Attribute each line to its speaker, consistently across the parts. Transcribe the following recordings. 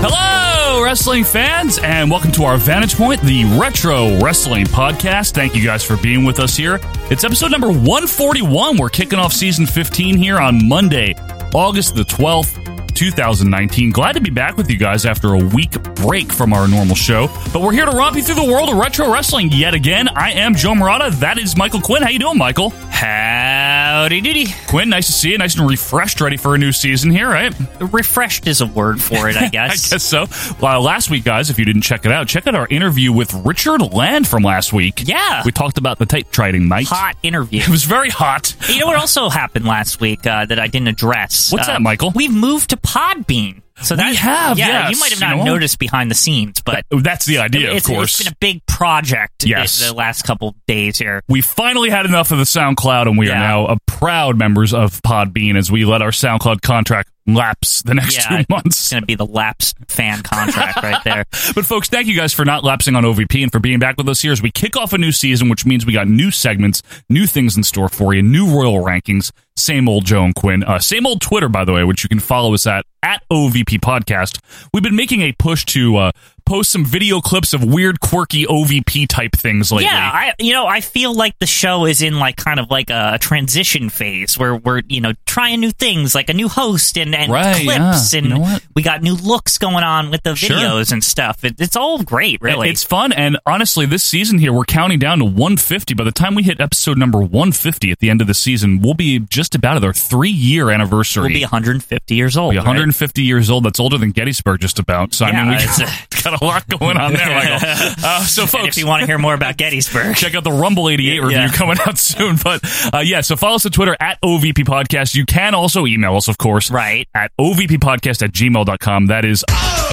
Speaker 1: Hello, wrestling fans, and welcome to our Vantage Point, the Retro Wrestling Podcast. Thank you guys for being with us here. It's episode number 141. We're kicking off season 15 here on Monday, August the 12th, 2019. Glad to be back with you guys after a week break from our normal show. But we're here to romp you through the world of retro wrestling yet again. I am Joe Morata. That is Michael Quinn. How you doing, Michael? Howdy doody. Quinn, nice to see you. Nice and refreshed, ready for a new season here, right?
Speaker 2: refreshed is a word for it, I guess.
Speaker 1: I guess so. Well, last week, guys, if you didn't check it out, check out our interview with Richard Land from last week.
Speaker 2: Yeah.
Speaker 1: We talked about the tape trading, mate.
Speaker 2: Hot interview.
Speaker 1: It was very hot.
Speaker 2: you know what also happened last week uh, that I didn't address?
Speaker 1: What's
Speaker 2: Uh,
Speaker 1: that, Michael?
Speaker 2: We've moved to Podbean. So that,
Speaker 1: We have,
Speaker 2: yeah.
Speaker 1: yes.
Speaker 2: You might have
Speaker 1: You
Speaker 2: not
Speaker 1: know what? Oh,
Speaker 2: noticed behind the scenes, but
Speaker 1: That's the idea,
Speaker 2: it's,
Speaker 1: of course.
Speaker 2: it's been a big project. in
Speaker 1: Yes.
Speaker 2: the last couple days here.
Speaker 1: we finally had enough of the SoundCloud, and we are
Speaker 2: Yeah.
Speaker 1: now a proud members of Podbean as we let our SoundCloud contract lapse the next
Speaker 2: Yeah,
Speaker 1: two months.
Speaker 2: It's going to be the lapsed fan contract right there.
Speaker 1: But folks, thank you guys for not lapsing on OVP and for being back with us here as we kick off a new season, which means we got new segments, new things in store for you, new royal rankings, same old Joe and Quinn, uh, same old Twitter, by the way, which you can follow us at at OVP Podcast. We've been making a push to uh, post some video clips of weird, quirky OVP type things lately.
Speaker 2: Yeah, I you know I feel like the show is in like kind of like a transition phase where we're you know trying new things like a new host and, and
Speaker 1: Right,
Speaker 2: clips
Speaker 1: yeah.
Speaker 2: and
Speaker 1: You know what?
Speaker 2: we got new looks going on with the
Speaker 1: Sure.
Speaker 2: videos and stuff. It, it's all great, really.
Speaker 1: It's fun, and honestly, this season here, we're counting down to 150. By the time we hit episode number 150 at the end of the season, we'll be just about at our three year anniversary.
Speaker 2: we'll be 150 years old.
Speaker 1: Be
Speaker 2: right?
Speaker 1: 150 years old. That's older than Gettysburg, just about. So I
Speaker 2: Yeah,
Speaker 1: mean, we
Speaker 2: it's, uh,
Speaker 1: got, got a lot going on there, Michael. Uh, so
Speaker 2: And
Speaker 1: folks,
Speaker 2: if you want to hear more about Gettysburg,
Speaker 1: check out the Rumble 88 review
Speaker 2: Yeah.
Speaker 1: coming out soon. But uh, yeah, so follow us on Twitter at OVP Podcast. You can also email us, of course,
Speaker 2: Right.
Speaker 1: at OVPPodcast at gmail.com. That is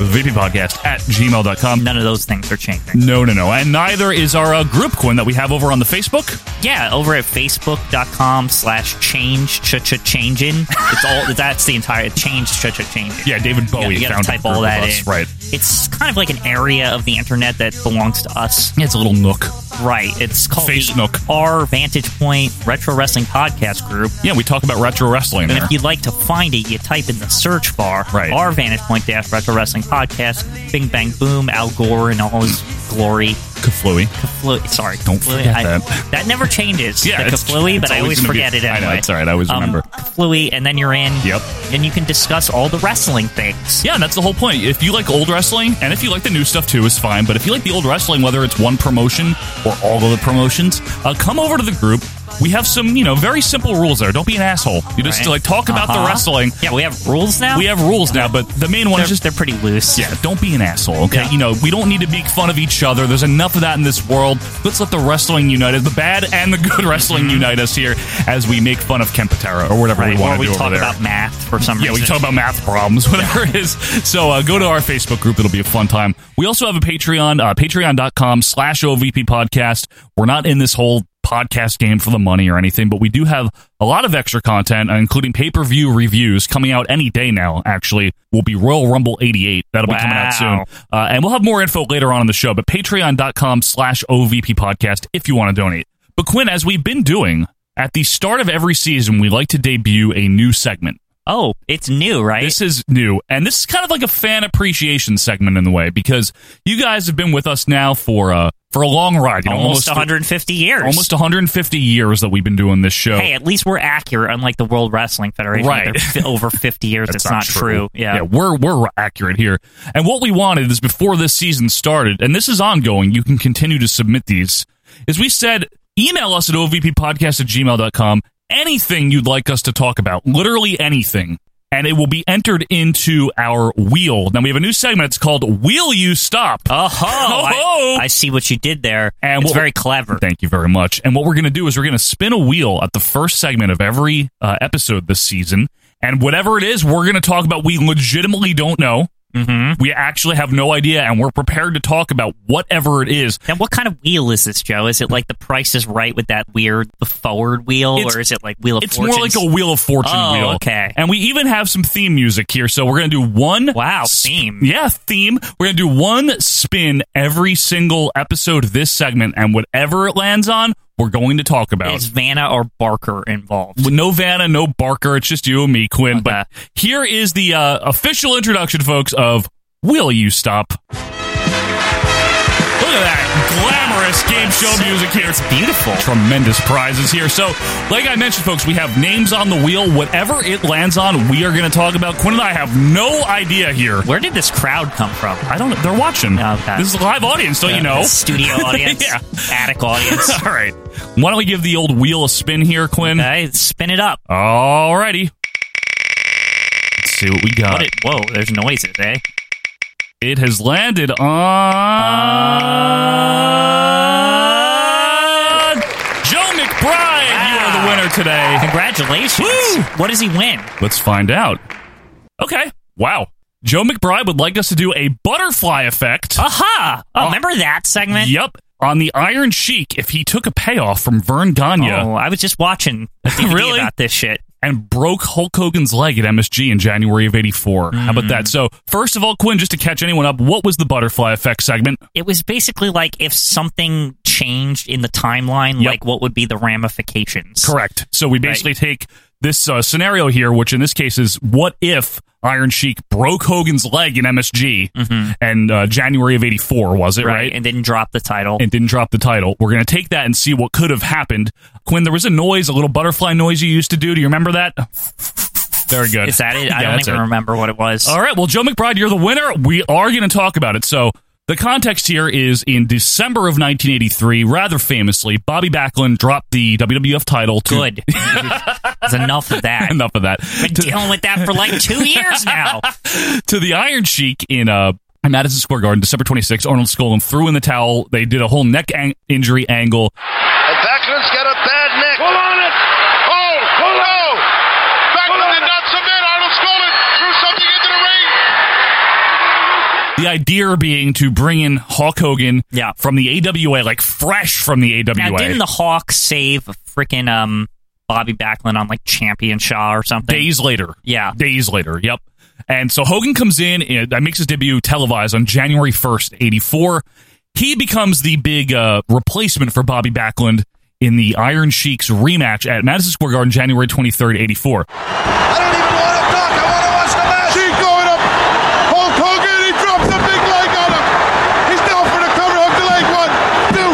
Speaker 1: VP Podcast at gmail.com.
Speaker 2: none of those things are changing.
Speaker 1: No, no, no. And neither is our uh, group, Quinn, that we have over on the Facebook.
Speaker 2: Yeah, over at facebook.com slash change cha cha changing. It's all that's the entire change cha cha changing.
Speaker 1: Yeah, David
Speaker 2: Yeah,
Speaker 1: Bowie
Speaker 2: you gotta
Speaker 1: found
Speaker 2: type
Speaker 1: a group
Speaker 2: all
Speaker 1: of
Speaker 2: that
Speaker 1: us,
Speaker 2: in.
Speaker 1: Right.
Speaker 2: It's kind of like an area of the internet that belongs to us.
Speaker 1: Yeah, it's a little nook.
Speaker 2: Right. It's called
Speaker 1: Face
Speaker 2: the
Speaker 1: Nook.
Speaker 2: Our Vantage Point Retro Wrestling Podcast Group.
Speaker 1: Yeah, we talk about retro wrestling
Speaker 2: And
Speaker 1: there.
Speaker 2: if you'd like to find it, you type in the search bar,
Speaker 1: Right.
Speaker 2: our Vantage Point Dash Retro Wrestling Podcast, Bing Bang Boom, Al Gore and all his glory.
Speaker 1: Kaflooey.
Speaker 2: Kaflu- sorry,
Speaker 1: Don't
Speaker 2: Kaflooey.
Speaker 1: forget
Speaker 2: I-
Speaker 1: that.
Speaker 2: that never changes.
Speaker 1: Yeah,
Speaker 2: the
Speaker 1: it's-
Speaker 2: Kaflooey,
Speaker 1: it's
Speaker 2: but I
Speaker 1: always
Speaker 2: always
Speaker 1: gonna be-
Speaker 2: forget it
Speaker 1: I know,
Speaker 2: anyway.
Speaker 1: it's all right, I always remember.
Speaker 2: Kaflooey, and then you're in.
Speaker 1: Yep.
Speaker 2: And you can discuss all the wrestling things.
Speaker 1: Yeah, and that's the whole point. If you like old wrestling, and if you like the new stuff too, is fine. But if you like the old wrestling, whether it's one promotion or all of the promotions, uh, come over to the group. We have some, you know, very simple rules there. Don't be an asshole. You just
Speaker 2: Right.
Speaker 1: like talk about the
Speaker 2: Uh-huh.
Speaker 1: wrestling.
Speaker 2: Yeah, we have rules now.
Speaker 1: We have rules now, but the main one
Speaker 2: They're,
Speaker 1: is just
Speaker 2: they're pretty loose.
Speaker 1: yeah. Don't be an asshole. Okay,
Speaker 2: Yeah.
Speaker 1: you know we don't need to make fun of each other. There's enough of that in this world. Let's let the wrestling unite us. The bad and the good wrestling unite us here as we make fun of Kempatera or whatever
Speaker 2: Mm-hmm. Right.
Speaker 1: we want
Speaker 2: Or
Speaker 1: to
Speaker 2: we
Speaker 1: do over
Speaker 2: talk
Speaker 1: there.
Speaker 2: about math for some
Speaker 1: Yeah,
Speaker 2: reason.
Speaker 1: we talk about math problems, whatever it is. So uh, go to our Facebook group. It'll be a fun time. We also have a Patreon, uh, patreon.com slash OVP podcast. We're not in this whole podcast game for the money or anything, but we do have a lot of extra content, uh, including pay-per-view reviews coming out any day now, actually. Will be Royal Rumble 88. That'll be coming out soon.
Speaker 2: Wow.
Speaker 1: Uh, and we'll have more info later on in the show, but patreon.com slash OVP podcast if you want to donate. But Quinn, as we've been doing, at the start of every season, we like to debut a new segment.
Speaker 2: Oh, it's new, right?
Speaker 1: This is new, and this is kind of like a fan appreciation segment in the way because you guys have been with us now for uh for a long ride, you know,
Speaker 2: almost, 150 years.
Speaker 1: almost 150 years that we've been doing this show.
Speaker 2: Hey, at least we're accurate, unlike the World Wrestling Federation.
Speaker 1: Right.
Speaker 2: They're fi- over 50 years. It's not true. Yeah.
Speaker 1: we're we're accurate here. And what we wanted is before this season started, and this is ongoing, you can continue to submit these, is we said email us at ovppodcast at gmail.com anything you'd like us to talk about. Literally anything. and it will be entered into our wheel. Now we have a new segment. It's called "Will You Stop?"
Speaker 2: Oh, I, I see what you did there.
Speaker 1: And
Speaker 2: it's
Speaker 1: what-
Speaker 2: very clever.
Speaker 1: Thank you very much. And what we're going to do is we're going to spin a wheel at the first segment of every uh, episode this season. And whatever it is, we're going to talk about, we legitimately don't know. Mm-hmm. We actually have no idea, and we're prepared to talk about whatever it is.
Speaker 2: Now, what kind of wheel is this, Joe? Is it like the Price is Right with that weird forward wheel,
Speaker 1: It's-
Speaker 2: or is it like Wheel of
Speaker 1: It's
Speaker 2: Fortune?
Speaker 1: more like a Wheel of Fortune
Speaker 2: Oh,
Speaker 1: wheel.
Speaker 2: okay.
Speaker 1: And we even have some theme music here. So we're going to do one.
Speaker 2: Wow,
Speaker 1: sp-
Speaker 2: theme.
Speaker 1: yeah, theme. We're going to do one spin every single episode of this segment, and whatever it lands on, we're going to talk about.
Speaker 2: Is Vanna or Barker involved?
Speaker 1: With no Vanna, no Barker. It's just you and me, Quinn. But
Speaker 2: Okay.
Speaker 1: here is the uh, official introduction, folks, of Will You Stop? Look at that glamorous game show music here. It's beautiful. Tremendous prizes here. So, like I mentioned, folks, we have names on the wheel. Whatever it lands on, we are going to talk about. Quinn and I have no idea here.
Speaker 2: Where did this crowd come from?
Speaker 1: I don't know. They're watching.
Speaker 2: Okay.
Speaker 1: This is a live audience, don't you know?
Speaker 2: studio audience,
Speaker 1: Yeah.
Speaker 2: attic audience.
Speaker 1: All right. Why don't we give the old wheel a spin here, Quinn?
Speaker 2: okay, spin it up.
Speaker 1: Alrighty. Let's see what we got.
Speaker 2: What it,
Speaker 1: It,
Speaker 2: whoa, there's noises, eh?
Speaker 1: has landed on Joe McBride. You are the
Speaker 2: Wow.
Speaker 1: winner today.
Speaker 2: Congratulations.
Speaker 1: Woo!
Speaker 2: What does he win?
Speaker 1: Let's find out. Okay. Wow. Joe McBride would like us to do a butterfly effect.
Speaker 2: Aha! Oh,
Speaker 1: Oh.
Speaker 2: remember that segment?
Speaker 1: Yep. On the Iron Sheik, if he took a payoff from Vern Gagne
Speaker 2: Oh, I was just watching a DVD
Speaker 1: Really?
Speaker 2: about this shit.
Speaker 1: and broke Hulk Hogan's leg at MSG in January of 84. How
Speaker 2: Mm.
Speaker 1: about that? So, first of all, Quinn, just to catch anyone up, what was the butterfly effect segment?
Speaker 2: It was basically like if something changed in the timeline,
Speaker 1: Yep.
Speaker 2: like what would be the ramifications?
Speaker 1: Correct. So we basically take this uh, scenario here, which in this case is what if Iron Sheik broke Hogan's leg in MSG and uh, January of 84, was it, right?
Speaker 2: Mm-hmm. Right, and then drop the title.
Speaker 1: and didn't drop the title. We're going to take that and see what could have happened. Quinn, there was a noise, a little butterfly noise you used to do. Do you remember that? Very good.
Speaker 2: Is that it?
Speaker 1: Yeah,
Speaker 2: I don't
Speaker 1: that's
Speaker 2: even
Speaker 1: it.
Speaker 2: remember what it was.
Speaker 1: All right. Well, Joe McBride, you're the winner. We are going to talk about it. So the context here is in December of 1983, rather famously, Bobby Backlund dropped the WWF title. To,
Speaker 2: Good. There's enough of that.
Speaker 1: Enough of that.
Speaker 2: Been
Speaker 1: To-
Speaker 2: dealing with that for like two years now.
Speaker 1: to the Iron Sheik in uh, Madison Square Garden, December 26th. Arnold Skolin threw in the towel. They did a whole neck an- injury angle.
Speaker 3: And Backlund's got a bad neck. Pull on it. Oh, pull on it. Backlund did not submit. Arnold Skolin threw something into the ring.
Speaker 1: The idea being to bring in Hulk Hogan
Speaker 2: Yeah.
Speaker 1: from the AWA, like fresh from the AWA.
Speaker 2: Now, didn't the Hawks save freaking um Bobby Backlund on like Champion Shaw or something?
Speaker 1: days later.
Speaker 2: Yeah.
Speaker 1: Days later. Yep. And so Hogan comes in and uh, makes his debut televised on January 1st, 84. He becomes the big uh, replacement for Bobby Backlund in the Iron Sheik's rematch at Madison Square Garden, January 23rd, 84.
Speaker 3: I don't even want to talk. I want to watch the match.
Speaker 4: Sheik going up. Hulk Hogan, he drops a big leg on him. He's down for the cover, hook the leg, one, two.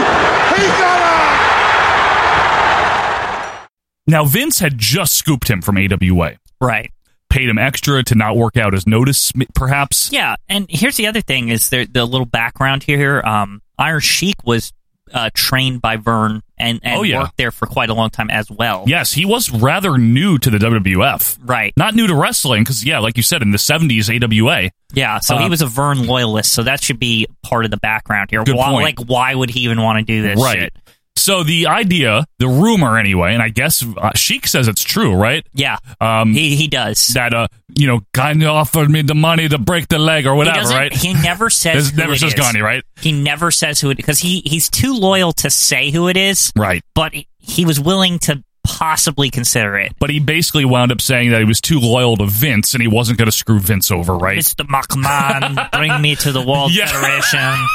Speaker 4: He got him.
Speaker 1: Now, Vince had just scooped him from AWA,
Speaker 2: Right.
Speaker 1: paid him extra to not work out his notice, m- perhaps.
Speaker 2: Yeah, and here's the other thing is there the little background here. Um, Iron Sheik was uh, trained by Vern and, and
Speaker 1: Oh, yeah.
Speaker 2: worked there for quite a long time as well.
Speaker 1: Yes, he was rather new to the WWF.
Speaker 2: Right.
Speaker 1: Not new to wrestling, because, yeah, like you said, in the 70s, AWA.
Speaker 2: Yeah. So
Speaker 1: Uh,
Speaker 2: he was a Vern loyalist, so that should be part of the background here.
Speaker 1: Good
Speaker 2: why,
Speaker 1: point.
Speaker 2: Like, why would he even want to do this?
Speaker 1: right.
Speaker 2: shit?
Speaker 1: So the idea, the rumor anyway, and I guess uh, Sheik says it's true, right?
Speaker 2: Yeah.
Speaker 1: Um,
Speaker 2: he he does.
Speaker 1: that uh, you know, Gandhi offered me the money to break the leg or
Speaker 2: he
Speaker 1: whatever,
Speaker 2: doesn't-
Speaker 1: right?
Speaker 2: He never says.
Speaker 1: This
Speaker 2: who
Speaker 1: never
Speaker 2: it
Speaker 1: says
Speaker 2: is.
Speaker 1: Gandhi, right?
Speaker 2: He never says who it because he he's too loyal to say who it is.
Speaker 1: Right.
Speaker 2: But he- he was willing to possibly consider it.
Speaker 1: But he basically wound up saying that he was too loyal to Vince and he wasn't going to screw Vince over, right?
Speaker 2: Mr. McMahon, bring me to the World
Speaker 1: Yeah.
Speaker 2: Federation.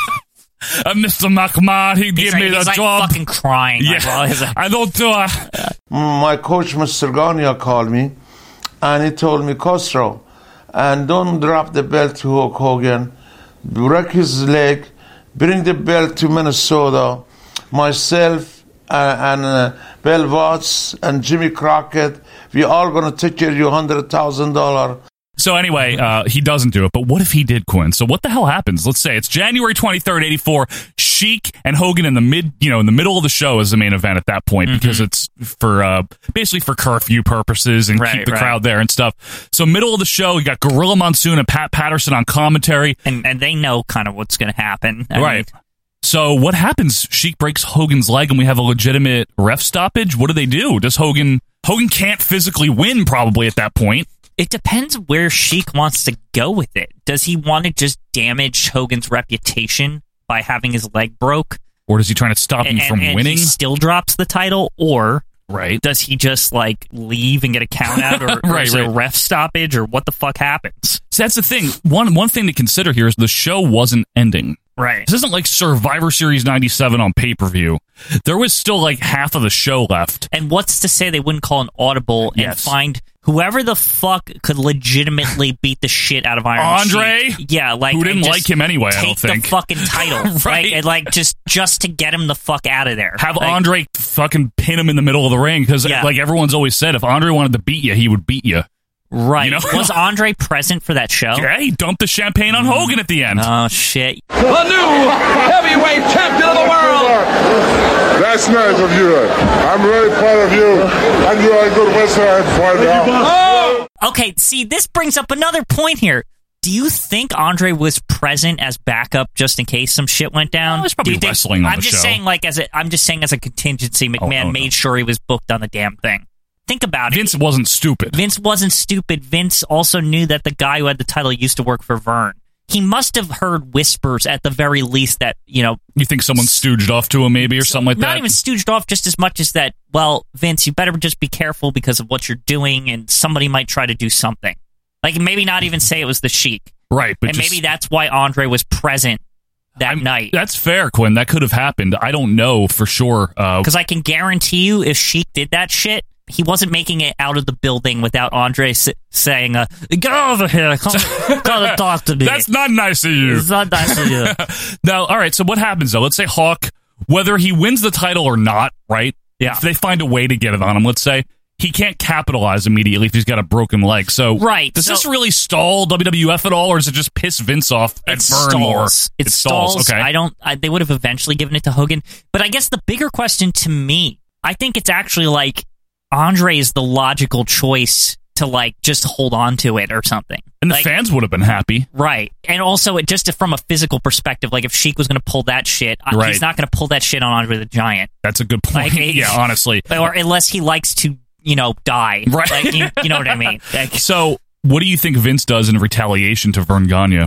Speaker 1: Uh, Mr. McMahon, he
Speaker 2: He's
Speaker 1: gave
Speaker 2: like,
Speaker 1: me the
Speaker 2: he's like
Speaker 1: job.
Speaker 2: fucking crying.
Speaker 1: yeah,
Speaker 2: Like, well, he's like,
Speaker 1: I don't. Uh,
Speaker 5: my coach, Mr. Gania, called me and he told me, Costro, and don't drop the belt to Hulk Hogan. Break his leg, bring the belt to Minnesota. Myself uh, and uh, Bill Watts and Jimmy Crockett, we all going to take care of you $100,000.
Speaker 1: so anyway, uh, he doesn't do it. But what if he did, Quinn? So what the hell happens? Let's say it's January twenty third, eighty four. Sheik and Hogan in the mid, you know, in the middle of the show is the main event at that
Speaker 2: Mm-hmm.
Speaker 1: point because it's for uh, basically for curfew purposes and
Speaker 2: Right,
Speaker 1: keep the
Speaker 2: right.
Speaker 1: crowd there and stuff. So middle of the show, you got Gorilla Monsoon and Pat Patterson on commentary.
Speaker 2: and and they know kind of what's going to happen. I
Speaker 1: right. so what happens? Sheik breaks Hogan's leg, and we have a legitimate ref stoppage. What do they do? Does Hogan Hogan can't physically win probably at that point?
Speaker 2: It depends where Sheik wants to go with it. Does he want to just damage Hogan's reputation by having his leg broke
Speaker 1: Or is he trying to stop him
Speaker 2: and,
Speaker 1: from
Speaker 2: and
Speaker 1: winning?
Speaker 2: he still drops the title, or
Speaker 1: right.
Speaker 2: does he just like leave and get a count out, or, or
Speaker 1: Right,
Speaker 2: is it a
Speaker 1: right.
Speaker 2: ref stoppage, or what the fuck happens?
Speaker 1: So that's the thing. One one thing to consider here is the show wasn't ending.
Speaker 2: Right.
Speaker 1: This isn't like Survivor Series 97 on pay per view. There was still like half of the show left.
Speaker 2: And what's to say they wouldn't call an audible and
Speaker 1: Yes.
Speaker 2: find whoever the fuck could legitimately beat the shit out of Iron
Speaker 1: Andre?
Speaker 2: Sheik? Yeah, like
Speaker 1: Who
Speaker 2: and
Speaker 1: didn't
Speaker 2: just
Speaker 1: like him anyway, I
Speaker 2: Take
Speaker 1: don't think.
Speaker 2: the fucking title,
Speaker 1: Right.
Speaker 2: right? And like just just to get him the fuck out of there.
Speaker 1: Have
Speaker 2: Like,
Speaker 1: Andre fucking pin him in the middle of the ring because,
Speaker 2: Yeah.
Speaker 1: like everyone's always said, if Andre wanted to beat you, he would beat you.
Speaker 2: right?
Speaker 1: you know?
Speaker 2: Was Andre Mm-hmm. present for that show?
Speaker 1: Yeah, he dumped the champagne on Hogan at the end.
Speaker 2: Oh shit!
Speaker 6: the new heavyweight champion of the world.
Speaker 4: That's nice of you. I'm really proud of you. And you are a good wrestler. I'm proud of you.
Speaker 6: Oh,
Speaker 2: Okay, see, this brings up another point here. Do you think Andre was present as backup just in case some shit went down?
Speaker 1: No, there's probably
Speaker 2: Do you think-
Speaker 1: wrestling on
Speaker 2: I'm
Speaker 1: the
Speaker 2: just
Speaker 1: show.
Speaker 2: saying, like as a, I'm just saying as a contingency, McMahon
Speaker 1: oh, no.
Speaker 2: made sure he was booked on the damn thing. Think about it.
Speaker 1: Vince wasn't stupid.
Speaker 2: Vince wasn't stupid. Vince also knew that the guy who had the title used to work for Vern. He must have heard whispers at the very least that you know,
Speaker 1: You think someone stooged off to him maybe or something like
Speaker 2: not
Speaker 1: that?
Speaker 2: even stooged off just as much as that. Well, Vince, you better just be careful because of what you're doing, and somebody might try to do something. Like maybe not even say it was the Sheik
Speaker 1: right, but
Speaker 2: and
Speaker 1: just-
Speaker 2: maybe that's why Andre was present that night.
Speaker 1: that's fair, Quinn. That could have happened. I don't know for sure. Uh,
Speaker 2: Because I can guarantee you, if Sheik did that shit, he wasn't making it out of the building without Andre s- saying, uh, "Get over here, come, come and talk to me."
Speaker 1: that's not nice of you.
Speaker 2: It's not nice of you.
Speaker 1: Now, all right. So what happens though? Let's say Hawk, whether he wins the title or not, right?
Speaker 2: Yeah.
Speaker 1: If they find a way to get it on him, let's say he can't capitalize immediately if he's got a broken leg. So
Speaker 2: Right,
Speaker 1: Does
Speaker 2: so-
Speaker 1: this really stall WWF at all, or does it just piss Vince off at
Speaker 2: It
Speaker 1: Vern more?
Speaker 2: stalls. It, stalls.
Speaker 1: Okay.
Speaker 2: I don't. I, they would have eventually given it to Hogan. But I guess the bigger question to me, I think it's actually like Andre is the logical choice to like just hold on to it or something.
Speaker 1: and the
Speaker 2: Like,
Speaker 1: fans would have been happy.
Speaker 2: Right. And also, it just from a physical perspective, like if Sheik was going to pull that shit, I-
Speaker 1: Right.
Speaker 2: he's not going to pull that shit on Andre the Giant.
Speaker 1: That's a good point.
Speaker 2: Like, it-
Speaker 1: yeah, honestly.
Speaker 2: Or unless he likes to, you know, die.
Speaker 1: Right.
Speaker 2: Like, you, you know what I mean? Like,
Speaker 1: So, what do you think Vince does in retaliation to Vern Gagne?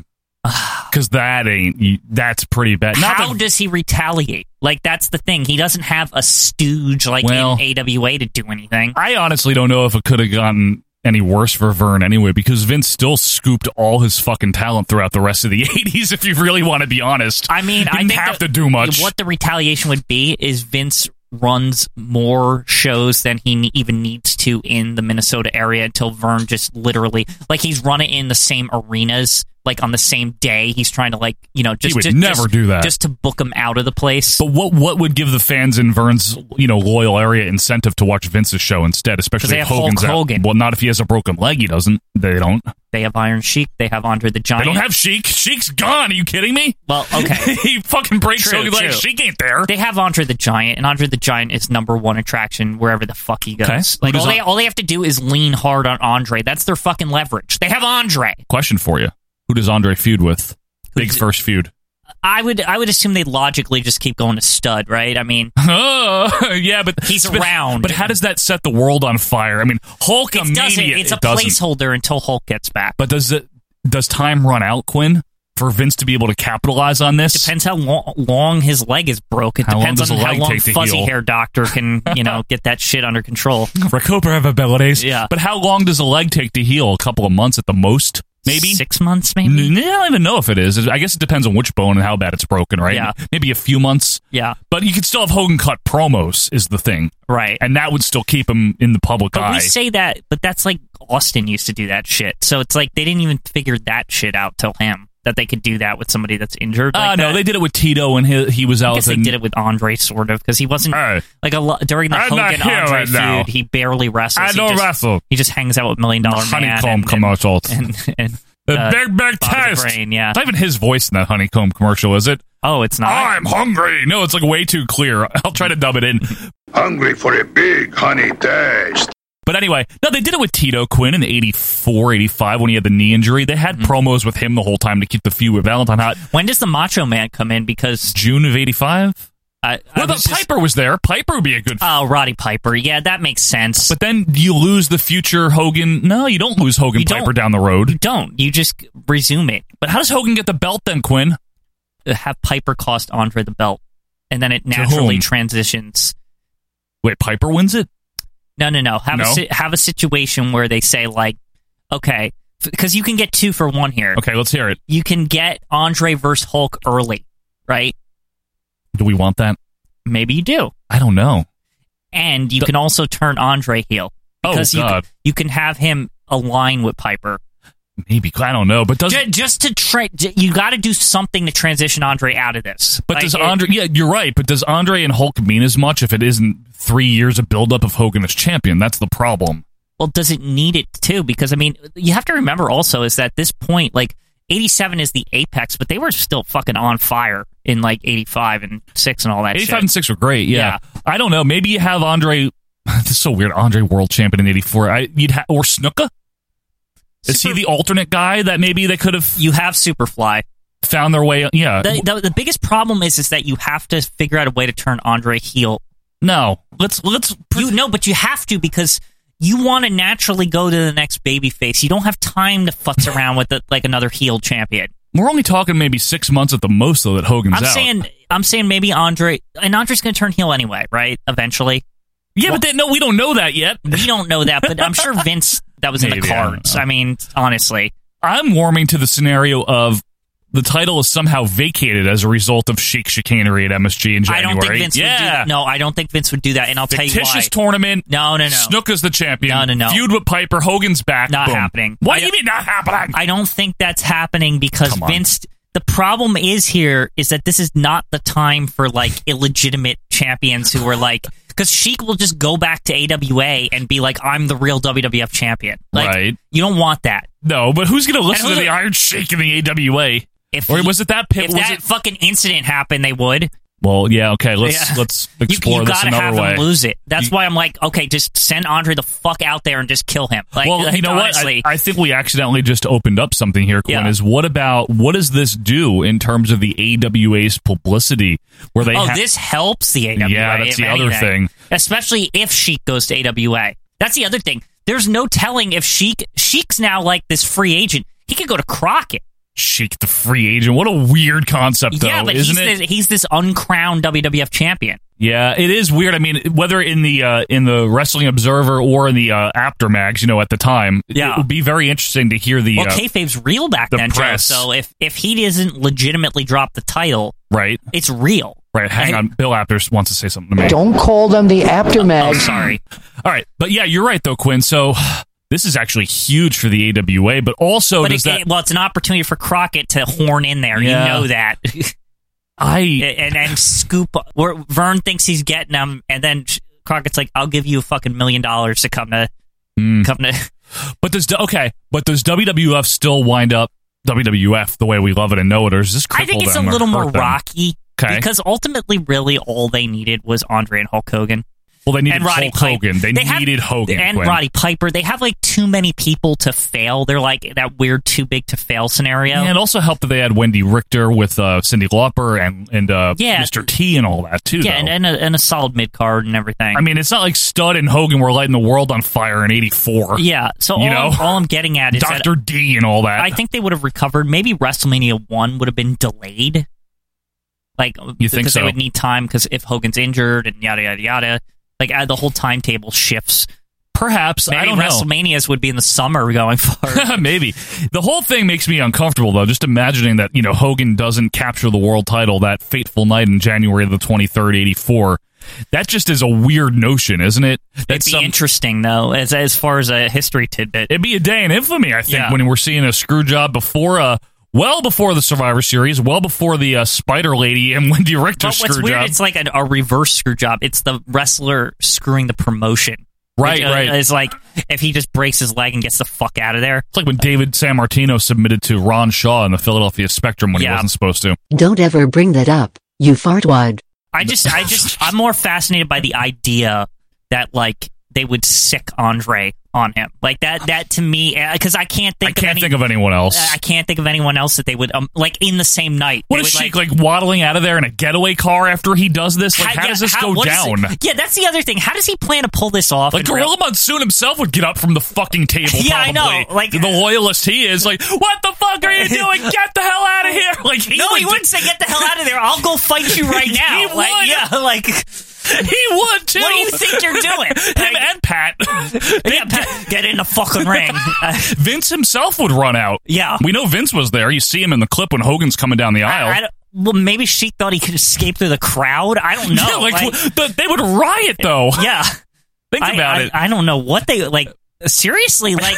Speaker 1: Because that ain't that's pretty bad. Not
Speaker 2: how
Speaker 1: that-
Speaker 2: does he retaliate? Like, that's the thing. He doesn't have a stooge like
Speaker 1: Well-
Speaker 2: in AWA to do anything.
Speaker 1: I honestly don't know if it could have gotten any worse for Vern anyway, because Vince still scooped all his fucking talent throughout the rest of the '80s. If you really want to be honest,
Speaker 2: I mean,
Speaker 1: He
Speaker 2: I
Speaker 1: didn't
Speaker 2: think
Speaker 1: have
Speaker 2: the-
Speaker 1: to do much.
Speaker 2: What the retaliation would be is Vince runs more shows than he ne- even needs to in the Minnesota area until Vern just literally like he's running in the same arenas like on the same day. He's trying to like you know just
Speaker 1: would
Speaker 2: just-
Speaker 1: never
Speaker 2: just-
Speaker 1: do that.
Speaker 2: just to book him out of the place.
Speaker 1: but what what would give the fans in Vern's you know loyal area incentive to watch Vince's show instead, especially
Speaker 2: they
Speaker 1: if
Speaker 2: have Hulk
Speaker 1: Hogan's out?
Speaker 2: Hogan.
Speaker 1: Well, not if he has a broken leg. He doesn't. They don't.
Speaker 2: They have Iron Sheik. They have Andre the
Speaker 1: They
Speaker 2: Giant.
Speaker 1: don't have Sheik. Sheik's gone. Are you kidding me?
Speaker 2: well, okay.
Speaker 1: he fucking breaks
Speaker 2: True,
Speaker 1: Hogan's leg.
Speaker 2: true.
Speaker 1: Sheik ain't there.
Speaker 2: They have Andre the Giant, and Andre the Giant is number one attraction wherever the fuck he goes.
Speaker 1: Okay. Who
Speaker 2: Like
Speaker 1: does
Speaker 2: all they,
Speaker 1: An-
Speaker 2: all they have to do is lean hard on Andre. That's their fucking leverage. They have Andre.
Speaker 1: Question for you: Who does Andre feud with? Big
Speaker 2: does-
Speaker 1: first feud.
Speaker 2: I would I would assume they logically just keep going to stud, right? I mean,
Speaker 1: Oh, yeah, but
Speaker 2: He's
Speaker 1: but,
Speaker 2: round.
Speaker 1: But how does that set the world on fire? I mean, Hulk
Speaker 2: it doesn't. It's a placeholder until Hulk gets back.
Speaker 1: But does it? Does time run out, Quinn, for Vince to be able to capitalize on this?
Speaker 2: Depends how long, long his leg is broke. It
Speaker 1: How long
Speaker 2: depends
Speaker 1: does
Speaker 2: on
Speaker 1: a
Speaker 2: how
Speaker 1: leg
Speaker 2: long
Speaker 1: take to
Speaker 2: fuzzy
Speaker 1: heal?
Speaker 2: hair doctor can you know get that shit under control.
Speaker 1: Recoverabilities.
Speaker 2: Yeah.
Speaker 1: But how long does a leg take to heal? A couple of months at the most, maybe.
Speaker 2: six months,
Speaker 1: N-
Speaker 2: maybe.
Speaker 1: I don't even know if it is. I guess it depends on which bone and how bad it's broken, right?
Speaker 2: Yeah.
Speaker 1: Maybe a few months.
Speaker 2: Yeah,
Speaker 1: But you could still have Hogan cut promos, is the thing.
Speaker 2: right.
Speaker 1: And that would still keep him in the public
Speaker 2: but
Speaker 1: eye.
Speaker 2: we say that, but that's like Austin used to do that shit. So it's like they didn't even figure that shit out till him that they could do that with somebody that's injured.
Speaker 1: Ah,
Speaker 2: like
Speaker 1: no,
Speaker 2: that.
Speaker 1: they did it with Tito and he, he was out
Speaker 2: I guess
Speaker 1: with
Speaker 2: they
Speaker 1: a-
Speaker 2: did it with Andre, sort of, because he wasn't
Speaker 1: Hey.
Speaker 2: like a lot during the
Speaker 1: I'm not
Speaker 2: Hogan
Speaker 1: here
Speaker 2: Andre
Speaker 1: right
Speaker 2: feud.
Speaker 1: now.
Speaker 2: He barely wrestles.
Speaker 1: I
Speaker 2: He
Speaker 1: don't
Speaker 2: just-
Speaker 1: wrestle.
Speaker 2: He just hangs out with Million Dollar Man
Speaker 1: honeycomb
Speaker 2: and,
Speaker 1: commercials.
Speaker 2: and, and,
Speaker 1: The
Speaker 2: uh,
Speaker 1: big, big
Speaker 2: Bobby the
Speaker 1: test.
Speaker 2: Brain, yeah.
Speaker 1: It's not even his voice in that honeycomb commercial, is it?
Speaker 2: Oh, it's not.
Speaker 1: I'm hungry. No, it's like way too clear. I'll try to dub it in.
Speaker 3: Hungry for a big honey taste.
Speaker 1: But anyway, no, they did it with Tito Quinn in 84, 85 when he had the knee injury. They had
Speaker 2: Mm-hmm.
Speaker 1: promos with him the whole time to keep the feud with Valentine hot.
Speaker 2: When does the Macho Man come in? Because
Speaker 1: June of 85?
Speaker 2: I, I
Speaker 1: Well, but
Speaker 2: was just-
Speaker 1: Piper was there. Piper would be a good.
Speaker 2: Oh, Roddy Piper. Yeah, that makes sense.
Speaker 1: but then you lose the future Hogan. No, you don't lose Hogan
Speaker 2: You don't.
Speaker 1: Piper down the road.
Speaker 2: you don't. You just resume it.
Speaker 1: But how does Hogan get the belt then, Quinn?
Speaker 2: Have Piper cost Andre the belt, and then it
Speaker 1: whom?
Speaker 2: naturally transitions.
Speaker 1: Wait, Piper wins it?
Speaker 2: No, no, no. Have
Speaker 1: No?
Speaker 2: a si- have a situation where they say like, okay, because you can get two for one here.
Speaker 1: Okay, let's hear it.
Speaker 2: You can get Andre versus Hulk early, right?
Speaker 1: Do we want that?
Speaker 2: Maybe you do,
Speaker 1: I don't know.
Speaker 2: and you can also turn Andre heel
Speaker 1: Oh,
Speaker 2: because you
Speaker 1: God.
Speaker 2: Can, you can have him align with Piper.
Speaker 1: Maybe. I don't know. But does
Speaker 2: Ju- just to tra- ju- you got to do something to transition Andre out of this.
Speaker 1: But
Speaker 2: Like,
Speaker 1: does
Speaker 2: it-
Speaker 1: Andre? Yeah, you're right. But does Andre and Hulk mean as much if it isn't three years of buildup of Hogan as champion? That's the problem.
Speaker 2: well, does it need it too? Because I mean, you have to remember also is that this point, like '87 is the apex, but they were still fucking on fire in like '85 and six and all that.
Speaker 1: 85
Speaker 2: shit.
Speaker 1: and six were great. Yeah. I don't know. Maybe you have Andre. this is so weird. Andre world champion in '84. I you'd ha- or Snuka. Is he
Speaker 2: Super-
Speaker 1: the alternate guy that maybe they could have
Speaker 2: you have Superfly.
Speaker 1: found their way? Yeah.
Speaker 2: The, the the biggest problem is is that you have to figure out a way to turn Andre heel.
Speaker 1: no. Let's let's.
Speaker 2: You no, but you have to because you want to naturally go to the next baby face. You don't have time to futz around with the, like another heel champion.
Speaker 1: We're only talking maybe six months at the most though that Hogan's
Speaker 2: I'm
Speaker 1: out.
Speaker 2: saying I'm saying maybe Andre and Andre's going to turn heel anyway, right? Eventually.
Speaker 1: yeah, but they, no, we don't know that yet.
Speaker 2: We don't know that, but I'm sure Vince that was in the
Speaker 1: Maybe, I don't
Speaker 2: cards.
Speaker 1: know.
Speaker 2: I, mean, honestly.
Speaker 1: I'm warming to the scenario of the title is somehow vacated as a result of Sheik chicanery at MSG in January.
Speaker 2: I don't think Vince
Speaker 1: yeah.
Speaker 2: would do that. No, I don't think Vince would do that, and I'll tell you why.
Speaker 1: Fictitious tournament.
Speaker 2: no, no, no.
Speaker 1: Snook is the champion.
Speaker 2: No, no, no.
Speaker 1: Feud with Piper. Hogan's back.
Speaker 2: Not
Speaker 1: Boom.
Speaker 2: happening.
Speaker 1: What
Speaker 2: I
Speaker 1: do you
Speaker 2: don't-
Speaker 1: mean not happening?
Speaker 2: I don't think that's happening because
Speaker 1: Come on.
Speaker 2: Vince. The problem is here is that this is not the time for like illegitimate champions who are like because Sheik will just go back to AWA and be like, "I'm the real WWF champion." Like,
Speaker 1: Right.
Speaker 2: You don't want that.
Speaker 1: no, but who's going to listen
Speaker 2: who
Speaker 1: to
Speaker 2: the-
Speaker 1: the Iron Sheik in the AWA?
Speaker 2: If
Speaker 1: Or
Speaker 2: he-
Speaker 1: was it that pit?
Speaker 2: if
Speaker 1: was
Speaker 2: that
Speaker 1: it?
Speaker 2: fucking incident happened, they would.
Speaker 1: Well, yeah. Okay, let's
Speaker 2: Yeah.
Speaker 1: let's
Speaker 2: You-
Speaker 1: explore
Speaker 2: you,
Speaker 1: this
Speaker 2: gotta
Speaker 1: another
Speaker 2: have
Speaker 1: way.
Speaker 2: him lose it.
Speaker 1: You-
Speaker 2: That's why I'm like, okay, just send Andre the fuck out there and just kill him. Like,
Speaker 1: well,
Speaker 2: like,
Speaker 1: you know
Speaker 2: honestly,
Speaker 1: what? I, I think we accidentally just opened up something here, Quinn.
Speaker 2: Yeah.
Speaker 1: Is what about what does this do in terms of the AWA's publicity? Where they
Speaker 2: oh,
Speaker 1: ha-
Speaker 2: this helps the AWA.
Speaker 1: Yeah, that's
Speaker 2: if
Speaker 1: the other
Speaker 2: anything.
Speaker 1: thing.
Speaker 2: Especially if Sheik goes to AWA. That's the other thing. There's no telling if Sheik Sheik's now like this free agent. He could go to Crockett.
Speaker 1: Sheik the free agent. What a weird concept, though,
Speaker 2: yeah, but
Speaker 1: isn't
Speaker 2: he's
Speaker 1: it?
Speaker 2: This, he's this uncrowned WWF champion.
Speaker 1: yeah, it is weird. I mean, whether in the uh, in the Wrestling Observer or in the uh, After mags, you know, at the time,
Speaker 2: Yeah.
Speaker 1: it would be very interesting to hear the
Speaker 2: Well,
Speaker 1: uh,
Speaker 2: kayfabe's real back
Speaker 1: The
Speaker 2: then, Joe,
Speaker 1: press.
Speaker 2: So if if he doesn't legitimately drop the title,
Speaker 1: right,
Speaker 2: it's real.
Speaker 1: right. Hang
Speaker 2: I-
Speaker 1: on, Bill Apter wants to say something to me.
Speaker 7: Don't call them the
Speaker 2: Oh,
Speaker 7: aftermags.
Speaker 2: sorry.
Speaker 1: All right, but yeah, you're right though, Quinn. So this is actually huge for the AWA, but also
Speaker 2: but
Speaker 1: does
Speaker 2: it,
Speaker 1: that
Speaker 2: it- well, it's an opportunity for Crockett to horn in there.
Speaker 1: Yeah.
Speaker 2: You know that,
Speaker 1: I
Speaker 2: and then scoop. Where Vern thinks he's getting him, and then Crockett's like, "I'll give you a fucking million dollars to come to
Speaker 1: Hmm.
Speaker 2: come to."
Speaker 1: But does okay? But does WWF still wind up WWF the way we love it and know it, or is this?
Speaker 2: I think
Speaker 1: cripple
Speaker 2: it's a
Speaker 1: them or
Speaker 2: little
Speaker 1: hurt
Speaker 2: more
Speaker 1: them?
Speaker 2: rocky
Speaker 1: 'Kay.
Speaker 2: because ultimately, really, all they needed was Andre and Hulk Hogan
Speaker 1: Well, they needed
Speaker 2: and Roddy
Speaker 1: Hulk
Speaker 2: Piper.
Speaker 1: Hogan. They,
Speaker 2: have-
Speaker 1: needed Hogan
Speaker 2: and
Speaker 1: Quinn.
Speaker 2: Roddy Piper. They have like too many people to fail. They're like that weird too big to fail scenario.
Speaker 1: And it also helped that they had Wendy Richter with uh, Cindy Lauper and and uh,
Speaker 2: Yeah.
Speaker 1: Mr. T and all that too.
Speaker 2: yeah,
Speaker 1: though.
Speaker 2: and, and, a, and a solid mid card and everything.
Speaker 1: I mean, it's not like Stud and Hogan were lighting the world on fire in '84.
Speaker 2: yeah. So all,
Speaker 1: you know?
Speaker 2: I'm, all I'm getting at is that
Speaker 1: Doctor D and all that.
Speaker 2: I think they would have recovered. Maybe WrestleMania one would have been delayed. Like
Speaker 1: You think
Speaker 2: because
Speaker 1: so?
Speaker 2: they would need time because if Hogan's injured and yada yada yada, like uh, the whole timetable shifts.
Speaker 1: perhaps
Speaker 2: Maybe
Speaker 1: I don't know.
Speaker 2: WrestleManias would be in the summer going forward.
Speaker 1: Maybe the whole thing makes me uncomfortable though. Just imagining that you know Hogan doesn't capture the world title that fateful night in January the twenty third, eighty four. That just is a weird notion, isn't it?
Speaker 2: It'd
Speaker 1: That's
Speaker 2: be interesting though, as as far as a history tidbit.
Speaker 1: It'd be a day in infamy, I think,
Speaker 2: Yeah.
Speaker 1: when we're seeing a screw job before a. Well before the Survivor Series, well before the uh, Spider Lady and Wendy Richter
Speaker 2: but what's
Speaker 1: screw
Speaker 2: weird,
Speaker 1: job,
Speaker 2: it's like an, a reverse screw job. It's the wrestler screwing the promotion.
Speaker 1: Right,
Speaker 2: Like, uh,
Speaker 1: right.
Speaker 2: It's like if he just breaks his leg and gets the fuck out of there.
Speaker 1: It's like when David San Martino submitted to Ron Shaw in the Philadelphia Spectrum when he
Speaker 2: Yeah.
Speaker 1: wasn't supposed to.
Speaker 7: Don't ever bring that up, you fartwad.
Speaker 2: I just, I just, I'm more fascinated by the idea that like they would sick Andre on him like that. That to me, because I can't think.
Speaker 1: I can't
Speaker 2: of any, eh,
Speaker 1: think of anyone else.
Speaker 2: I can't think of anyone else that they would um, like in the same night.
Speaker 1: what
Speaker 2: They
Speaker 1: is
Speaker 2: would,
Speaker 1: Sheik like, waddling out of there in a getaway car after he does this? Like, how,
Speaker 2: yeah,
Speaker 1: does this
Speaker 2: how-
Speaker 1: go
Speaker 2: what is
Speaker 1: down?
Speaker 2: it- yeah, that's the other thing. How does he plan to pull this off?
Speaker 1: Like
Speaker 2: in real-
Speaker 1: Gorilla Monsoon himself would get up from the fucking table.
Speaker 2: Yeah, I
Speaker 1: probably.
Speaker 2: know, like-
Speaker 1: the loyalist he is, like, what the fuck are you doing? Get the hell out of here! Like, he
Speaker 2: no,
Speaker 1: would
Speaker 2: he wouldn't say, "Get the hell out of there! I'll go fight you right
Speaker 1: He
Speaker 2: now." like,
Speaker 1: would.
Speaker 2: yeah, like
Speaker 1: He would too.
Speaker 2: what do you think you're doing?
Speaker 1: Him
Speaker 2: Like,
Speaker 1: and Pat.
Speaker 2: yeah, Pat, get in the fucking ring. Uh,
Speaker 1: Vince himself would run out.
Speaker 2: Yeah.
Speaker 1: we know Vince was there. You see him in the clip when Hogan's coming down the aisle.
Speaker 2: I, I don't- well, maybe she thought he could escape through the crowd. I don't know.
Speaker 1: Yeah, like,
Speaker 2: like,
Speaker 1: the, they would riot though.
Speaker 2: yeah.
Speaker 1: Think
Speaker 2: I,
Speaker 1: about
Speaker 2: I-
Speaker 1: it.
Speaker 2: I don't know what they like. Seriously, like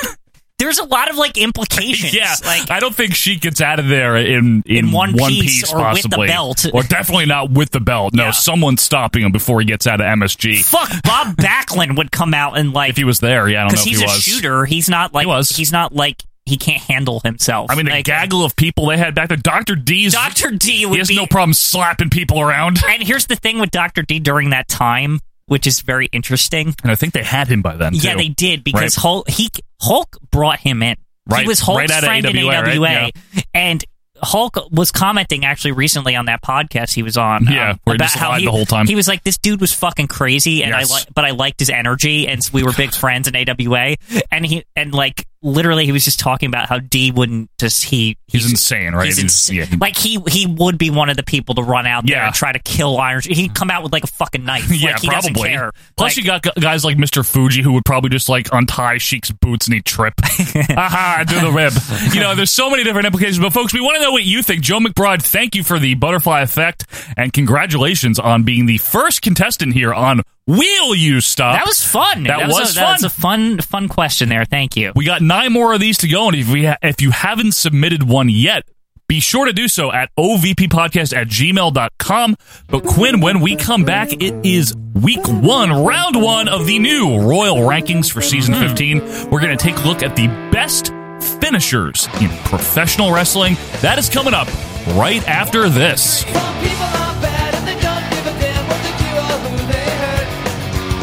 Speaker 2: there's a lot of like implications.
Speaker 1: yeah,
Speaker 2: like
Speaker 1: I don't think she gets out of there in in,
Speaker 2: In one piece or with the
Speaker 1: possibly,
Speaker 2: belt.
Speaker 1: or definitely not with the belt. No,
Speaker 2: Yeah.
Speaker 1: someone's stopping him before he gets out of MSG.
Speaker 2: fuck, Bob Backlund would come out and like
Speaker 1: If he was there, yeah, I don't know
Speaker 2: because
Speaker 1: if
Speaker 2: he's
Speaker 1: he
Speaker 2: a
Speaker 1: was.
Speaker 2: shooter. He's not like
Speaker 1: He was.
Speaker 2: he's not like he can't handle himself.
Speaker 1: I mean, the
Speaker 2: like,
Speaker 1: gaggle of people they had back there. Doctor D's
Speaker 2: Doctor D
Speaker 1: He
Speaker 2: would
Speaker 1: has
Speaker 2: be
Speaker 1: no problem slapping people around.
Speaker 2: And here's the thing with Doctor D during that time, which is very interesting.
Speaker 1: And I think they had him by then.
Speaker 2: Yeah,
Speaker 1: too.
Speaker 2: they did because
Speaker 1: Right.
Speaker 2: Hulk he Hulk brought him in.
Speaker 1: Right,
Speaker 2: He was Hulk's
Speaker 1: right outta
Speaker 2: friend in
Speaker 1: AWA,
Speaker 2: AWA,
Speaker 1: right?
Speaker 2: and Hulk was commenting actually recently on that podcast he was on.
Speaker 1: Yeah,
Speaker 2: um,
Speaker 1: where he
Speaker 2: about
Speaker 1: just
Speaker 2: how
Speaker 1: lied
Speaker 2: he,
Speaker 1: the whole time.
Speaker 2: He was like, "This dude was fucking crazy," and
Speaker 1: Yes.
Speaker 2: I li- but I liked his energy, and we were big friends in AWA. And he and like literally, he was just talking about how D wouldn't just he
Speaker 1: He's insane, right?
Speaker 2: He's ins-
Speaker 1: yeah, he-
Speaker 2: like he he would be one of the people to run out there
Speaker 1: Yeah.
Speaker 2: and try to kill Iron. Sheik. He'd come out with like a fucking knife.
Speaker 1: yeah,
Speaker 2: like, he
Speaker 1: probably.
Speaker 2: Doesn't care.
Speaker 1: Plus,
Speaker 2: Like,
Speaker 1: you got gu- guys like Mr. Fuji who would probably just like untie Sheik's boots and he'd trip. Aha, I do the rib. You know, there's so many different implications. But, folks, we want to know what you think. Joe McBride, thank you for the butterfly effect and congratulations on being the first contestant here on Will You Stop.
Speaker 2: that was fun.
Speaker 1: That
Speaker 2: a-
Speaker 1: was
Speaker 2: That was
Speaker 1: fun.
Speaker 2: a fun fun question there. Thank you.
Speaker 1: We got nine more of these to go, and if we ha- if you haven't submitted one yet, be sure to do so at ovppodcast at gmail.com. But Quinn, when we come back, it is week one, round one of the new Royal Rankings for season 15. We're going to take a look at the best finishers in professional wrestling. That is coming up right after this.
Speaker 8: Some people are bad and they don't give a damn what they do or who they hurt.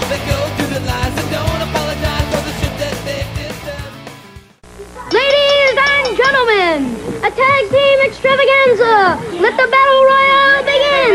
Speaker 8: They go through the lies and don't apologize for the shit that they've did them.
Speaker 9: Ladies and gentlemen, a tag team extravaganza. Let the battle royale begin.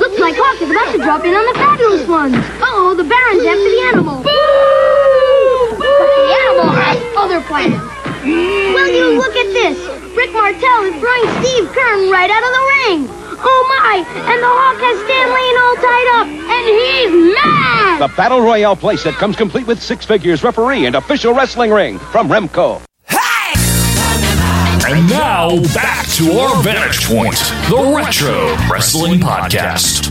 Speaker 9: Looks like Hawk is about to drop in on the fabulous ones. Uh-oh, the Baron's after the animal. Boo! But the animal has other plans. Will you look at this? Rick Martel is throwing Steve Kern right out of the ring. Oh my! And the Hawk has Stan Lane all tied up, and he's mad.
Speaker 10: The Battle Royale playset comes complete with six figures, referee, and official wrestling ring from Remco.
Speaker 1: And now back to our vantage point, the Retro Wrestling Podcast.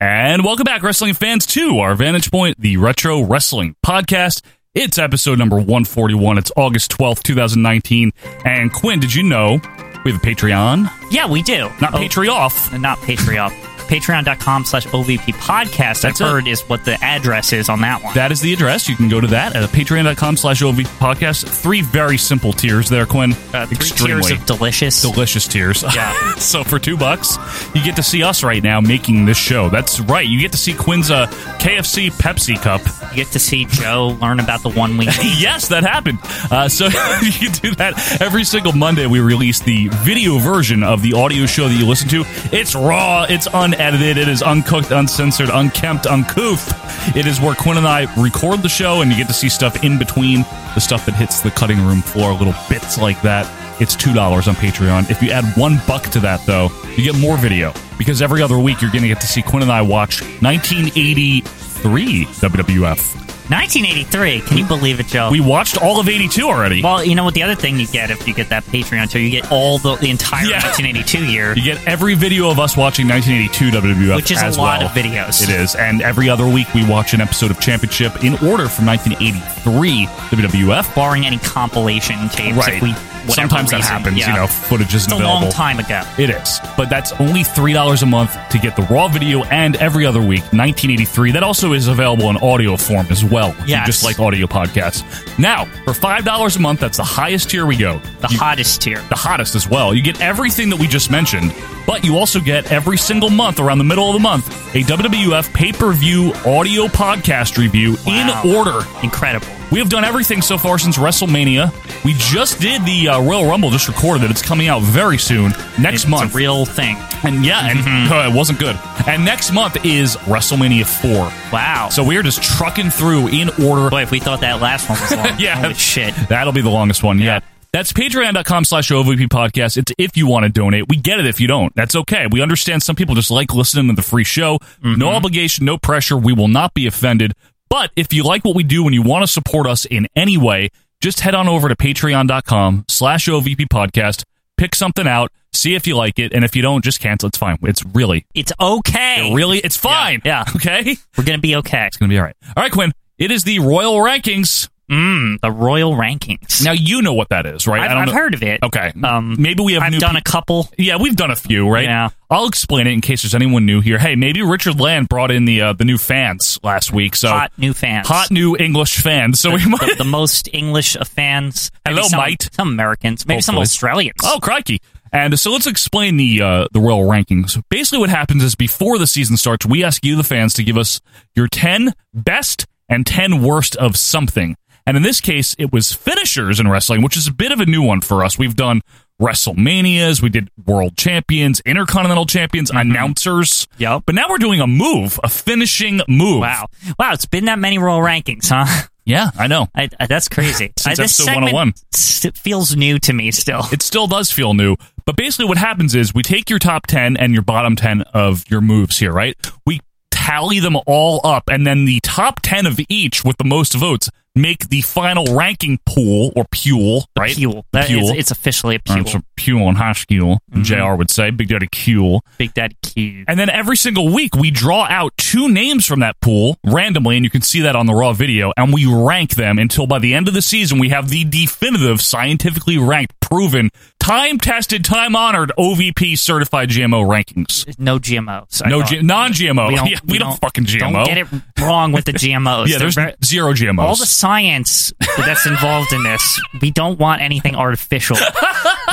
Speaker 1: And welcome back, wrestling fans, to our vantage point, the Retro Wrestling Podcast. It's episode number 141. It's August 12th, 2019. And Quinn, did you know we have a Patreon?
Speaker 2: Yeah, we do.
Speaker 1: Not
Speaker 2: Oh,
Speaker 1: Patreon.
Speaker 2: Not Patreon. Patreon.com slash OVP podcast,
Speaker 1: That's it.
Speaker 2: I've heard, is what the address is on that one.
Speaker 1: That is the address. You can go to that at patreon.com slash OV podcast. Three very simple tiers there, Quinn.
Speaker 2: Uh, three tiers of delicious.
Speaker 1: delicious tears.
Speaker 2: Yeah.
Speaker 1: so for two bucks, you get to see us right now making this show. That's right. You get to see Quinn's uh, KFC Pepsi cup.
Speaker 2: you get to see Joe learn about the one week.
Speaker 1: yes, that happened. Uh, so you can do that every single Monday. We release the video version of the audio show that you listen to. It's raw. It's unedited. It is uncooked, uncensored, unkempt, uncouth. It is where Quinn and I record the show, and you get to see stuff in between the stuff that hits the cutting room floor, little bits like that. It's $2 on Patreon. If you add one buck to that, though, you get more video because every other week you're going to get to see Quinn and I watch 1983 WWF.
Speaker 2: 1983. Can you believe it, Joe?
Speaker 1: We watched all of 82 already.
Speaker 2: Well, you know what? The other thing you get if you get that Patreon show, you get all the, the entire 1982 year.
Speaker 1: You get every video of us watching 1982 WWF,
Speaker 2: Which is a
Speaker 1: as
Speaker 2: lot
Speaker 1: well.
Speaker 2: of videos.
Speaker 1: It is, and every other week we watch an episode of Championship in order from 1983 WWF.
Speaker 2: Barring any compilation tapes,
Speaker 1: Right.
Speaker 2: if we whatever
Speaker 1: Sometimes that
Speaker 2: reason,
Speaker 1: happens.
Speaker 2: yeah.
Speaker 1: You know, footage
Speaker 2: It's
Speaker 1: isn't
Speaker 2: a
Speaker 1: available.
Speaker 2: long time ago.
Speaker 1: It is, but that's only three dollars a month to get the raw video and every other week 1983. That also is available in audio form as well. if you
Speaker 2: Yes.
Speaker 1: just like audio podcasts. Now for five dollars a month, that's the highest tier we go.
Speaker 2: The hottest tier.
Speaker 1: the hottest as well. You get everything that we just mentioned, but you also get every single month around the middle of the month a WWF pay per view audio podcast review
Speaker 2: Wow.
Speaker 1: in order.
Speaker 2: Incredible.
Speaker 1: We have done everything so far since WrestleMania. We just did the uh, Royal Rumble, just recorded it. It's coming out very soon, next
Speaker 2: It's
Speaker 1: month.
Speaker 2: a real Mm-hmm. thing.
Speaker 1: and yeah, and uh, it wasn't good. And next month is WrestleMania 4.
Speaker 2: Wow.
Speaker 1: So we are just trucking through in order.
Speaker 2: boy, if we thought that last one was long,
Speaker 1: Yeah.
Speaker 2: holy shit.
Speaker 1: That'll be the longest one. Yeah. That's patreon.com slash OVP podcast. It's if you want to donate. We get it if you don't. That's okay. We understand some people just like listening to the free show.
Speaker 2: Mm-hmm.
Speaker 1: No obligation, no pressure. We will not be offended. But if you like what we do and you want to support us in any way, just head on over to patreon.com slash OVP podcast, pick something out, see if you like it. And if you don't, just cancel. It's fine. It's really,
Speaker 2: It's okay.
Speaker 1: really, it's fine.
Speaker 2: yeah.
Speaker 1: Okay. It's
Speaker 2: We're gonna be okay.
Speaker 1: going to be all right. All right, Quinn. It is the Royal Rankings.
Speaker 2: Mm, the royal rankings.
Speaker 1: Now, you know what that is, right?
Speaker 2: I've,
Speaker 1: don't
Speaker 2: I've
Speaker 1: know-
Speaker 2: heard of it.
Speaker 1: Okay.
Speaker 2: Um,
Speaker 1: Maybe we have
Speaker 2: I've
Speaker 1: new
Speaker 2: done
Speaker 1: pe-
Speaker 2: a couple.
Speaker 1: Yeah, we've done a few, right?
Speaker 2: Yeah.
Speaker 1: I'll explain it in case there's anyone new here. Hey, maybe Richard Land brought in the uh, the new fans last week. So
Speaker 2: hot new fans.
Speaker 1: hot new English fans. So we might.
Speaker 2: the, the most English of fans. Maybe
Speaker 1: Hello,
Speaker 2: some,
Speaker 1: mate.
Speaker 2: Some Americans, maybe some
Speaker 1: Hopefully.
Speaker 2: Australians.
Speaker 1: oh, crikey! And so let's explain the uh, the royal rankings. Basically, what happens is before the season starts, we ask you, the fans, to give us your ten best and ten worst of something. And in this case, it was finishers in wrestling, which is a bit of a new one for us. We've done WrestleManias, we did world champions, intercontinental champions, announcers.
Speaker 2: Yep.
Speaker 1: But now we're doing a move, a finishing move.
Speaker 2: wow, wow! It's been that many royal rankings, huh?
Speaker 1: Yeah, I know.
Speaker 2: I, I, that's crazy.
Speaker 1: Since
Speaker 2: I, this
Speaker 1: episode
Speaker 2: segment
Speaker 1: 101.
Speaker 2: s- feels new to me still.
Speaker 1: It still does feel new. But basically, what happens is we take your top 10 and your bottom 10 of your moves here, right? We tally them all up, and then the top 10 of each with the most votes make the final ranking pool or pule, right?
Speaker 2: Pule. That is-
Speaker 1: Pule.
Speaker 2: it's officially a
Speaker 1: Or
Speaker 2: pule. Mm-hmm.
Speaker 1: It's a pule and high school, JR would say, Big Daddy Cule.
Speaker 2: Big Daddy Q.
Speaker 1: And then every single week, we draw out two names from that pool randomly, and you can see that on the Raw video, and we rank them until by the end of the season, we have the definitive, scientifically ranked, proven, time tested, time honored OVP certified GMO rankings.
Speaker 2: No GMOs. I
Speaker 1: No
Speaker 2: thought.
Speaker 1: G- non GMO.
Speaker 2: We don't.
Speaker 1: Oh, yeah, we, don't, fucking GMO.
Speaker 2: Don't get it wrong with the GMOs.
Speaker 1: yeah,
Speaker 2: They're
Speaker 1: there's
Speaker 2: very-
Speaker 1: zero GMOs.
Speaker 2: all the science that's involved in this, we don't want anything artificial.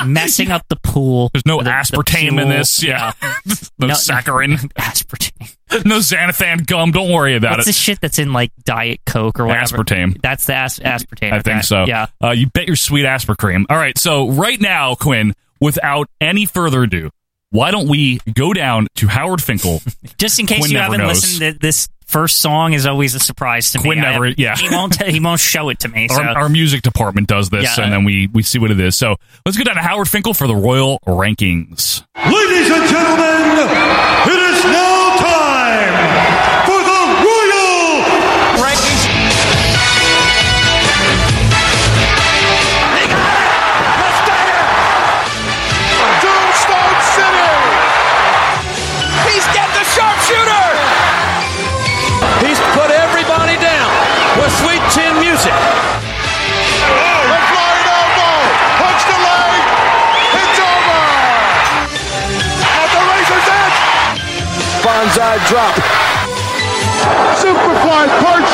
Speaker 2: Messing up the pool.
Speaker 1: there's no
Speaker 2: the- the
Speaker 1: aspartame in
Speaker 2: pule,
Speaker 1: this. Yeah. no,
Speaker 2: No-
Speaker 1: saccharin.
Speaker 2: Aspartame.
Speaker 1: no xanthan gum. Don't worry about it.
Speaker 2: What's the shit that's in like Diet Coke or whatever?
Speaker 1: Aspartame.
Speaker 2: That's the as- aspartame.
Speaker 1: I think
Speaker 2: okay.
Speaker 1: so.
Speaker 2: Yeah.
Speaker 1: Uh, you bet your sweet asper cream. All right. So right now, Quinn, without any further ado, why don't we go down to Howard Finkel?
Speaker 2: Just in case
Speaker 1: Quinn
Speaker 2: you
Speaker 1: never
Speaker 2: haven't
Speaker 1: knows.
Speaker 2: listened, th- this first song is always a surprise to
Speaker 1: Quinn
Speaker 2: me. I-
Speaker 1: never- yeah.
Speaker 2: He won't. T- he won't show it to me. So
Speaker 1: our, our music department does this,
Speaker 2: Yeah.
Speaker 1: and then we we see what it is. So let's go down to Howard Finkel for the Royal Rankings.
Speaker 4: Ladies and gentlemen, it is now time for the Royal Tombstone City.
Speaker 6: He's got the sharpshooter! He's put everybody down with sweet chin music.
Speaker 4: A flying elbow, hooks the leg, it's over. At the razor's edge,
Speaker 6: Bonsai drop.
Speaker 4: Superfly perch,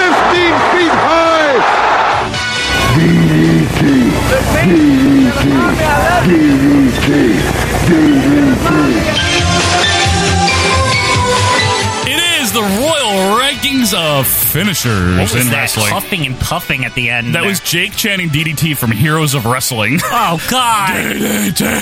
Speaker 4: 15 feet high.
Speaker 1: It is the Royal Rankings of finishers
Speaker 2: what was
Speaker 1: in
Speaker 2: that
Speaker 1: wrestling.
Speaker 2: huffing and puffing at the end?
Speaker 1: That
Speaker 2: there?
Speaker 1: was Jake Channing DDT from Heroes of Wrestling.
Speaker 2: Oh God!
Speaker 1: DDT.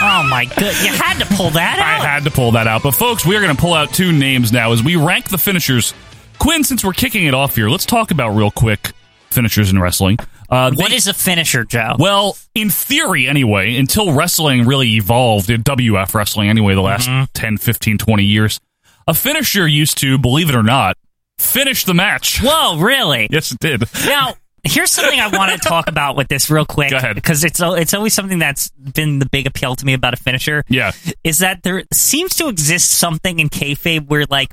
Speaker 2: Oh my good! You had to pull that
Speaker 1: I
Speaker 2: out.
Speaker 1: had to pull that out. But folks, we are going to pull out two names now as we rank the finishers. Quinn, since we're kicking it off here, let's talk about real quick finishers in wrestling. Uh,
Speaker 2: What
Speaker 1: they-
Speaker 2: is a finisher, Joe?
Speaker 1: well, in theory, anyway, until wrestling really evolved, in WF wrestling anyway, the last 10, 15, 20 years, a finisher used to, believe it or not, finished the match.
Speaker 2: Whoa, really?
Speaker 1: Yes, it did.
Speaker 2: Now, here's something I want to talk about with this real quick. Go ahead. Because it's, al- it's always something that's been the big appeal to me about a finisher.
Speaker 1: Yeah.
Speaker 2: Is that there seems to exist something in kayfabe where, like,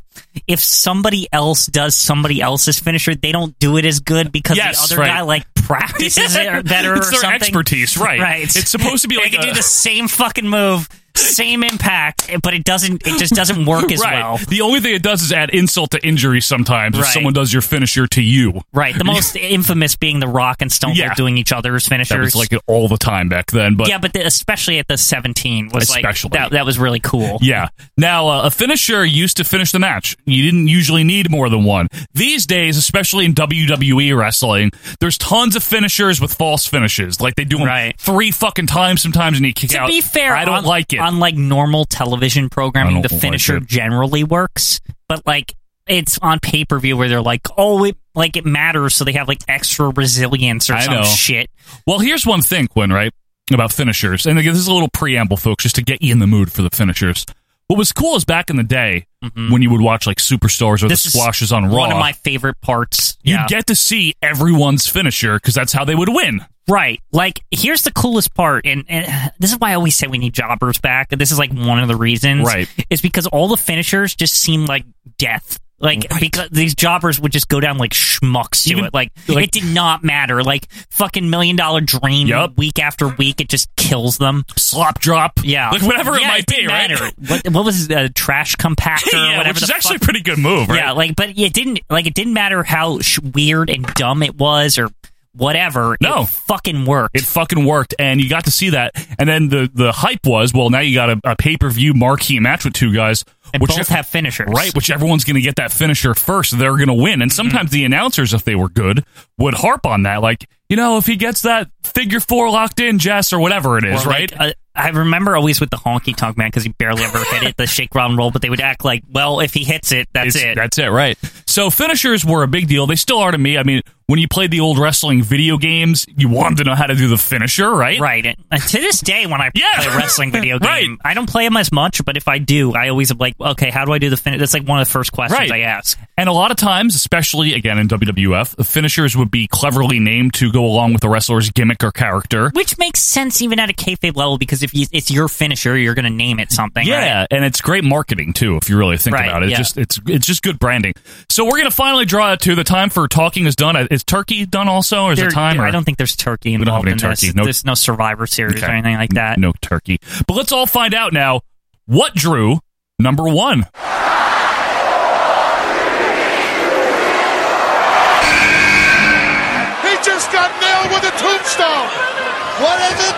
Speaker 2: if somebody else does somebody else's finisher, they don't do it as good because
Speaker 1: Yes,
Speaker 2: the other
Speaker 1: right.
Speaker 2: guy, like, practices it or better
Speaker 1: It's
Speaker 2: or
Speaker 1: their
Speaker 2: something.
Speaker 1: expertise, right.
Speaker 2: Right.
Speaker 1: It's supposed to be like
Speaker 2: They can
Speaker 1: a-
Speaker 2: do the same fucking move, same impact, but it doesn't, it just doesn't work as
Speaker 1: right.
Speaker 2: well.
Speaker 1: The only thing it does is add insult to injury sometimes if
Speaker 2: Right.
Speaker 1: someone does your finisher to you.
Speaker 2: Right. The most infamous being The Rock and Stone
Speaker 1: Yeah.
Speaker 2: Cold doing each other's
Speaker 1: That was
Speaker 2: finishers.
Speaker 1: like all the time back then. But
Speaker 2: yeah, but the, especially at the 17 was
Speaker 1: Especially.
Speaker 2: like that, that was really cool.
Speaker 1: Yeah. Now, uh, a finisher used to finish the match. You didn't usually need more than one. These days, especially in WWE wrestling, there's tons of finishers with false finishes. Like they do them
Speaker 2: Right.
Speaker 1: three fucking times sometimes and you kick
Speaker 2: To
Speaker 1: out.
Speaker 2: be fair,
Speaker 1: I don't
Speaker 2: on-
Speaker 1: like it.
Speaker 2: On like normal television
Speaker 1: I
Speaker 2: programming, the
Speaker 1: don't like
Speaker 2: finisher
Speaker 1: it.
Speaker 2: generally works, but like it's on pay per view where they're like, oh, it like it matters, so they have like extra resilience or
Speaker 1: I
Speaker 2: some
Speaker 1: know.
Speaker 2: shit.
Speaker 1: Well, here's one thing, Quinn, right? About finishers. And again, this is a little preamble, folks, just to get you in the mood for the finishers. What was cool is back in the day when you would watch like superstars or
Speaker 2: Mm-hmm. This
Speaker 1: the
Speaker 2: is
Speaker 1: squashes on Raw.
Speaker 2: One of my favorite parts.
Speaker 1: you
Speaker 2: yeah.
Speaker 1: get to see everyone's finisher because that's how they would win.
Speaker 2: Right. Like, here's the coolest part, and, and this is why I always say we need jobbers back. and This is like one of the reasons.
Speaker 1: Right.
Speaker 2: Is because all the finishers just seem like death. Like, because these jobbers would just go down like schmucks to
Speaker 1: Even-
Speaker 2: it. Like,
Speaker 1: like-
Speaker 2: it did not matter. Like, fucking million dollar dream
Speaker 1: Yup.
Speaker 2: week after week, it just kills them.
Speaker 1: slop drop,
Speaker 2: Yeah.
Speaker 1: like whatever
Speaker 2: Yeah,
Speaker 1: it might be,
Speaker 2: didn't
Speaker 1: right?
Speaker 2: matter. What, what was the trash compactor or
Speaker 1: yeah,
Speaker 2: whatever
Speaker 1: which
Speaker 2: the
Speaker 1: is actually
Speaker 2: fuck-
Speaker 1: a pretty good move, right?
Speaker 2: yeah, like, but it didn't like it didn't matter how sh- weird and dumb it was or whatever.
Speaker 1: No.
Speaker 2: it fucking worked.
Speaker 1: it fucking worked, and you got to see that. And then the the hype was, well, now you got a, a pay per view marquee match with two guys,
Speaker 2: and
Speaker 1: which
Speaker 2: both have finishers, Mm-hmm.
Speaker 1: right, which everyone's going to get that finisher first. They're going to win, and sometimes the announcers, if they were good, would harp on that, like you know, if he gets that figure four locked in, Jess, or whatever it is,
Speaker 2: Or,
Speaker 1: right?
Speaker 2: like, uh, I remember always with the honky tonk man because he barely ever hit it, the shake round roll, but they would act like, well, if he hits it, that's
Speaker 1: It's-
Speaker 2: it.
Speaker 1: That's it, right. So finishers were a big deal. They still are to me. I mean, when you played the old wrestling video games, you wanted to know how to do the finisher, right?
Speaker 2: right. And- and to this day, when I
Speaker 1: Yeah.
Speaker 2: play a wrestling video game,
Speaker 1: Right.
Speaker 2: I don't play them as much, but if I do, I always am like, okay, how do I do the finish? That's like one of the first questions
Speaker 1: Right.
Speaker 2: I ask.
Speaker 1: And a lot of times, especially again in WWF, the finishers would be cleverly named to go along with the wrestler's gimmick or character.
Speaker 2: Which makes sense even at a kayfabe level because if you, it's your finisher, you're going to name it something.
Speaker 1: Yeah,
Speaker 2: right?
Speaker 1: and it's great marketing too, if you really think
Speaker 2: Right,
Speaker 1: about it. It's
Speaker 2: yeah.
Speaker 1: Just it's it's just good branding. So we're gonna finally draw it to the time for talking is done. Is Turkey done also, or is
Speaker 2: There-
Speaker 1: it time?
Speaker 2: there-
Speaker 1: or-
Speaker 2: I don't think there's turkey
Speaker 1: don't have
Speaker 2: involved
Speaker 1: any
Speaker 2: in
Speaker 1: turkey.
Speaker 2: this.
Speaker 1: No-
Speaker 2: There's no Survivor Series or
Speaker 1: Okay.
Speaker 2: anything like that.
Speaker 1: No turkey. But let's all find out now what drew number one.
Speaker 4: He just got nailed with a tombstone. What is it?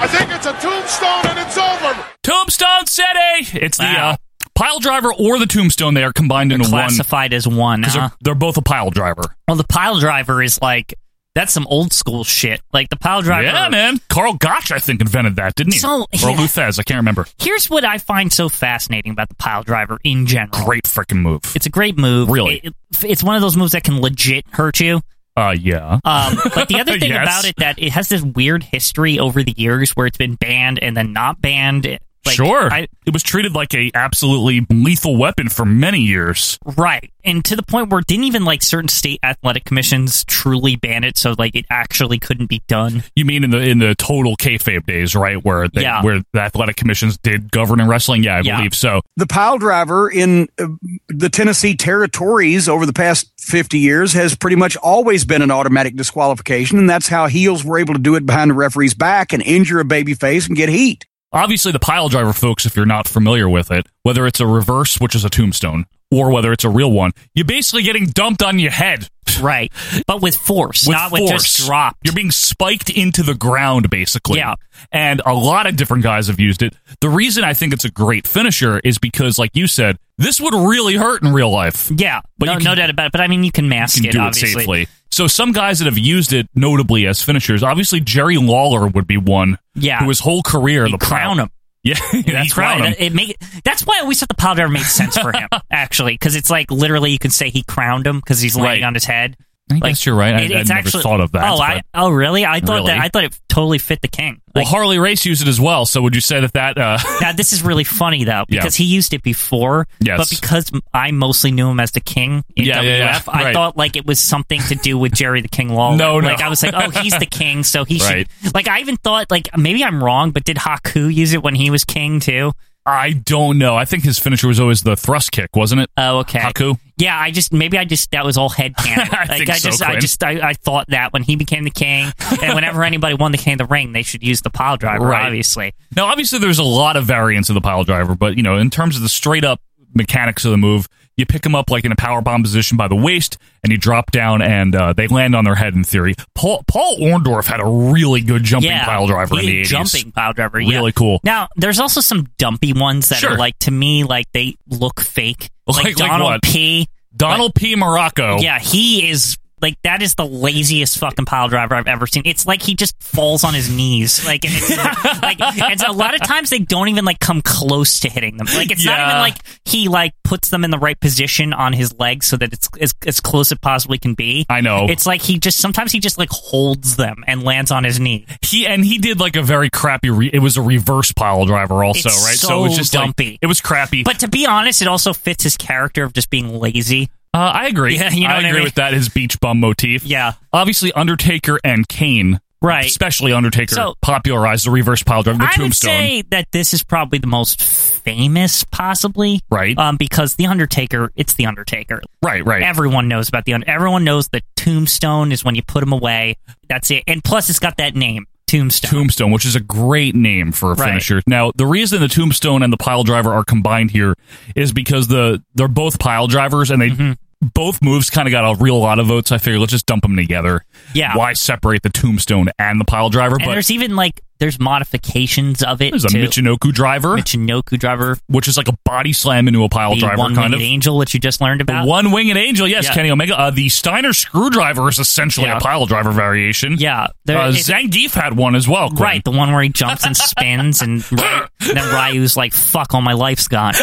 Speaker 4: I think it's a tombstone and it's over.
Speaker 1: Tombstone City. It's
Speaker 2: Wow.
Speaker 1: the uh, pile driver or the tombstone. They are combined into one.
Speaker 2: Classified as one.
Speaker 1: 'cause
Speaker 2: Huh?
Speaker 1: They're, they're both a pile driver.
Speaker 2: Well, the pile driver is like that's some old school shit. Like the pile driver.
Speaker 1: Yeah, man. Carl Gotch, I think, invented that, didn't he?
Speaker 2: So-
Speaker 1: or
Speaker 2: yeah.
Speaker 1: Luthez, I can't remember.
Speaker 2: Here's what I find so fascinating about the pile driver in general.
Speaker 1: Great freaking move.
Speaker 2: It's a great move.
Speaker 1: Really?
Speaker 2: It- it- it's one of those moves that can legit hurt you.
Speaker 1: uh, yeah.
Speaker 2: Um, but the other thing
Speaker 1: Yes.
Speaker 2: about it that it has this weird history over the years where it's been banned and then not banned. Like,
Speaker 1: sure.
Speaker 2: I,
Speaker 1: it was treated like a absolutely lethal weapon for many years.
Speaker 2: right, and to the point where it didn't even like certain state athletic commissions truly ban it, so like it actually couldn't be done.
Speaker 1: You mean in the in the total kayfabe days, right? Where they,
Speaker 2: Yeah.
Speaker 1: where the athletic commissions did govern in wrestling? Yeah, I
Speaker 2: Yeah.
Speaker 1: believe so.
Speaker 11: the pile driver in uh, the Tennessee territories over the past 50 years has pretty much always been an automatic disqualification. And that's how heels were able to do it behind the referee's back and injure a baby face and get heat.
Speaker 1: Obviously, the pile driver, folks, if you're not familiar with it, whether it's a reverse, which is a tombstone, or whether it's a real one, you're basically getting dumped on your head.
Speaker 2: Right, but with force,
Speaker 1: With
Speaker 2: not
Speaker 1: force.
Speaker 2: with just drop.
Speaker 1: You're being spiked into the ground, basically.
Speaker 2: Yeah.
Speaker 1: And a lot of different guys have used it. The reason I think it's a great finisher is because, like you said, this would really hurt in real life.
Speaker 2: Yeah,
Speaker 1: But
Speaker 2: but no,
Speaker 1: you can-
Speaker 2: no doubt about it. But I mean, you can mask
Speaker 1: can
Speaker 2: it,
Speaker 1: do it
Speaker 2: obviously.
Speaker 1: safely. So some guys that have used it notably as finishers, obviously Jerry Lawler would be one.
Speaker 2: Yeah.
Speaker 1: Who his whole career
Speaker 2: You
Speaker 1: the
Speaker 2: crown
Speaker 1: pile-
Speaker 2: him.
Speaker 1: Yeah, you
Speaker 2: That's
Speaker 1: crown him.
Speaker 2: right. It, it make, that's why I always thought the pile driver made sense for him, actually, because it's like literally you can say he crowned him because he's
Speaker 1: Right.
Speaker 2: laying on his head.
Speaker 1: I guess you're right. I,
Speaker 2: It-
Speaker 1: I
Speaker 2: it's
Speaker 1: never
Speaker 2: actually-
Speaker 1: thought of that.
Speaker 2: Oh, I,
Speaker 1: but-
Speaker 2: oh, really? I thought
Speaker 1: Really?
Speaker 2: that I thought it totally fit the king.
Speaker 1: well, Harley Race used it as well. So would you say that that? Uh,
Speaker 2: Now this is really funny though because he used it before,
Speaker 1: Yes.
Speaker 2: but because m- I mostly knew him as the King in
Speaker 1: Yeah,
Speaker 2: WF,
Speaker 1: yeah, yeah.
Speaker 2: I
Speaker 1: Right.
Speaker 2: thought like it was something to do with Jerry the King Lawler.
Speaker 1: No, no.
Speaker 2: like I was like, oh, he's the King, so he
Speaker 1: Right.
Speaker 2: should. Like I even thought like maybe I'm wrong, but did Haku use it when he was King too?
Speaker 1: I don't know. I think his finisher was always the thrust kick, wasn't it?
Speaker 2: Oh, okay.
Speaker 1: Haku.
Speaker 2: Yeah, I just maybe I just that was all head canon.
Speaker 1: I
Speaker 2: like
Speaker 1: think
Speaker 2: I
Speaker 1: so,
Speaker 2: just I
Speaker 1: Quinn.
Speaker 2: just I, I thought that when he became the king, and whenever anybody won the king of the ring, they should use the pile driver,
Speaker 1: Right.
Speaker 2: obviously.
Speaker 1: Now, obviously, there's a lot of variants of the pile driver, but you know, in terms of the straight up mechanics of the move, you pick them up like in a power bomb position by the waist, and you drop down, and uh, they land on their head. In theory, Paul Paul Orndorff had a really good jumping
Speaker 2: Yeah,
Speaker 1: pile driver in
Speaker 2: he-
Speaker 1: the 80s.
Speaker 2: Jumping pile driver, yeah.
Speaker 1: really cool.
Speaker 2: Now, there's also some dumpy ones that
Speaker 1: Sure.
Speaker 2: are like to me like they look fake. Like,
Speaker 1: Like- like
Speaker 2: Donald
Speaker 1: what? Oh.
Speaker 2: P.
Speaker 1: Donald P. Morocco.
Speaker 2: Yeah, he is like that is the laziest fucking pile driver I've ever seen. It's like he just falls on his knees. Like, and it's, like and so a lot of times they don't even like come close to hitting them. Like it's not
Speaker 1: Yeah.
Speaker 2: even like he like puts them in the right position on his legs so that it's as, as close as possibly can be.
Speaker 1: I know.
Speaker 2: It's like he just sometimes he just like holds them and lands on his knee.
Speaker 1: He and he did like a very crappy. Re- it was a reverse pile driver, also,
Speaker 2: It's
Speaker 1: right?
Speaker 2: so
Speaker 1: it was just like-
Speaker 2: dumpy.
Speaker 1: it was crappy.
Speaker 2: But to be honest, it also fits his character of just being lazy.
Speaker 1: Uh, I agree.
Speaker 2: Yeah, you know
Speaker 1: I
Speaker 2: what I
Speaker 1: agree
Speaker 2: mean?
Speaker 1: with that. His beach bum motif.
Speaker 2: Yeah.
Speaker 1: Obviously, Undertaker and Kane,
Speaker 2: Right.
Speaker 1: Especially Undertaker
Speaker 2: So-
Speaker 1: popularized the reverse pile driver, the
Speaker 2: I would
Speaker 1: tombstone.
Speaker 2: say that this is probably the most famous, possibly,
Speaker 1: Right.
Speaker 2: Um, because the Undertaker, it's the Undertaker.
Speaker 1: right, right.
Speaker 2: Everyone knows about the Undertaker. Everyone knows the tombstone is when you put him away. That's it. And plus, it's got that name, tombstone.
Speaker 1: Tombstone, which is a great name for a
Speaker 2: Right.
Speaker 1: finisher. Now, the reason the tombstone and the pile driver are combined here is because the they're both pile drivers and they
Speaker 2: Mm-hmm.
Speaker 1: both moves kind of got a real lot of votes. I figure let's just dump them together.
Speaker 2: Yeah.
Speaker 1: Why separate the tombstone and the pile driver?
Speaker 2: and
Speaker 1: but
Speaker 2: there's even like there's modifications of it.
Speaker 1: there's a
Speaker 2: too.
Speaker 1: Michinoku driver,
Speaker 2: Michinoku driver,
Speaker 1: which is like a body slam into a pile
Speaker 2: the
Speaker 1: driver
Speaker 2: one-winged
Speaker 1: kind of.
Speaker 2: angel that you just learned about.
Speaker 1: One winged angel, yes,
Speaker 2: Yeah.
Speaker 1: Kenny Omega. Uh, the Steiner screwdriver is essentially
Speaker 2: Yeah.
Speaker 1: a pile driver variation.
Speaker 2: yeah, there-
Speaker 1: uh,
Speaker 2: it's-
Speaker 1: Zangief had one as well. Quinn.
Speaker 2: Right, the one where he jumps and spins, and, Ry- and then Ryu's like, "Fuck, all my life's gone."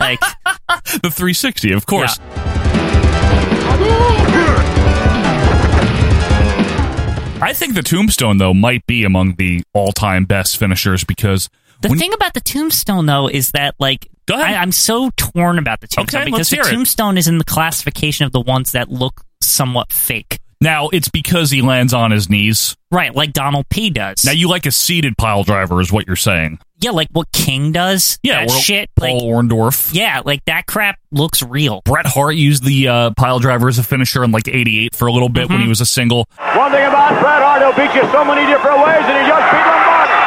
Speaker 2: Like,
Speaker 1: the 360, of course. I think the Tombstone though might be among the all-time best finishers because
Speaker 2: the
Speaker 1: when-
Speaker 2: thing about the tombstone though is that like,
Speaker 1: Go ahead.
Speaker 2: I, I'm so torn about the tombstone
Speaker 1: Okay, let's
Speaker 2: because the
Speaker 1: hear it.
Speaker 2: tombstone is in the classification of the ones that look somewhat fake,
Speaker 1: now it's because he lands on his knees.
Speaker 2: right? Like Donald P does.
Speaker 1: Now you like a seated pile driver is what you're saying.
Speaker 2: yeah, like what King does.
Speaker 1: Yeah,
Speaker 2: that
Speaker 1: or
Speaker 2: shit.
Speaker 1: Paul
Speaker 2: Like,
Speaker 1: Orndorff.
Speaker 2: yeah, like that crap looks real.
Speaker 1: Bret Hart used the uh, pile driver as a finisher in like '88 for a little bit when
Speaker 2: Mm-hmm.
Speaker 1: he was a single.
Speaker 6: One thing about Bret Hart, he'll beat you so many different ways, and he just beat Lombardi.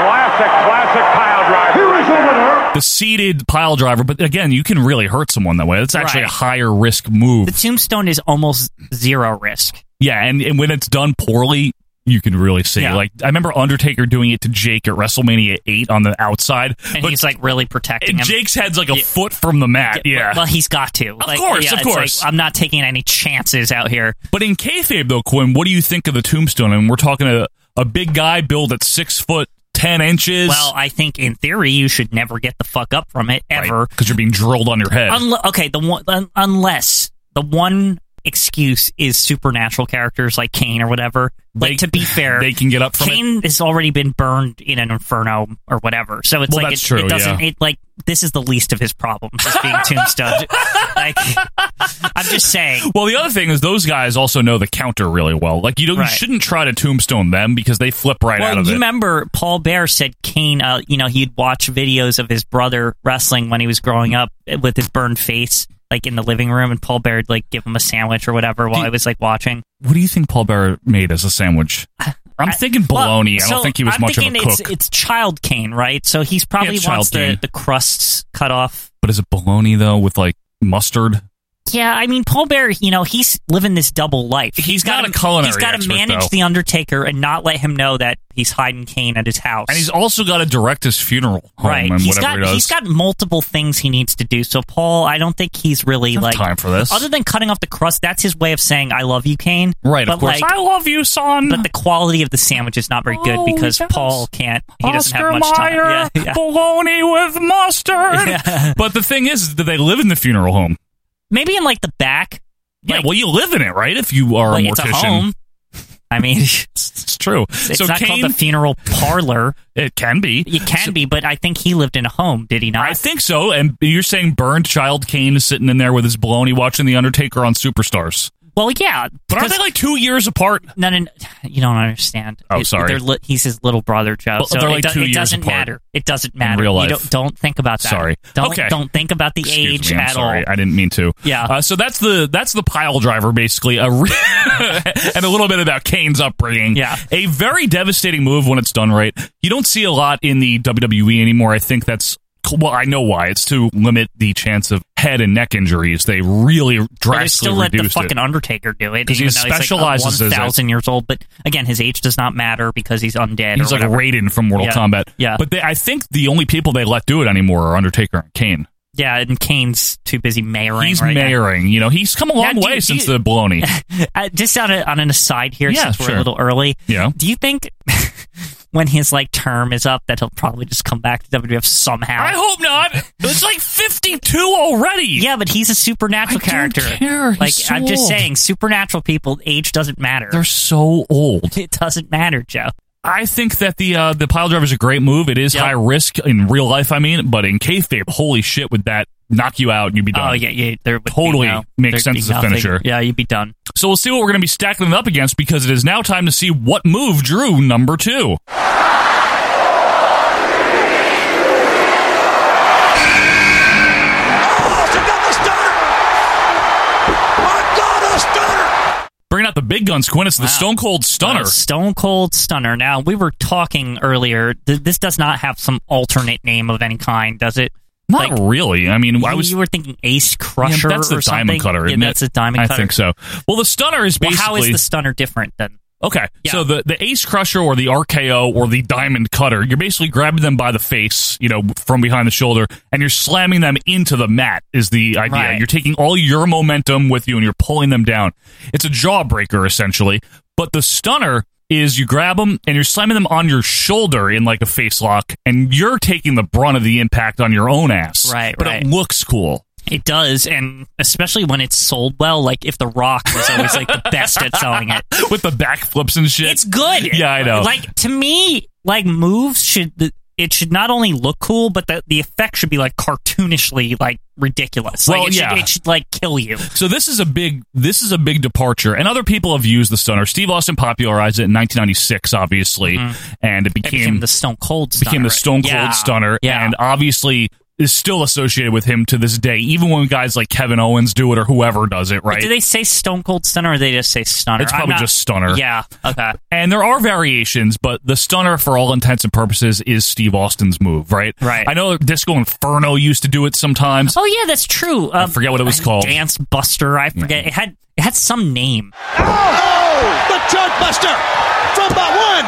Speaker 6: Classic, classic pile driver. Here is the winner.
Speaker 1: The seated pile driver, but again, you can really hurt someone that way. That's actually
Speaker 2: Right.
Speaker 1: a higher risk move.
Speaker 2: The tombstone is almost zero risk.
Speaker 1: Yeah, and, and when it's done poorly, you can really see.
Speaker 2: Yeah.
Speaker 1: Like I remember Undertaker doing it to Jake at WrestleMania eight on the outside,
Speaker 2: And
Speaker 1: but
Speaker 2: he's like really protecting him.
Speaker 1: Jake's head's like a foot from the mat. Yeah,
Speaker 2: Well, he's got to. Of
Speaker 1: course, of course.
Speaker 2: I'm not taking any chances out here.
Speaker 1: but in kayfabe though, Quinn, what do you think of the tombstone? and we're talking a a big guy built at six foot ten inches.
Speaker 2: Well, I think in theory you should never get the fuck up from it ever.
Speaker 1: because you're being drilled on your head.
Speaker 2: Unle- okay, the one un- unless the one excuse is supernatural characters like Kane or whatever. Like
Speaker 1: They-
Speaker 2: to be fair,
Speaker 1: they can get up from it.
Speaker 2: Kane has already been burned in an inferno or whatever, so it's
Speaker 1: Well,
Speaker 2: like
Speaker 1: that's
Speaker 2: it,
Speaker 1: true,
Speaker 2: it doesn't.
Speaker 1: yeah.
Speaker 2: It like this is the least of his problems, just being tombstoned. like I'm just saying,
Speaker 1: Well, the other thing is those guys also know the counter really well. Like you don't,
Speaker 2: Right.
Speaker 1: you shouldn't try to tombstone them because they flip right
Speaker 2: well,
Speaker 1: out of
Speaker 2: you
Speaker 1: it.
Speaker 2: remember Paul Bear said Kane, uh, you know, he'd watch videos of his brother wrestling when he was growing up with his burned face, like in the living room, and Paul Bear would like give him a sandwich or whatever while I was like watching.
Speaker 1: what do you think Paul Bear made as a sandwich? I'm thinking bologna. I
Speaker 2: Well,
Speaker 1: don't
Speaker 2: so
Speaker 1: think he was
Speaker 2: I'm
Speaker 1: much of a
Speaker 2: thinking
Speaker 1: cook.
Speaker 2: It's, it's child Kane, right? So he's probably
Speaker 1: Yeah,
Speaker 2: wants
Speaker 1: child
Speaker 2: the,
Speaker 1: Kane.
Speaker 2: the crusts cut off.
Speaker 1: But is it bologna though with like mustard?
Speaker 2: Yeah, I mean Paul Bear, you know, he's living this double life.
Speaker 1: He's
Speaker 2: got
Speaker 1: not a culinary
Speaker 2: He's gotta
Speaker 1: expert,
Speaker 2: manage
Speaker 1: though.
Speaker 2: the Undertaker and not let him know that he's hiding Kane at his house.
Speaker 1: And he's also got to direct his funeral home
Speaker 2: right.
Speaker 1: and
Speaker 2: He's
Speaker 1: whatever
Speaker 2: got
Speaker 1: he does.
Speaker 2: he's got multiple things he needs to do. So Paul, I don't think he's really like
Speaker 1: time for this.
Speaker 2: Other than cutting off the crust, that's his way of saying I love you, Kane.
Speaker 1: right,
Speaker 2: but
Speaker 1: of course.
Speaker 2: Like,
Speaker 1: I love you, son.
Speaker 2: but the quality of the sandwich is not very good
Speaker 1: Oh,
Speaker 2: because
Speaker 1: yes.
Speaker 2: Paul can't. He doesn't
Speaker 1: Oscar
Speaker 2: have much time.
Speaker 1: Mayer,
Speaker 2: Yeah, yeah.
Speaker 1: bologna with mustard.
Speaker 2: Yeah.
Speaker 1: But the thing is, is that they live in the funeral home.
Speaker 2: Maybe in like the back,
Speaker 1: Yeah, well, you live in it, right? If you are
Speaker 2: Like,
Speaker 1: a
Speaker 2: it's a
Speaker 1: mortician,
Speaker 2: home. I mean, it's,
Speaker 1: it's true.
Speaker 2: it's
Speaker 1: so
Speaker 2: not
Speaker 1: Kane,
Speaker 2: called the funeral parlor.
Speaker 1: it can be.
Speaker 2: It can be, but I think he lived in a home, did he not?
Speaker 1: I think so. And you're saying burned child Kane is sitting in there with his baloney watching The Undertaker on Superstars.
Speaker 2: Well, yeah,
Speaker 1: But aren't
Speaker 2: because-
Speaker 1: they like two years apart?
Speaker 2: No, no, no, you don't understand.
Speaker 1: Oh,
Speaker 2: It-
Speaker 1: sorry.
Speaker 2: they're li- he's his little brother, Joe.
Speaker 1: Well,
Speaker 2: so
Speaker 1: they're
Speaker 2: it
Speaker 1: like
Speaker 2: do-
Speaker 1: two
Speaker 2: it
Speaker 1: years
Speaker 2: doesn't
Speaker 1: apart
Speaker 2: matter. It doesn't matter.
Speaker 1: real
Speaker 2: You
Speaker 1: life.
Speaker 2: don't, don't think about that.
Speaker 1: Sorry.
Speaker 2: Don't,
Speaker 1: Okay.
Speaker 2: Don't think about the
Speaker 1: Excuse
Speaker 2: age
Speaker 1: me, I'm
Speaker 2: at
Speaker 1: sorry.
Speaker 2: all.
Speaker 1: I didn't mean to.
Speaker 2: Yeah.
Speaker 1: Uh, so that's the that's the pile driver basically, a re- and a little bit about Kane's upbringing.
Speaker 2: Yeah.
Speaker 1: a very devastating move when it's done right. You don't see a lot in the WWE anymore. I think that's well, I know why. It's to limit the chance of head and neck injuries. They really
Speaker 2: But they still
Speaker 1: drastically
Speaker 2: let the
Speaker 1: reduced
Speaker 2: fucking
Speaker 1: it.
Speaker 2: Undertaker do it
Speaker 1: 'Cause he
Speaker 2: even though he's like
Speaker 1: specializes as a-
Speaker 2: one thousand years old. But again, his age does not matter because he's undead.
Speaker 1: He's
Speaker 2: or
Speaker 1: like
Speaker 2: whatever.
Speaker 1: Raiden from Mortal
Speaker 2: Yeah.
Speaker 1: Kombat.
Speaker 2: Yeah.
Speaker 1: but they, I think the only people they let do it anymore are Undertaker and Kane.
Speaker 2: yeah, and Kane's too busy mayoring.
Speaker 1: He's
Speaker 2: right now.
Speaker 1: mayoring. You know, he's come a long
Speaker 2: Now, do
Speaker 1: way
Speaker 2: you- do
Speaker 1: since
Speaker 2: you-
Speaker 1: the baloney.
Speaker 2: Uh, just on, a, on an aside here,
Speaker 1: Yeah,
Speaker 2: since we're
Speaker 1: sure.
Speaker 2: a little early.
Speaker 1: Yeah.
Speaker 2: Do you think when his like term is up that he'll probably just come back to WWF somehow?
Speaker 1: I hope not. It's like 52 already.
Speaker 2: Yeah, but he's a supernatural
Speaker 1: I don't
Speaker 2: character.
Speaker 1: care. He's
Speaker 2: Like
Speaker 1: so
Speaker 2: I'm just
Speaker 1: old.
Speaker 2: saying, supernatural people age doesn't matter.
Speaker 1: They're so old.
Speaker 2: it doesn't matter, Joe.
Speaker 1: I think that the uh, the pile driver is a great move. It is
Speaker 2: Yep.
Speaker 1: high risk in real life, I mean, but in kayfabe, holy shit, would that knock you out and you'd be done.
Speaker 2: Oh yeah, yeah. There would be
Speaker 1: Totally
Speaker 2: no-
Speaker 1: makes
Speaker 2: there'd be
Speaker 1: sense as a
Speaker 2: nothing.
Speaker 1: finisher.
Speaker 2: Yeah, you'd be done.
Speaker 1: So we'll see what we're going to be stacking it up against because it is now time to see what move drew number two. Bringing out the big guns, Quinn. It's the
Speaker 2: Wow.
Speaker 1: Stone Cold Stunner.
Speaker 2: Uh, Stone Cold Stunner. Now we were talking earlier. Th- this does not have some alternate name of any kind, does it?
Speaker 1: Not
Speaker 2: like,
Speaker 1: really. I mean, I
Speaker 2: you-
Speaker 1: was.
Speaker 2: you were thinking Ace Crusher.
Speaker 1: Yeah, that's the
Speaker 2: or something?
Speaker 1: diamond cutter.
Speaker 2: Yeah,
Speaker 1: isn't it?
Speaker 2: that's a diamond cutter.
Speaker 1: I think so. Well, the stunner is
Speaker 2: Well,
Speaker 1: basically
Speaker 2: how is the stunner different then?
Speaker 1: okay.
Speaker 2: Yeah.
Speaker 1: So the the ace crusher or the RKO or the diamond cutter, you're basically grabbing them by the face, you know, from behind the shoulder, and you're slamming them into the mat. Is the idea?
Speaker 2: Right.
Speaker 1: You're taking all your momentum with you and you're pulling them down. It's a jawbreaker essentially, but the stunner. Is you grab them and you're slamming them on your shoulder in like a face lock, and you're taking the brunt of the impact on your own ass.
Speaker 2: Right,
Speaker 1: but
Speaker 2: right.
Speaker 1: it looks cool.
Speaker 2: It does, and especially when it's sold well. Like if The Rock was always like the best at selling it.
Speaker 1: with the backflips and shit.
Speaker 2: It's good.
Speaker 1: Yeah, I know.
Speaker 2: Like to me, like moves should it should not only look cool, but the the effect should be like cartoonishly like ridiculous.
Speaker 1: Well,
Speaker 2: like, it
Speaker 1: yeah.
Speaker 2: should, it should like kill you.
Speaker 1: so this is a big this is a big departure, and other people have used the stunner. Steve Austin popularized it in 1996, obviously, and it
Speaker 2: Mm-hmm. It
Speaker 1: became,
Speaker 2: became the Stone Cold. Stunner,
Speaker 1: became the
Speaker 2: right?
Speaker 1: Stone Cold
Speaker 2: Yeah.
Speaker 1: Stunner,
Speaker 2: Yeah.
Speaker 1: and obviously is still associated with him to this day. Even when guys like Kevin Owens do it or whoever does it, right?
Speaker 2: Do they say Stone Cold Stunner or they just say Stunner?
Speaker 1: It's
Speaker 2: I'm
Speaker 1: probably
Speaker 2: not-
Speaker 1: just Stunner.
Speaker 2: Yeah. Okay.
Speaker 1: And there are variations, but the stunner, for all intents and purposes, is Steve Austin's move, right?
Speaker 2: Right.
Speaker 1: I know Disco Inferno used to do it sometimes.
Speaker 2: Oh yeah, that's true. Um,
Speaker 1: forget what it was called.
Speaker 2: Dance Buster. I forget. It had it had some name.
Speaker 6: The Judge Buster from the one,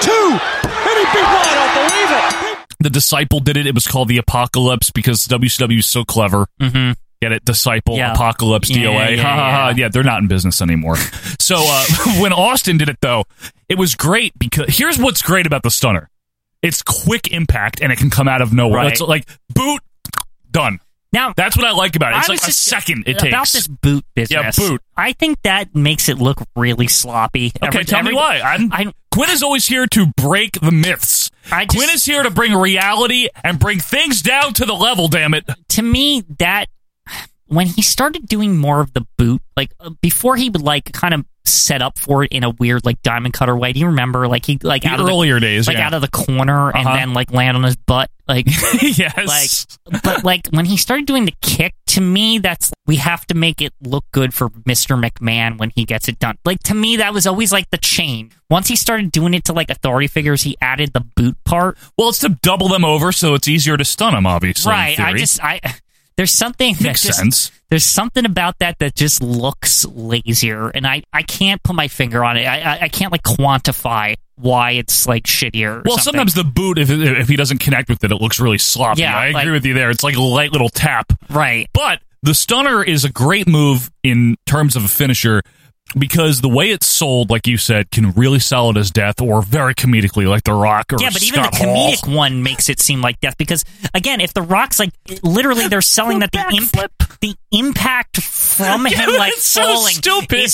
Speaker 6: two, and he beat one. I don't believe it.
Speaker 1: The Disciple did it. It was called the Apocalypse because WCW is so clever. Mm-hmm. Get it? Disciple,
Speaker 2: Yeah.
Speaker 1: Apocalypse,
Speaker 2: Yeah,
Speaker 1: DOA.
Speaker 2: yeah,
Speaker 1: ha, ha, ha.
Speaker 2: yeah.
Speaker 1: yeah, they're not in business anymore. so uh, when Austin did it, though, it was great because here's what's great about the stunner it's quick impact and it can come out of nowhere.
Speaker 2: Right.
Speaker 1: It's like boot, done.
Speaker 2: Now
Speaker 1: That's what I like about it. It's
Speaker 2: I
Speaker 1: like
Speaker 2: was
Speaker 1: a
Speaker 2: just-
Speaker 1: second it
Speaker 2: about
Speaker 1: takes.
Speaker 2: this boot business.
Speaker 1: Yeah, boot.
Speaker 2: I think that makes it look really sloppy.
Speaker 1: Okay,
Speaker 2: Every-
Speaker 1: tell
Speaker 2: every-
Speaker 1: me why. I'm,
Speaker 2: I-
Speaker 1: Quinn is always here to break the myths.
Speaker 2: I just-
Speaker 1: Quinn is here to bring reality and bring things down to the level. Damn it!
Speaker 2: to me that when he started doing more of the boot, like uh, before he would like kind of set up for it in a weird like diamond cutter way. Do you remember like he like
Speaker 1: The
Speaker 2: out of
Speaker 1: earlier days,
Speaker 2: like
Speaker 1: yeah.
Speaker 2: out of the corner and
Speaker 1: Uh-huh.
Speaker 2: then like land on his butt, like like
Speaker 1: yes.
Speaker 2: but like when he started doing the kick to me that's we have to make it look good for mr mcmahon when he gets it done like to me that was always like the chain once he started doing it to like authority figures he added the boot part
Speaker 1: well, it's to double them over, so it's easier to stun them. Obviously, in
Speaker 2: right i
Speaker 1: theory.
Speaker 2: just i there's something that
Speaker 1: makes
Speaker 2: just,
Speaker 1: sense.
Speaker 2: there's something about that that just looks lazier and i i can't put my finger on it i i, I can't like quantify why it's like shittier or
Speaker 1: Well,
Speaker 2: something.
Speaker 1: sometimes the boot, if if he doesn't connect with it, it looks really sloppy.
Speaker 2: Yeah,
Speaker 1: I agree
Speaker 2: like-
Speaker 1: with you there. It's like a light little tap.
Speaker 2: right
Speaker 1: But the stunner is a great move in terms of a finisher because the way it's sold, like you said, can really sell it as death or very comedically, like The Rock or
Speaker 2: yeah, but even
Speaker 1: Scott
Speaker 2: the
Speaker 1: Hall.
Speaker 2: comedic one makes it seem like death because again, if the Rock's like literally they're selling that the imp- the impact from
Speaker 1: Dude,
Speaker 2: him like
Speaker 1: it's so
Speaker 2: falling
Speaker 1: stupid.
Speaker 2: is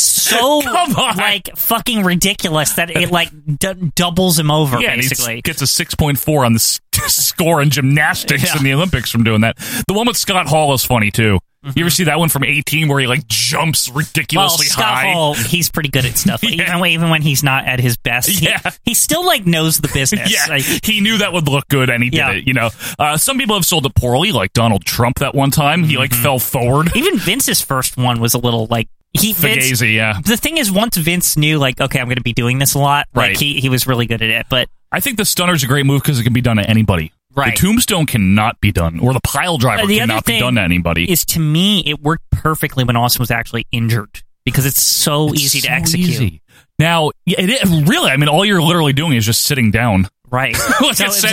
Speaker 2: so
Speaker 1: Come on.
Speaker 2: like fucking ridiculous that it like d- doubles him over
Speaker 1: Yeah, and he
Speaker 2: basically.
Speaker 1: gets a 6.4 on the s- score in gymnastics
Speaker 2: Yeah.
Speaker 1: in the Olympics from doing that. The one with Scott Hall is funny too. You ever see that one from 18 where he like jumps
Speaker 2: Mm-hmm. Well,
Speaker 1: ridiculously
Speaker 2: Scott
Speaker 1: high?
Speaker 2: Hall, he's pretty good at stuff. even, when- even when he's not at his best, he,
Speaker 1: Yeah.
Speaker 2: he still like knows the business.
Speaker 1: Yeah,
Speaker 2: Like,
Speaker 1: he knew that would look good, and he did
Speaker 2: Yeah.
Speaker 1: it. You know, uh, some people have sold it poorly, like Donald Trump. That one time, he
Speaker 2: Mm-hmm.
Speaker 1: like fell forward.
Speaker 2: even Vince's first one was a little like he Vince,
Speaker 1: Fugazi, yeah.
Speaker 2: The thing is, once Vince knew, like, okay, I'm going to be doing this a lot,
Speaker 1: Right.
Speaker 2: Like, he he was really good at it, but
Speaker 1: I think the stunner's a great move because it can be done to anybody.
Speaker 2: Right.
Speaker 1: The tombstone cannot be done, or the pile driver
Speaker 2: Uh, the other
Speaker 1: cannot be
Speaker 2: thing
Speaker 1: done to anybody.
Speaker 2: is to me, it worked perfectly when Austin was actually injured because it's so
Speaker 1: It's
Speaker 2: easy
Speaker 1: so
Speaker 2: to execute.
Speaker 1: easy. Now, yeah, it, it- really, I mean, all you're literally doing is just sitting down.
Speaker 2: Right.
Speaker 1: Like,
Speaker 2: So it was actually-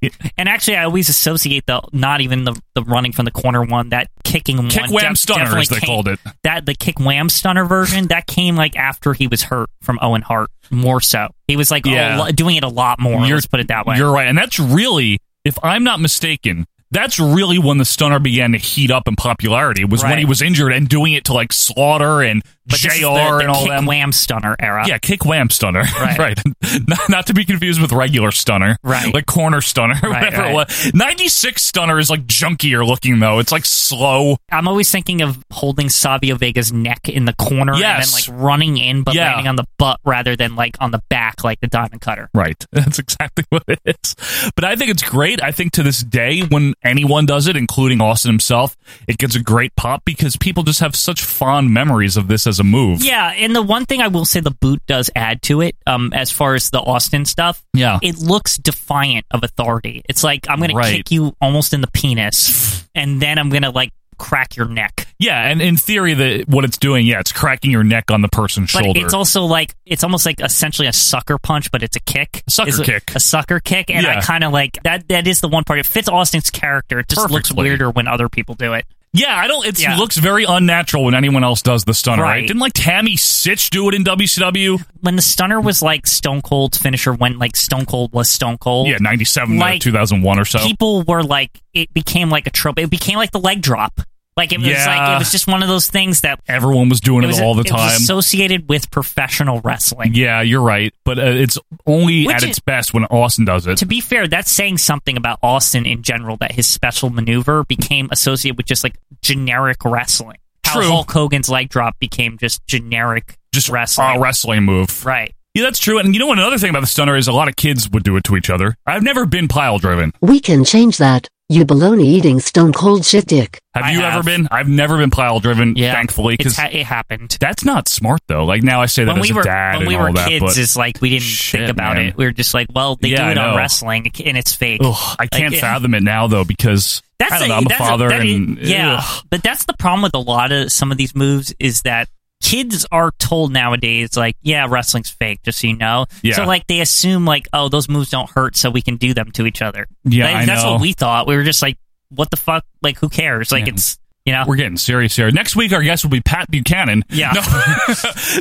Speaker 1: essentially.
Speaker 2: and actually, I always associate the not even the, the running from the corner one, that kicking one.
Speaker 1: Kick wham
Speaker 2: def-
Speaker 1: stunner,
Speaker 2: definitely
Speaker 1: as they
Speaker 2: came-
Speaker 1: called it.
Speaker 2: That the kick wham stunner version that came like after he was hurt from Owen Hart more so. He was like
Speaker 1: Yeah.
Speaker 2: a lo- doing it a lot more.
Speaker 1: You're-
Speaker 2: let's put it that way.
Speaker 1: You're right. And that's really, if I'm not mistaken, that's really when the stunner began to heat up in popularity, was when
Speaker 2: Right.
Speaker 1: he was injured and doing it to like Slaughter and
Speaker 2: But
Speaker 1: JR
Speaker 2: this is the, the
Speaker 1: and all
Speaker 2: kick
Speaker 1: them.
Speaker 2: wham stunner era.
Speaker 1: Yeah, kick wham stunner. Right.
Speaker 2: Right.
Speaker 1: Not, not to be confused with regular stunner.
Speaker 2: Right.
Speaker 1: Like corner stunner,
Speaker 2: Right,
Speaker 1: whatever it
Speaker 2: right.
Speaker 1: was. 96 stunner is like junkier looking, though. It's like slow.
Speaker 2: I'm always thinking of holding Savio Vega's neck in the corner
Speaker 1: Yes.
Speaker 2: and then like running in but
Speaker 1: Yeah.
Speaker 2: landing on the butt rather than like on the back like the diamond cutter.
Speaker 1: Right. That's exactly what it is. But I think it's great. I think to this day, when anyone does it, including Austin himself, it gets a great pop because people just have such fond memories of this as a move.
Speaker 2: Yeah, and the one thing I will say the boot does add to it, um, as far as the Austin stuff.
Speaker 1: Yeah.
Speaker 2: It looks defiant of authority. It's like I'm gonna
Speaker 1: Right.
Speaker 2: kick you almost in the penis and then I'm gonna like crack your neck.
Speaker 1: Yeah, and in theory, the, what it's doing, yeah, it's cracking your neck on the person's
Speaker 2: But
Speaker 1: shoulder.
Speaker 2: it's also like it's almost like essentially a sucker punch, but it's a kick.
Speaker 1: Sucker
Speaker 2: It's a-
Speaker 1: kick.
Speaker 2: A sucker kick. And
Speaker 1: Yeah.
Speaker 2: I kinda like that that is the one part. It fits Austin's character. It just looks
Speaker 1: Perfectly.
Speaker 2: weirder when other people do it.
Speaker 1: Yeah, I don't. It
Speaker 2: Yeah.
Speaker 1: looks very unnatural when anyone else does the stunner. Right?
Speaker 2: Right.
Speaker 1: Didn't like Tammy Sitch do it in WCW?
Speaker 2: when the stunner was like Stone Cold's finisher when like Stone Cold was Stone Cold.
Speaker 1: Yeah, ninety seven
Speaker 2: Like,
Speaker 1: to two thousand one or so.
Speaker 2: People were like it became like a trope. It became like the leg drop. Like it was
Speaker 1: Yeah.
Speaker 2: like it was just one of those things that
Speaker 1: Everyone was doing
Speaker 2: it
Speaker 1: it,
Speaker 2: was
Speaker 1: all the
Speaker 2: it was
Speaker 1: time.
Speaker 2: associated with professional wrestling.
Speaker 1: yeah, you're right, but uh, it's only
Speaker 2: Which
Speaker 1: at
Speaker 2: is-
Speaker 1: its best when Austin does it.
Speaker 2: To be fair, that's saying something about Austin in general that his special maneuver became associated with just like generic wrestling. How
Speaker 1: True.
Speaker 2: Hulk Hogan's leg drop became just generic
Speaker 1: Just
Speaker 2: wrestling.
Speaker 1: a wrestling move.
Speaker 2: right.
Speaker 1: Yeah, that's true. And you know what? Another thing about the stunner is a lot of kids would do it to each other. I've never been pile driven.
Speaker 7: We can change that, you baloney eating stone cold shit dick.
Speaker 1: Have
Speaker 2: I
Speaker 1: you
Speaker 2: have.
Speaker 1: ever been? I've never been pile driven.
Speaker 2: Yeah.
Speaker 1: thankfully,
Speaker 2: It's
Speaker 1: because
Speaker 2: ha- it happened.
Speaker 1: that's not smart though. Like now, I say that
Speaker 2: when
Speaker 1: as
Speaker 2: we
Speaker 1: a
Speaker 2: were
Speaker 1: dad
Speaker 2: when we
Speaker 1: and
Speaker 2: were
Speaker 1: all that,
Speaker 2: kids,
Speaker 1: but
Speaker 2: it's like we didn't
Speaker 1: Shit,
Speaker 2: think about
Speaker 1: man.
Speaker 2: it. We were just like, well, they
Speaker 1: Yeah, I
Speaker 2: do it
Speaker 1: know.
Speaker 2: on wrestling, and it's fake.
Speaker 1: Ugh, I
Speaker 2: Like,
Speaker 1: can't
Speaker 2: it-
Speaker 1: fathom it now though because I don't know, I'm a
Speaker 2: that's
Speaker 1: father
Speaker 2: that is-
Speaker 1: and
Speaker 2: yeah,
Speaker 1: ugh.
Speaker 2: but that's the problem with a lot of some of these moves is that kids are told nowadays like, yeah, wrestling's fake, just so you know.
Speaker 1: Yeah.
Speaker 2: So like they assume like, oh, those moves don't hurt, so we can do them to each other.
Speaker 1: Yeah,
Speaker 2: Like,
Speaker 1: I
Speaker 2: that's
Speaker 1: know.
Speaker 2: what we thought. We were just like, what the fuck? Like, who cares? Like,
Speaker 1: Yeah.
Speaker 2: it's you know.
Speaker 1: We're getting serious here. Next week, our guest will be Pat Buchanan.
Speaker 2: Yeah.
Speaker 1: No,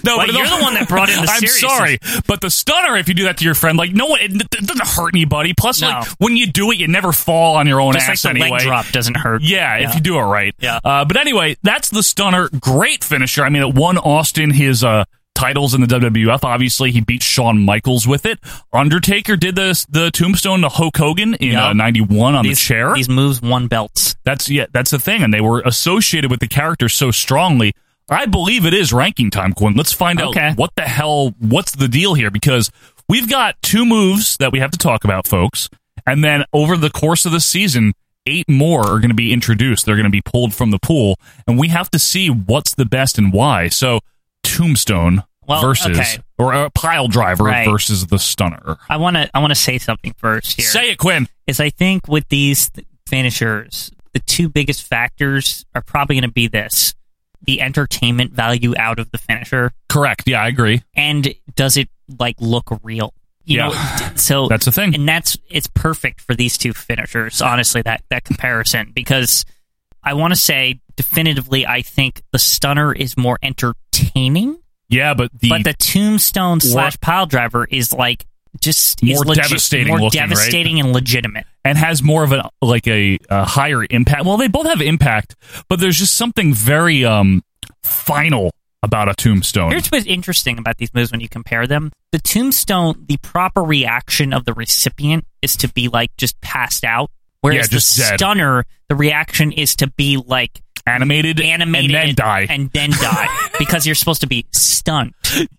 Speaker 1: no
Speaker 2: Well,
Speaker 1: but
Speaker 2: you're the one that brought in the
Speaker 1: I'm
Speaker 2: seriousness.
Speaker 1: sorry, but the stunner. If you do that to your friend, like no one, it, it doesn't hurt anybody. Plus, like
Speaker 2: No.
Speaker 1: when you do it, you never fall on your own
Speaker 2: just like
Speaker 1: ass
Speaker 2: the
Speaker 1: anyway.
Speaker 2: leg drop doesn't hurt.
Speaker 1: Yeah, if you do it right.
Speaker 2: Yeah.
Speaker 1: Uh, but anyway, that's the stunner. Great finisher. I mean, it won Austin his uh, titles in the WWF. Obviously, he beat Shawn Michaels with it. Undertaker did this the tombstone to Hulk Hogan in
Speaker 2: Yeah.
Speaker 1: uh, '91 on
Speaker 2: These-
Speaker 1: the chair.
Speaker 2: These moves won belts.
Speaker 1: That's yeah, that's the thing, and they were associated with the character so strongly. I believe it is ranking time, Quinn. Let's find
Speaker 2: Okay.
Speaker 1: out what the hell, what's the deal here? Because we've got two moves that we have to talk about, folks, and then over the course of the season, eight more are going to be introduced. They're going to be pulled from the pool, and we have to see what's the best and why. So, Tombstone
Speaker 2: Well,
Speaker 1: versus
Speaker 2: okay.
Speaker 1: or a pile driver
Speaker 2: Right.
Speaker 1: versus the Stunner.
Speaker 2: I want to I want to say something first here.
Speaker 1: Say it, Quinn.
Speaker 2: is I think with these th- finishers, the two biggest factors are probably going to be this: the entertainment value out of the finisher,
Speaker 1: Correct. Yeah, I agree.
Speaker 2: and does it like look real? You
Speaker 1: Yeah.
Speaker 2: know, d- so
Speaker 1: That's the thing.
Speaker 2: and that's it's perfect for these two finishers. Honestly, that that comparison because I want to say definitively, I think the stunner is more entertaining
Speaker 1: Yeah, but the
Speaker 2: but the tombstone slash pile driver is like just is
Speaker 1: More
Speaker 2: legit-
Speaker 1: devastating
Speaker 2: more
Speaker 1: looking, right?
Speaker 2: devastating and legitimate.
Speaker 1: and has more of a like a, a higher impact. Well, they both have impact, but there's just something very um final about a tombstone.
Speaker 2: Here's what's interesting about these moves when you compare them. The tombstone, the proper reaction of the recipient is to be like just passed out, whereas
Speaker 1: just
Speaker 2: the
Speaker 1: dead.
Speaker 2: stunner, the reaction is to be like
Speaker 1: animated,
Speaker 2: animated,
Speaker 1: and then die.
Speaker 2: and then die because you're supposed to be stunned.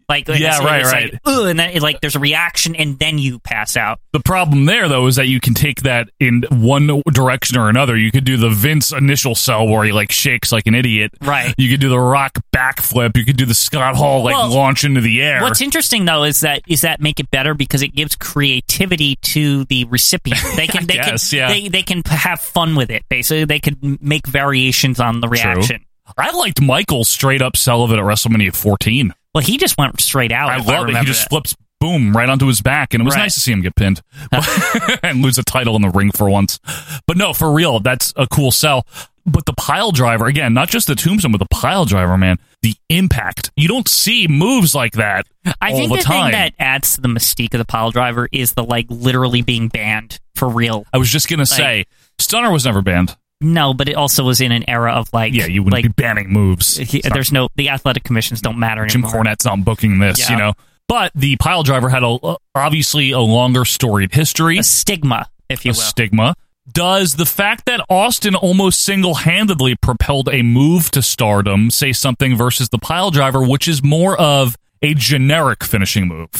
Speaker 2: Like
Speaker 1: Yeah,
Speaker 2: it's-
Speaker 1: right,
Speaker 2: it's like,
Speaker 1: right.
Speaker 2: "Ugh," and then it, like there's a reaction, and then you pass out.
Speaker 1: the problem there though is that you can take that in one direction or another. You could do the Vince initial cell where he like shakes like an idiot.
Speaker 2: Right.
Speaker 1: You could do the Rock backflip. You could do the Scott Hall like
Speaker 2: Well,
Speaker 1: launch into the air.
Speaker 2: What's interesting though is that is that make it better because it gives creativity to the recipient. They can they
Speaker 1: guess,
Speaker 2: can
Speaker 1: yeah.
Speaker 2: they, they can p- have fun with it. Basically, they could m- make variations on the
Speaker 1: True.
Speaker 2: reaction.
Speaker 1: I liked Michael's straight up Sullivan at WrestleMania 14.
Speaker 2: Well, he just went straight out.
Speaker 1: I
Speaker 2: if
Speaker 1: love it. He
Speaker 2: remember
Speaker 1: just
Speaker 2: that.
Speaker 1: flips, boom, right onto his back, and it was
Speaker 2: Right.
Speaker 1: nice to see him get pinned and lose a title in the ring for once. But no, for real, that's a cool sell. But the pile driver again, not just the tombstone, but the pile driver, man. The impact you don't see moves like that
Speaker 2: I
Speaker 1: all
Speaker 2: think
Speaker 1: the,
Speaker 2: the,
Speaker 1: time.
Speaker 2: thing that adds to the mystique of the pile driver is the like literally being banned for real.
Speaker 1: I was just gonna say, Stunner was never banned.
Speaker 2: No, but it also was in an era of like
Speaker 1: Yeah, you wouldn't
Speaker 2: like
Speaker 1: be banning moves.
Speaker 2: he,
Speaker 1: Sorry.
Speaker 2: there's no the athletic commissions don't matter
Speaker 1: Jim
Speaker 2: anymore.
Speaker 1: Cornette's not booking this,
Speaker 2: Yeah.
Speaker 1: you know. But the pile driver had a obviously a longer storied history.
Speaker 2: A stigma, if you
Speaker 1: a
Speaker 2: will.
Speaker 1: stigma. Does the fact that Austin almost single handedly propelled a move to stardom say something versus the pile driver, which is more of a generic finishing move?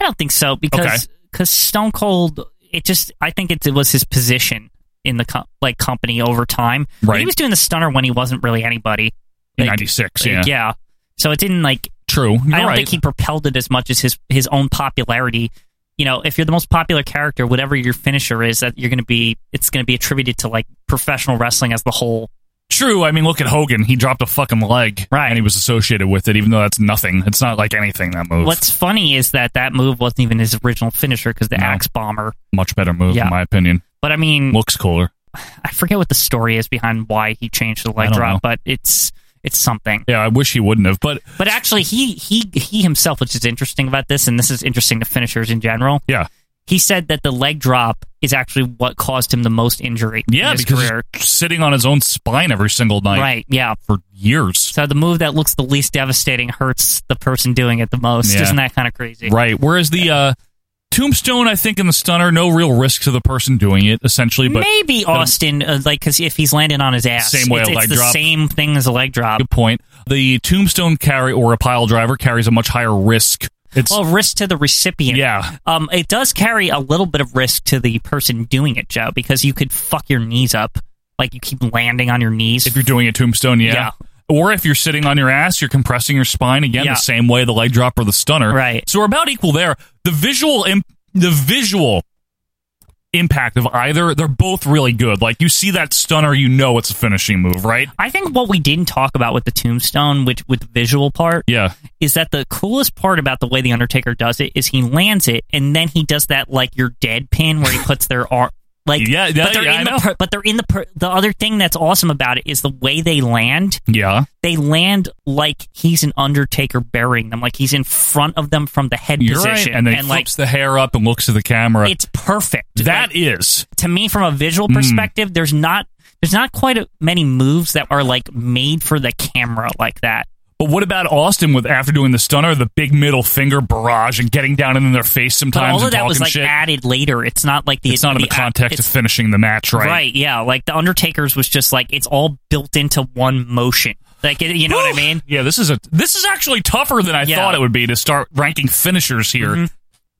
Speaker 2: I don't think so because cause Stone Cold. It just I think it, it was his position in the co- like company over time. Like,
Speaker 1: Right.
Speaker 2: he was doing the stunner when he wasn't really anybody.
Speaker 1: In
Speaker 2: Like,
Speaker 1: '96,
Speaker 2: like,
Speaker 1: yeah.
Speaker 2: yeah. So it didn't like
Speaker 1: True. You're
Speaker 2: I don't
Speaker 1: right.
Speaker 2: think he propelled it as much as his his own popularity. You know, if you're the most popular character, whatever your finisher is, that you're going to be, it's going to be attributed to like professional wrestling as the whole.
Speaker 1: True. I mean, look at Hogan. He dropped a fucking leg, right? And he was associated with it, even though that's nothing. It's not like anything that move.
Speaker 2: What's funny is that that move wasn't even his original finisher because the axe bomber.
Speaker 1: much better move,
Speaker 2: Yeah.
Speaker 1: in my opinion.
Speaker 2: But I mean,
Speaker 1: Looks cooler.
Speaker 2: I forget what the story is behind why he changed the
Speaker 1: I
Speaker 2: leg
Speaker 1: don't
Speaker 2: drop,
Speaker 1: know.
Speaker 2: but it's it's something.
Speaker 1: Yeah, I wish he wouldn't have, but
Speaker 2: But actually, he he he himself, which is interesting about this, and this is interesting to finishers in general.
Speaker 1: yeah,
Speaker 2: He said that the leg drop is actually what caused him the most injury. in
Speaker 1: yeah,
Speaker 2: his
Speaker 1: because
Speaker 2: career.
Speaker 1: he's sitting on his own spine every single night
Speaker 2: right, yeah.
Speaker 1: for years.
Speaker 2: So the move that looks the least devastating hurts the person doing it the most.
Speaker 1: Yeah.
Speaker 2: Isn't that kind of crazy?
Speaker 1: Right. Whereas the uh, tombstone, I think, in the stunner, no real risk to the person doing it, essentially. But
Speaker 2: Maybe
Speaker 1: but-
Speaker 2: Austin, uh, like, because if he's landing on his ass,
Speaker 1: Same way
Speaker 2: it's,
Speaker 1: a
Speaker 2: it's
Speaker 1: leg
Speaker 2: the
Speaker 1: drop.
Speaker 2: same thing as a leg drop.
Speaker 1: Good point. The tombstone carry or a pile driver carries a much higher risk. It's
Speaker 2: Well, risk to the recipient.
Speaker 1: yeah,
Speaker 2: Um, it does carry a little bit of risk to the person doing it, Joe, because you could fuck your knees up. Like you keep landing on your knees.
Speaker 1: if you're doing a tombstone, yeah.
Speaker 2: Yeah.
Speaker 1: Or if you're sitting on your ass, you're compressing your spine again
Speaker 2: Yeah.
Speaker 1: the same way the leg drop or the stunner.
Speaker 2: Right.
Speaker 1: So we're about equal there. The visual imp- the visual impact of either they're both really good. Like you see that stunner, you know it's a finishing move, right?
Speaker 2: I think what we didn't talk about with the tombstone, which with the visual part,
Speaker 1: Yeah.
Speaker 2: is that the coolest part about the way the Undertaker does it is he lands it and then he does that like you're dead pin where he puts their arm like
Speaker 1: Yeah, yeah,
Speaker 2: but they're
Speaker 1: yeah,
Speaker 2: in
Speaker 1: I
Speaker 2: the
Speaker 1: know.
Speaker 2: per- but they're in the per- the other thing that's awesome about it is the way they land.
Speaker 1: Yeah.
Speaker 2: They land like he's an Undertaker burying them, like he's in front of them from the head
Speaker 1: You're
Speaker 2: position,
Speaker 1: right. And then he
Speaker 2: like
Speaker 1: flips the hair up and looks at the camera.
Speaker 2: it's perfect.
Speaker 1: That
Speaker 2: Like,
Speaker 1: is
Speaker 2: to me from a visual
Speaker 1: Hmm.
Speaker 2: perspective, there's not there's not quite a, many moves that are like made for the camera like that.
Speaker 1: But what about Austin with after doing the stunner, the big middle finger barrage and getting down in their face
Speaker 2: But
Speaker 1: sometimes
Speaker 2: all of
Speaker 1: and
Speaker 2: that
Speaker 1: talking
Speaker 2: was like
Speaker 1: shit?
Speaker 2: added later. It's not like the
Speaker 1: it's not in the context of
Speaker 2: it's-
Speaker 1: finishing the match, right?
Speaker 2: yeah. Like the Undertaker's was just like it's all built into one motion. Like it, you know what I mean?
Speaker 1: Yeah, this is a this is actually tougher than I
Speaker 2: Yeah. Mm-hmm.
Speaker 1: thought it would be to start ranking finishers here.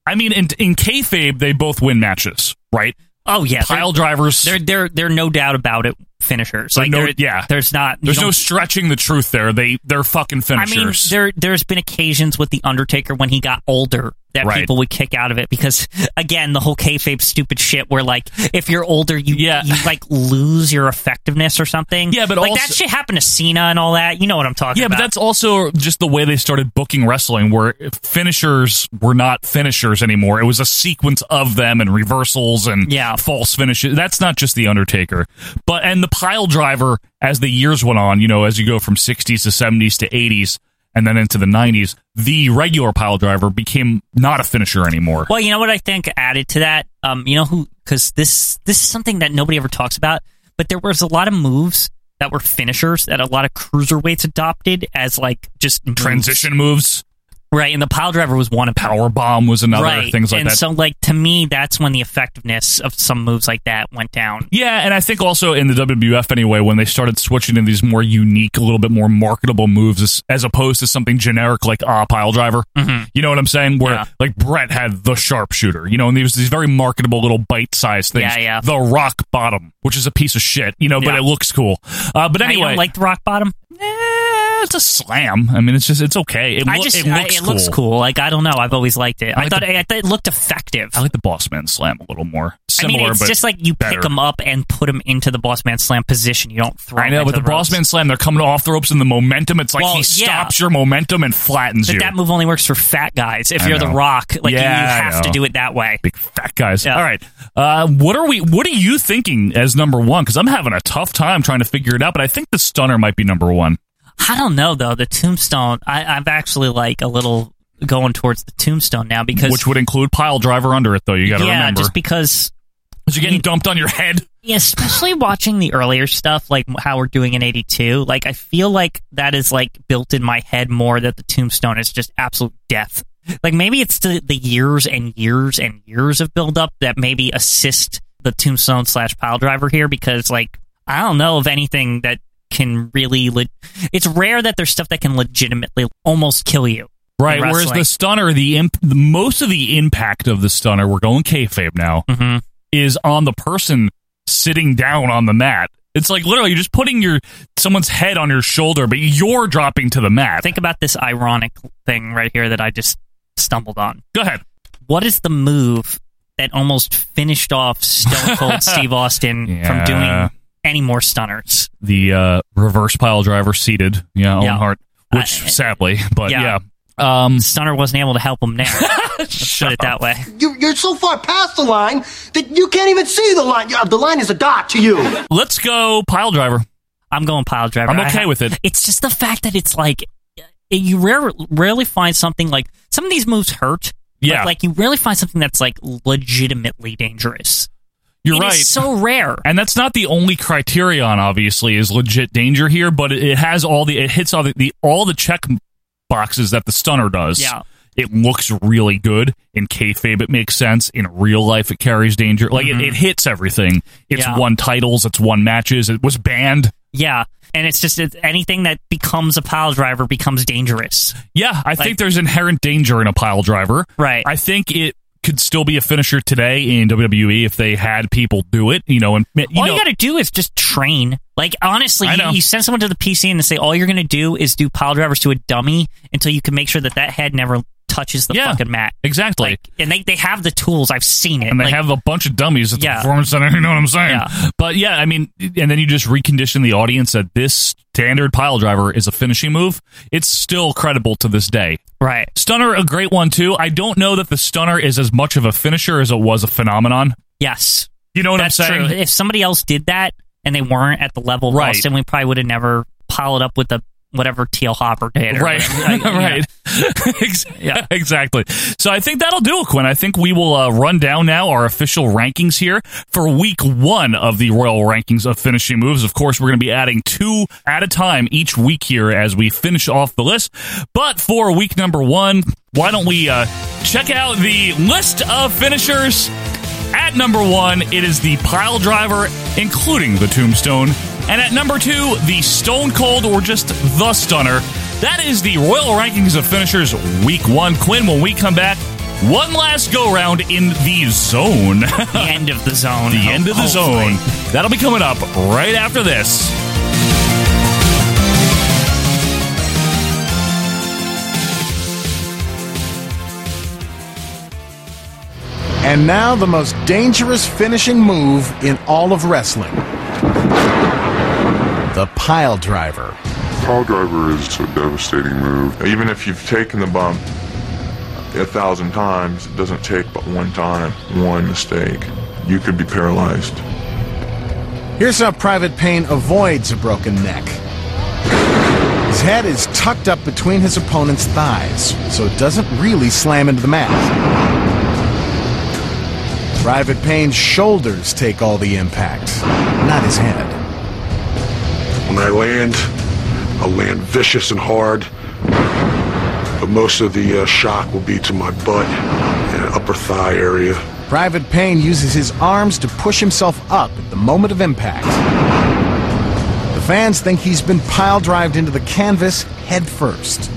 Speaker 1: I mean, in in kayfabe, they both win matches, right?
Speaker 2: Oh yeah,
Speaker 1: Pile drivers.
Speaker 2: They're they're they're no doubt about it. Finishers,
Speaker 1: They're
Speaker 2: like
Speaker 1: no-
Speaker 2: there-
Speaker 1: yeah.
Speaker 2: there's not you
Speaker 1: there's no
Speaker 2: don't-
Speaker 1: stretching the truth there. They they're fucking
Speaker 2: I mean,
Speaker 1: finishers.
Speaker 2: there there's been occasions with the Undertaker when he got older that
Speaker 1: Right.
Speaker 2: people would kick out of it because again the whole kayfabe stupid shit where like if you're older you
Speaker 1: Yeah.
Speaker 2: you like lose your effectiveness or something
Speaker 1: Yeah, but
Speaker 2: like that
Speaker 1: also-
Speaker 2: shit happened to Cena and all that you know what I'm talking
Speaker 1: yeah,
Speaker 2: about
Speaker 1: but that's also just the way they started booking wrestling, where finishers were not finishers anymore. It was a sequence of them and reversals and
Speaker 2: Yeah.
Speaker 1: false finishes. That's not just the Undertaker, but and the pile driver as the years went on. You know, as you go from '60s to '70s to '80s, and then into the 90s, the regular pile driver became not a finisher anymore.
Speaker 2: Well, you know what I think added to that. Um, you know who? Because this this is something that nobody ever talks about. But there was a lot of moves that were finishers that a lot of cruiserweights adopted as like just moves.
Speaker 1: Transition moves.
Speaker 2: Right, and the pile driver was one of
Speaker 1: Power bomb was another
Speaker 2: right.
Speaker 1: things like
Speaker 2: and
Speaker 1: that.
Speaker 2: so, like to me, that's when the effectiveness of some moves like that went down.
Speaker 1: Yeah, and I think also in the WWF anyway, when they started switching to these more unique, a little bit more marketable moves, as, as opposed to something generic like ah pile driver.
Speaker 2: Mhm.
Speaker 1: You know what I'm saying? Where like Brett had the sharpshooter, you know, and these these very marketable little bite sized things.
Speaker 2: Yeah, yeah.
Speaker 1: The rock bottom, which is a piece of shit, you know, but
Speaker 2: Yeah.
Speaker 1: it looks cool. Uh, but
Speaker 2: Now, you
Speaker 1: anyway,
Speaker 2: don't like the rock bottom.
Speaker 1: Eh, it's a slam. I mean, it's just it's okay. It,
Speaker 2: I
Speaker 1: loo-
Speaker 2: just
Speaker 1: it
Speaker 2: I-
Speaker 1: looks cool.
Speaker 2: looks cool. Like I don't know. I've always liked it. I,
Speaker 1: like
Speaker 2: thought
Speaker 1: the-
Speaker 2: I thought it looked effective.
Speaker 1: I like the boss man slam a little more. Similar,
Speaker 2: I mean, it's
Speaker 1: but
Speaker 2: just like you pick 'em
Speaker 1: better.
Speaker 2: pick them up and put them into the boss man slam position. You don't throw.
Speaker 1: I know,
Speaker 2: 'em
Speaker 1: but
Speaker 2: into
Speaker 1: the,
Speaker 2: ropes.
Speaker 1: Bossman Slam, they're coming off the ropes and the momentum. It's like
Speaker 2: Well,
Speaker 1: he
Speaker 2: yeah.
Speaker 1: stops your momentum and flattens
Speaker 2: But
Speaker 1: you.
Speaker 2: that move only works for fat guys. If
Speaker 1: I
Speaker 2: you're
Speaker 1: know.
Speaker 2: the Rock, like you-
Speaker 1: Yeah, I
Speaker 2: you have to
Speaker 1: know.
Speaker 2: do it that way.
Speaker 1: Big fat guys. All right, uh, what are we? What are you thinking as number one? Because I'm having a tough time trying to figure it out. But I think the Stunner might be number one.
Speaker 2: I don't know though. The Tombstone. I, I'm actually like a little going towards the Tombstone now because
Speaker 1: which would include pile driver under it, though. You got to
Speaker 2: yeah,
Speaker 1: remember.
Speaker 2: just because.
Speaker 1: 'Cause you're getting dumped on your head.
Speaker 2: Yeah, especially watching the earlier stuff, like how we're doing in '82. Like, I feel like that is like built in my head more that the tombstone is just absolute death. Like, maybe it's the, the years and years and years of buildup that maybe assist the tombstone slash pile driver here because, like, I don't know of anything that can really. Le- it's rare that there's stuff that can legitimately almost kill you. in
Speaker 1: Right, whereas
Speaker 2: wrestling.
Speaker 1: the stunner, the, imp- the most of the impact of the stunner, we're going kayfabe now,
Speaker 2: Mm-hmm.
Speaker 1: is on the person sitting down on the mat. It's like literally you're just putting your someone's head on your shoulder, but you're dropping to the mat.
Speaker 2: Think about this ironic thing right here that I just stumbled on.
Speaker 1: Go ahead.
Speaker 2: What is the move that almost finished off Stone Cold Steve Austin from
Speaker 1: Yeah.
Speaker 2: doing any more stunners?
Speaker 1: The uh, reverse pile driver seated, yeah, Owen
Speaker 2: Yeah. Uh,
Speaker 1: Hart, which sadly, but yeah,
Speaker 2: yeah.
Speaker 1: Um,
Speaker 2: Stunner wasn't able to help him there. Let's put it that way.
Speaker 12: You're, you're so far past the line that you can't even see the line. Uh, The line is a dot to you.
Speaker 1: Let's go pile driver.
Speaker 2: I'm going pile driver.
Speaker 1: I'm
Speaker 2: I
Speaker 1: okay
Speaker 2: ha-
Speaker 1: with it.
Speaker 2: It's just the fact that it's like it- you rare, rarely find something like some of these moves hurt. but,
Speaker 1: Yeah.
Speaker 2: like you rarely find something that's like legitimately dangerous.
Speaker 1: You're
Speaker 2: It is
Speaker 1: right.
Speaker 2: so rare.
Speaker 1: And that's not the only criterion, obviously, is legit danger here, but it, it has all the it hits all the, the all the check boxes that the stunner does.
Speaker 2: Yeah.
Speaker 1: It looks really good in kayfabe. It makes sense in real life. It carries danger. Like
Speaker 2: Mhm.
Speaker 1: it, it hits everything. It's
Speaker 2: Yeah.
Speaker 1: won titles. It's won matches. It was banned.
Speaker 2: Yeah, and it's just it's, anything that becomes a pile driver becomes dangerous.
Speaker 1: Yeah, I think
Speaker 2: Like-
Speaker 1: there's inherent danger in a pile driver.
Speaker 2: Right.
Speaker 1: I think it could still be a finisher today in WWE if they had people do it. You know, and you
Speaker 2: all
Speaker 1: know,
Speaker 2: you got to do is just train. Like honestly,
Speaker 1: I
Speaker 2: you,
Speaker 1: know.
Speaker 2: you send someone to the PC and they say all you're going to do is do pile drivers to a dummy until you can make sure that that head never touches the
Speaker 1: Yeah.
Speaker 2: fucking mat.
Speaker 1: exactly.
Speaker 2: Like, and they, they have the tools. I've seen it.
Speaker 1: and they
Speaker 2: Like,
Speaker 1: have a bunch of dummies at the
Speaker 2: Yeah.
Speaker 1: performance center. You know what I'm saying?
Speaker 2: Yeah.
Speaker 1: But yeah, I mean, and then you just recondition the audience that this standard pile driver is a finishing move. It's still credible to this day.
Speaker 2: right.
Speaker 1: Stunner, a great one too. I don't know that the stunner is as much of a finisher as it was a phenomenon.
Speaker 2: Yes,
Speaker 1: You know what
Speaker 2: that's
Speaker 1: I'm saying?
Speaker 2: true. If somebody else did that and they weren't at the level of
Speaker 1: Right.
Speaker 2: Austin, we probably would have never piled up with the whatever Teal Hopper did. Or
Speaker 1: Right,
Speaker 2: whatever. Like, you know.
Speaker 1: right, Ex- exactly. So I think that'll do it, Quinn. I think we will uh, run down now our official rankings here for Week One of the Royal Rankings of Finishing Moves. Of course, we're going to be adding two at a time each week here as we finish off the list. But for Week Number One, why don't we uh, check out the list of finishers? At number one, it is the pile driver, including the tombstone. And at number two, the stone cold or just the stunner. That is the Royal Rankings of Finishers Week One. Quinn, when we come back, one last go round in the zone. the
Speaker 2: end of the zone.
Speaker 1: The end of the
Speaker 2: Hopefully.
Speaker 1: zone. That'll be coming up right after this.
Speaker 13: And now the most dangerous finishing move in all of wrestling. The pile driver.
Speaker 14: Pile driver is a devastating move. Even if you've taken the bump a thousand times, it doesn't take but one time, one mistake. You could be paralyzed.
Speaker 13: Here's how Private Payne avoids a broken neck. head is tucked up between his opponent's thighs, so it doesn't really slam into the mat. Private Payne's shoulders take all the impact, not his head.
Speaker 15: When I land, I'll land vicious and hard, but most of the uh, shock will be to my butt and upper thigh area.
Speaker 13: Private Payne uses his arms to push himself up at the moment of impact. The fans think he's been pile drived into the canvas head first.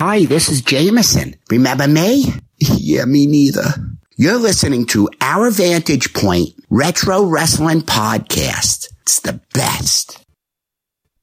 Speaker 16: Hi, this is Jameson. Remember me? Yeah, me neither. You're listening to Our Vantage Point Retro Wrestling Podcast. It's the best.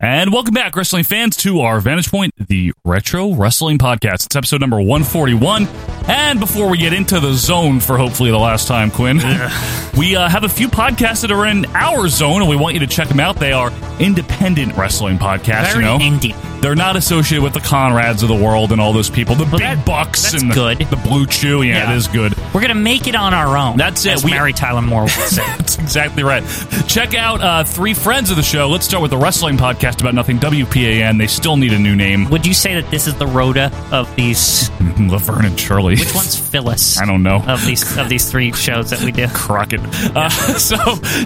Speaker 1: And welcome back, wrestling fans, to our Vantage Point, the Retro Wrestling Podcast. It's episode number 141. And before we get into the zone for hopefully the last time, Quinn, we uh, have a few podcasts that are in our zone, and we want you to check them out. They are independent wrestling podcasts,
Speaker 2: Very
Speaker 1: you know?
Speaker 2: indie.
Speaker 1: They're not associated with the Conrads of the world and all those people, the big bucks and the, good. the blue chew. Yeah,
Speaker 2: Yeah.
Speaker 1: it is good.
Speaker 2: We're gonna make it on our own.
Speaker 1: That's it.
Speaker 2: As Mary Tyler Moore would say.
Speaker 1: That's exactly right. Check out uh, three friends of the show. Let's start with the wrestling podcast about nothing. WPAN. They still need a new name.
Speaker 2: Would you say that this is the Rhoda of these?
Speaker 1: Laverne and Shirley.
Speaker 2: Which one's Oh. Phyllis?
Speaker 1: I don't know.
Speaker 2: Of these of these three shows that we do,
Speaker 1: Crockett. Uh, so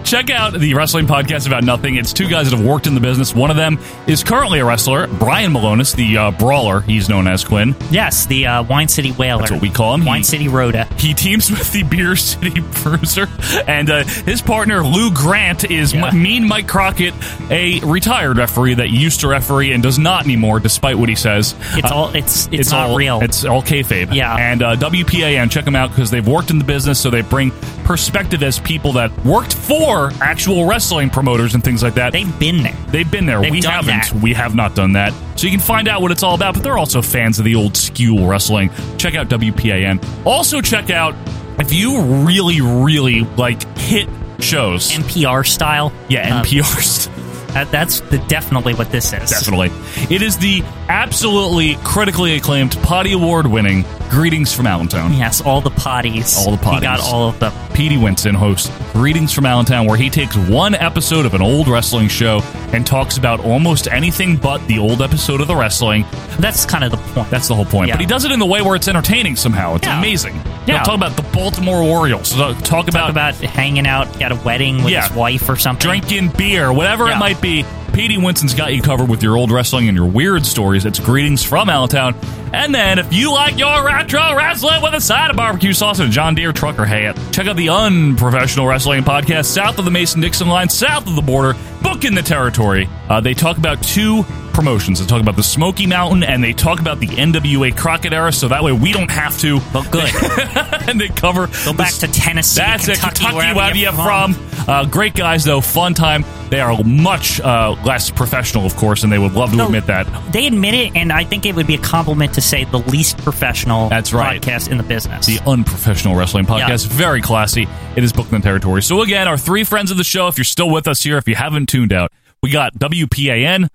Speaker 1: check out the wrestling podcast about nothing. It's two guys that have worked in the business. One of them is currently a wrestler, Brian Malonis, the uh, brawler he's known as Quinn.
Speaker 2: Yes, the uh, Wine City Whaler.
Speaker 1: That's what we call him.
Speaker 2: Wine City Rhoda.
Speaker 1: He teams with the Beer City Bruiser, and uh, his partner Lou Grant is Mi- Mean Mike Crockett, a retired referee that used to referee and does not anymore, despite what he says. Uh,
Speaker 2: It's all- it's- it's not
Speaker 1: all,
Speaker 2: real.
Speaker 1: It's all kayfabe.
Speaker 2: Yeah.
Speaker 1: And uh, WPAN, check them out because they've worked in the business, so they bring perspective as people that worked for actual wrestling promoters and things like that.
Speaker 2: They've been there.
Speaker 1: They've been there.
Speaker 2: They've
Speaker 1: we
Speaker 2: done
Speaker 1: haven't.
Speaker 2: that.
Speaker 1: We have not done that. So you can find out what it's all about. But they're also fans of the old skew wrestling. Check out WPAN. Also check out if you really, really like hit shows.
Speaker 2: NPR style.
Speaker 1: Yeah,
Speaker 2: Um,
Speaker 1: NPR style.
Speaker 2: That, that's the, definitely what this is.
Speaker 1: Definitely. It is the absolutely critically acclaimed potty award winning Greetings from Allentown.
Speaker 2: Yes, all the potties.
Speaker 1: All the potties.
Speaker 2: He got all of them.
Speaker 1: Petey Winston hosts Greetings from Allentown, where he takes one episode of an old wrestling show and talks about almost anything but the old episode of the wrestling.
Speaker 2: That's kind of the point.
Speaker 1: That's the whole point.
Speaker 2: Yeah.
Speaker 1: But he does it in the way where it's entertaining somehow. It's
Speaker 2: Yeah.
Speaker 1: amazing.
Speaker 2: Yeah.
Speaker 1: He'll talk about the Baltimore Orioles. He'll Talk about,
Speaker 2: Talk about hanging out at a wedding with
Speaker 1: Yeah.
Speaker 2: his wife or something.
Speaker 1: drinking beer, whatever it
Speaker 2: Yeah.
Speaker 1: might be. Petey Winston's got you covered with your old wrestling and your weird stories. It's greetings from Allentown. And then, if you like your retro wrestling with a side of barbecue sauce and a John Deere trucker hat, check out the Unprofessional Wrestling Podcast south of the Mason Dixon line, south of the border, book in the territory. Uh, they talk about two promotions. They talk about the Smoky Mountain and they talk about the NWA Crockett era, so that way we don't have to. But
Speaker 2: good.
Speaker 1: and they cover.
Speaker 2: Go back to Tennessee,
Speaker 1: That's
Speaker 2: Kentucky,
Speaker 1: it, Kentucky,
Speaker 2: wherever
Speaker 1: wherever
Speaker 2: you're
Speaker 1: you're from. Uh, great guys, though. Fun time. They are much uh, less professional, of course, and they would love to
Speaker 2: No.
Speaker 1: admit that.
Speaker 2: They admit it, and I think it would be a compliment to say the least professional
Speaker 1: That's right.
Speaker 2: podcast in the business.
Speaker 1: The Unprofessional Wrestling Podcast. Very classy. It is Brooklyn Territory. So, again, our three friends of the show, if you're still with us here, if you haven't tuned out, we got WPAN,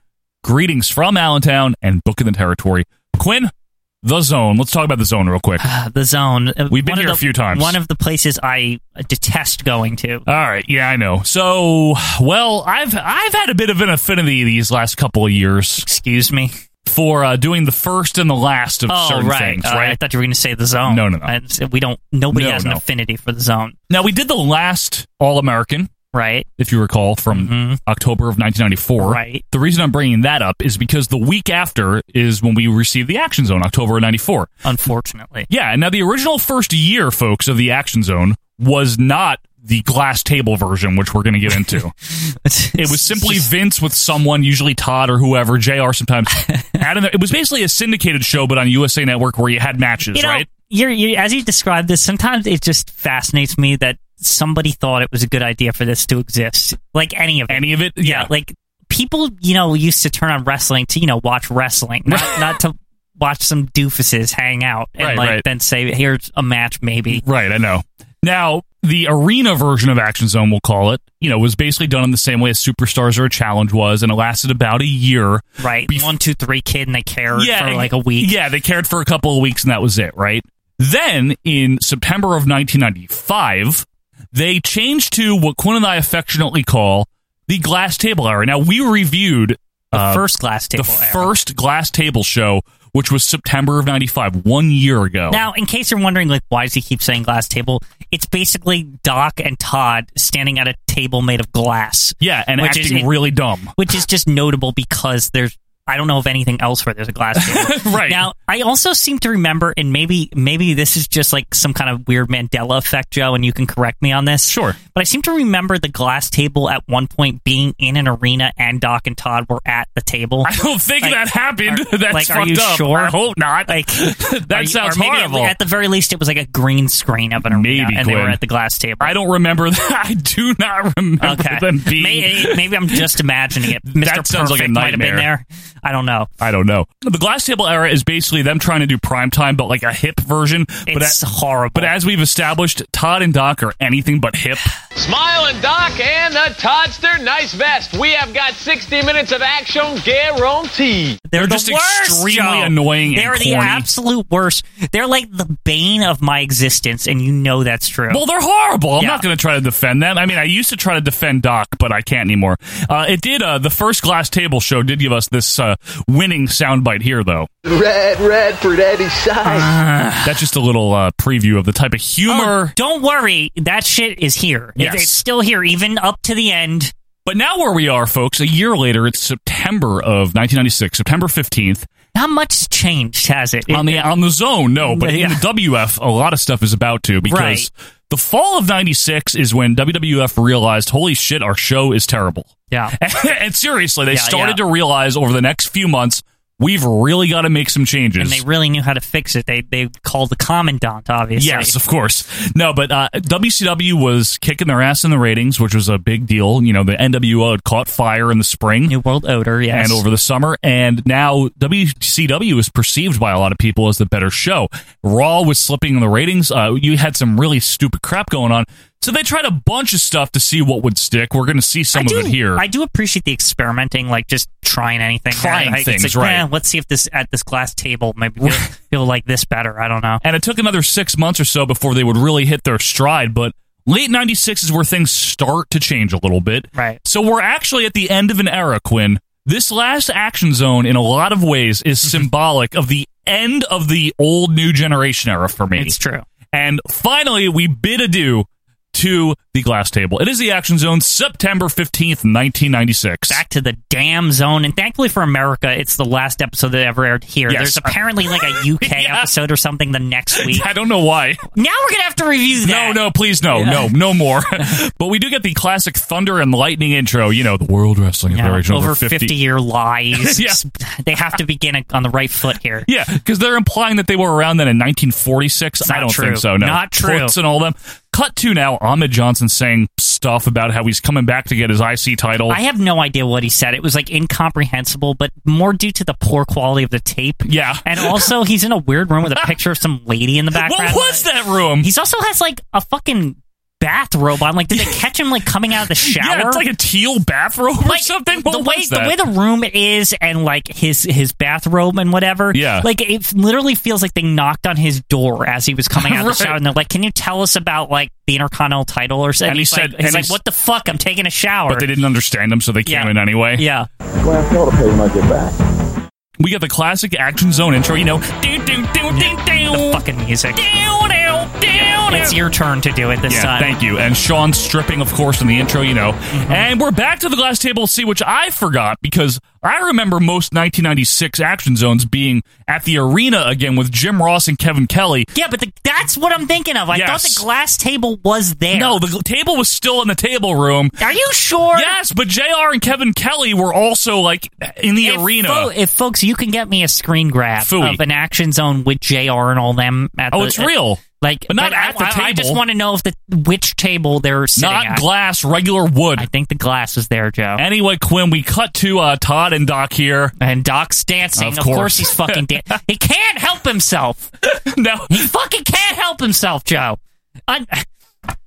Speaker 1: Greetings from Allentown, and Book in the Territory. Quinn, The Zone. Let's talk about The Zone real quick.
Speaker 2: Uh, the zone. Uh,
Speaker 1: We've been
Speaker 2: one of
Speaker 1: here a
Speaker 2: the-
Speaker 1: few times. Uh,
Speaker 2: One of the places I detest going to.
Speaker 1: All right, yeah, I know. So, well, I've I've had a bit of an affinity these last couple of years
Speaker 2: Excuse me.
Speaker 1: for uh, doing the first and the last of
Speaker 2: Oh,
Speaker 1: certain
Speaker 2: right.
Speaker 1: things,
Speaker 2: Uh,
Speaker 1: right?
Speaker 2: I thought you were going to say the zone.
Speaker 1: No, no, no.
Speaker 2: I- we don't. Nobody
Speaker 1: No,
Speaker 2: has
Speaker 1: no.
Speaker 2: an affinity for the zone,
Speaker 1: Now we did the last All American,
Speaker 2: right?
Speaker 1: if you recall, from October of 1994.
Speaker 2: Mm-hmm. Right.
Speaker 1: The reason I'm bringing that up is because the week after is when we received the Action Zone, October of 94.
Speaker 2: Unfortunately.
Speaker 1: Yeah. Now the original first year, folks, of the Action Zone was not the glass table version, which we're going to get into. It was simply Vince with someone, usually Todd or whoever, Jr. Sometimes. Adam, it was basically a syndicated show, but on USA Network where you had matches,
Speaker 2: you know,
Speaker 1: right?
Speaker 2: You're, you as you describe this, sometimes it just fascinates me that somebody thought it was a good idea for this to exist. Like any of it.
Speaker 1: Any of it?
Speaker 2: Yeah. Like people, you know, used to turn on wrestling to, you know, watch wrestling, not, not to watch some doofuses hang out and
Speaker 1: Right,
Speaker 2: like
Speaker 1: right.
Speaker 2: then say, here's a match maybe.
Speaker 1: Right, I know. Now, the arena version of Action Zone, we'll call it, you know, was basically done in the same way as Superstars or a Challenge was, and it lasted about a year.
Speaker 2: Right. One, two, three kid and they cared for like a week.
Speaker 1: Yeah, they cared for a couple of weeks, and that was it, right? Then, in September of 1995, they changed to what Quinn and I affectionately call the glass table hour. Now, we reviewed
Speaker 2: The first glass table
Speaker 1: Uh, The
Speaker 2: era.
Speaker 1: first glass table show, which was September of '95, one year ago.
Speaker 2: Now, in case you're wondering, like, why does he keep saying glass table? It's basically Doc and Todd standing at a table made of glass.
Speaker 1: Yeah, and
Speaker 2: Which
Speaker 1: acting
Speaker 2: is-
Speaker 1: really dumb.
Speaker 2: which is just notable because there's I don't know of anything else where there's a glass table. right now, I also seem to remember, and maybe maybe this is just like some kind of weird Mandela effect, Joe, and you can correct me on this. Sure, but I seem to remember the glass table at one point being in an arena, and Doc and Todd were at the table.
Speaker 1: I don't think that happened. That's
Speaker 2: like, are
Speaker 1: fucked
Speaker 2: you
Speaker 1: up.
Speaker 2: sure?
Speaker 1: I hope not.
Speaker 2: Like
Speaker 1: That
Speaker 2: Or-
Speaker 1: sounds
Speaker 2: or maybe at-
Speaker 1: horrible.
Speaker 2: At, the very least, it was like a green screen of an arena,
Speaker 1: Maybe,
Speaker 2: and they were
Speaker 1: Glenn.
Speaker 2: at the glass table.
Speaker 1: I don't remember that. I do not remember
Speaker 2: Okay.
Speaker 1: them being.
Speaker 2: Maybe, maybe I'm just imagining it. Mr.
Speaker 1: That sounds like a
Speaker 2: Perfect might have been
Speaker 1: nightmare.
Speaker 2: there. I don't know.
Speaker 1: I don't know. The glass table era is basically them trying to do primetime, but like a hip version. but
Speaker 2: It's horrible.
Speaker 1: But as we've established, Todd and Doc are anything but hip.
Speaker 6: Smile and Doc and the Toddster, nice vest. We have got 60 minutes of action guaranteed.
Speaker 2: They're, the
Speaker 1: just
Speaker 2: worst,
Speaker 1: extremely
Speaker 2: Joe.
Speaker 1: annoying and
Speaker 2: They're the
Speaker 1: corny.
Speaker 2: absolute worst. They're like the bane of my existence, and you know that's true.
Speaker 1: Well, they're horrible. I'm
Speaker 2: Yeah.
Speaker 1: not going to try to defend them. I mean, I used to try to defend Doc, but I can't anymore. Uh, it did. Uh, the first glass table show did give us this uh, winning soundbite here, though.
Speaker 17: Red, red for Eddie side.
Speaker 1: That's just a little uh, preview of the type of humor.
Speaker 2: Oh, Don't worry, that shit is here. It-
Speaker 1: Yes.
Speaker 2: it's still here, even up to the end.
Speaker 1: But now where we are, folks, a year later, it's September of 1996, September 15th.
Speaker 2: Not much has changed, has it?
Speaker 1: on the on the zone, no, but in the WF, a lot of stuff is about to because
Speaker 2: Right.
Speaker 1: the fall of '96 is when WWF realized, holy shit, our show is terrible.
Speaker 2: Yeah.
Speaker 1: and seriously, they
Speaker 2: Yeah,
Speaker 1: started
Speaker 2: yeah.
Speaker 1: to realize over the next few months, we've really got to make some changes.
Speaker 2: And they really knew how to fix it. They they called the commandant, obviously.
Speaker 1: Yes, of course. No, but uh, WCW was kicking their ass in the ratings, which was a big deal. You know, the NWO had caught fire in the spring, New
Speaker 2: World Order, yes.
Speaker 1: and over the summer, and now WCW is perceived by a lot of people as the better show. Raw was slipping in the ratings. Uh, you had some really stupid crap going on, so they tried a bunch of stuff to see what would stick. We're going to see some
Speaker 2: I do,
Speaker 1: of it here.
Speaker 2: I do appreciate the experimenting, like just trying anything,
Speaker 1: Trying
Speaker 2: Like,
Speaker 1: things,
Speaker 2: it's like,
Speaker 1: right.
Speaker 2: "Eh, let's see if this at this glass table maybe feel, feel like this better. I don't know.
Speaker 1: and it took another six months or so before they would really hit their stride. But late '96 is where things start to change a little bit.
Speaker 2: Right.
Speaker 1: So we're actually at the end of an era, Quinn. This last action zone, in a lot of ways, is
Speaker 2: Mm-hmm.
Speaker 1: symbolic of the end of the old new generation era for me.
Speaker 2: It's true.
Speaker 1: And finally, we bid adieu to the glass table. It is the action zone, September 15th, 1996.
Speaker 2: Back to the damn zone, and thankfully for America, it's the last episode that ever aired here.
Speaker 1: Yes.
Speaker 2: There's apparently like a UK episode or something the next week.
Speaker 1: I don't know why.
Speaker 2: Now we're gonna have to review that.
Speaker 1: No, no, please, no,
Speaker 2: Yeah.
Speaker 1: no, no more. but we do get the classic thunder and lightning intro. You know, the World Wrestling
Speaker 2: Yeah,
Speaker 1: Federation
Speaker 2: over 50. year lies.
Speaker 1: Yeah.
Speaker 2: They have to begin it on the right foot here.
Speaker 1: Yeah, because they're implying that they were around then in 1946.
Speaker 2: It's
Speaker 1: I
Speaker 2: not
Speaker 1: don't
Speaker 2: true.
Speaker 1: think so. No,
Speaker 2: Not true.
Speaker 1: Toots and all them. Cut to now. Ahmed Johnson saying stuff about how he's coming back to get his IC title.
Speaker 2: I have no idea what he said. It was like incomprehensible, but more due to the poor quality of the tape.
Speaker 1: Yeah.
Speaker 2: And also, he's in a weird room with a picture of some lady in the background.
Speaker 1: what was that room?
Speaker 2: He's also has like a fucking bathrobe on. Like, did they catch him like coming out of the shower?
Speaker 1: Yeah, it's like a teal bathrobe or
Speaker 2: Like,
Speaker 1: something.
Speaker 2: the
Speaker 1: What
Speaker 2: way
Speaker 1: was
Speaker 2: the
Speaker 1: that?
Speaker 2: way the room is and like his his bathrobe and whatever.
Speaker 1: Yeah.
Speaker 2: Like it literally feels like they knocked on his door as he was coming out of the shower and they're like, Can you tell us about like the Intercontinental title or something?
Speaker 1: And he
Speaker 2: he's
Speaker 1: said-
Speaker 2: like, he's
Speaker 1: and
Speaker 2: like,
Speaker 1: he's-
Speaker 2: What the fuck? I'm taking a shower.
Speaker 1: but they didn't understand him, so they came
Speaker 2: Yeah.
Speaker 1: in anyway.
Speaker 2: Yeah.
Speaker 17: Well, I ought to pay my get back.
Speaker 1: We got the classic action zone intro. You know, do do do do
Speaker 2: the
Speaker 1: do.
Speaker 2: fucking music. It's your turn to do it this
Speaker 1: yeah,
Speaker 2: time.
Speaker 1: thank you. And Sean stripping, of course, in the intro, you know.
Speaker 2: Mm-hmm.
Speaker 1: And we're back to the glass table C, which I forgot because I remember most 1996 action zones being at the arena again with Jim Ross and Kevin Kelly.
Speaker 2: yeah, but the, that's what I'm thinking of. I thought
Speaker 1: Yes.
Speaker 2: the glass table was there.
Speaker 1: No, the gl- table was still in the table room.
Speaker 2: Are you sure?
Speaker 1: Yes, but JR and Kevin Kelly were also like in the arena.
Speaker 2: Fo- if folks, you can get me a screen grab
Speaker 1: Phooey.
Speaker 2: of an action zone with Jr. and all them. At
Speaker 1: Oh,
Speaker 2: the,
Speaker 1: it's real.
Speaker 2: Like,
Speaker 1: But not at the
Speaker 2: I, I just
Speaker 1: table.
Speaker 2: want to know if the which table they're sitting
Speaker 1: Not
Speaker 2: at.
Speaker 1: glass, regular wood.
Speaker 2: I think the glass was there, Joe.
Speaker 1: Anyway, Quinn, we cut to uh, Todd and Doc here.
Speaker 2: And Doc's dancing.
Speaker 1: Of
Speaker 2: Of course,
Speaker 1: course.
Speaker 2: he's fucking dancing. he can't help himself.
Speaker 1: no,
Speaker 2: he fucking can't help himself, Joe. I-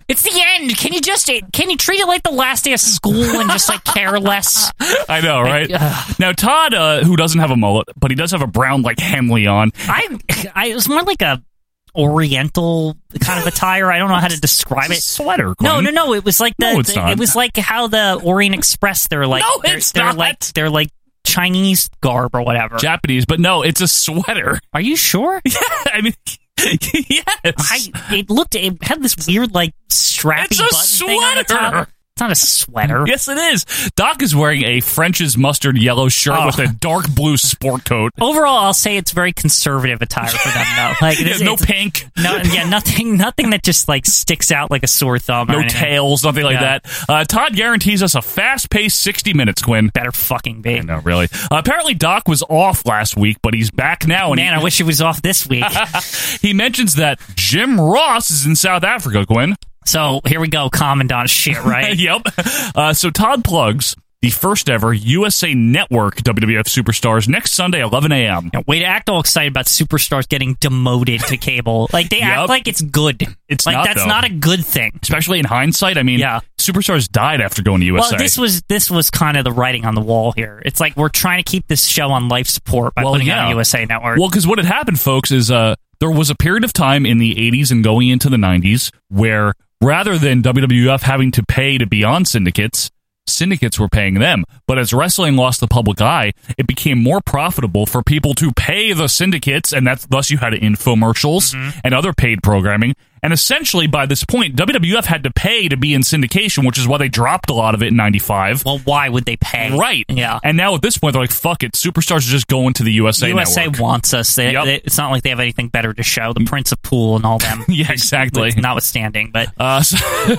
Speaker 2: it's the end. Can you just eh, can you treat it like the last day of school and just like care less?
Speaker 1: I know, right?
Speaker 2: ugh.
Speaker 1: now Todd, uh, who doesn't have a mullet, but he does have a brown like Henley on.
Speaker 2: I, I it was more like a oriental kind of attire. I don't know how to describe
Speaker 1: It's a
Speaker 2: it.
Speaker 1: sweater,
Speaker 2: No,
Speaker 1: Glenn.
Speaker 2: no, no. It was like the.
Speaker 1: No, it's
Speaker 2: the-
Speaker 1: not.
Speaker 2: It was like how the Orient Express. They're like.
Speaker 1: No,
Speaker 2: they're,
Speaker 1: it's
Speaker 2: they're
Speaker 1: not.
Speaker 2: like they're like Chinese garb or whatever.
Speaker 1: Japanese, but no, it's a sweater.
Speaker 2: Are you sure? Yeah,
Speaker 1: I mean, yes.
Speaker 2: I, it looked. It had this weird like strappy.
Speaker 1: It's a
Speaker 2: button thing on the top.
Speaker 1: sweater.
Speaker 2: It's not a sweater.
Speaker 1: Yes, it is. Doc is wearing a French's mustard yellow shirt
Speaker 2: Oh.
Speaker 1: with a dark blue sport coat.
Speaker 2: Overall, I'll say it's very conservative attire for them, though. Like, it
Speaker 1: Yeah,
Speaker 2: is-
Speaker 1: no
Speaker 2: it's-
Speaker 1: pink.
Speaker 2: no, yeah, nothing, nothing that just like sticks out like a sore thumb. or
Speaker 1: No
Speaker 2: anything.
Speaker 1: tails, nothing like
Speaker 2: Yeah.
Speaker 1: that. Uh, Todd guarantees us a fast-paced 60 minutes, Quinn.
Speaker 2: Better fucking be.
Speaker 1: I know, really. Uh, apparently, Doc was off last week, but he's back now. And
Speaker 2: Man,
Speaker 1: he,
Speaker 2: I wish it was off this week.
Speaker 1: he mentions that Jim Ross is in South Africa, Gwen.
Speaker 2: so here we go, Commandant shit, right?
Speaker 1: yep. Uh, so Todd plugs the first ever USA Network WWF Superstars next Sunday, 11 a.m.
Speaker 2: Way to act all excited about superstars getting demoted to cable. Like they
Speaker 1: Yup.
Speaker 2: act like it's good.
Speaker 1: It's
Speaker 2: like
Speaker 1: not,
Speaker 2: that's
Speaker 1: though.
Speaker 2: not a good thing.
Speaker 1: Especially in hindsight, I mean,
Speaker 2: Yeah.
Speaker 1: Superstars died after going to USA.
Speaker 2: Well, this was this was kind of the writing on the wall here. It's like we're trying to keep this show on life support by
Speaker 1: Well,
Speaker 2: putting it
Speaker 1: yeah.
Speaker 2: on USA Network.
Speaker 1: Well, because what had happened, folks, is uh, there was a period of time in the 80s and going into the 90s where rather than WWF having to pay to be on syndicates, syndicates were paying them. But as wrestling lost the public eye, it became more profitable for people to pay the syndicates, and that's thus you had infomercials
Speaker 2: Mm-hmm.
Speaker 1: and other paid programming. And essentially, by this point, WWF had to pay to be in syndication, which is why they dropped a lot of it in '95.
Speaker 2: Well, why would they pay?
Speaker 1: Right.
Speaker 2: Yeah.
Speaker 1: And now at this point, they're like, "Fuck it, superstars are just going to the USA."
Speaker 2: USA
Speaker 1: Network.
Speaker 2: wants us. They,
Speaker 1: Yup. Mm.
Speaker 2: they- it's not like they have anything better to show. The Prince of Pool and all them.
Speaker 1: Yeah, exactly.
Speaker 2: Notwithstanding, but
Speaker 1: Uh, so,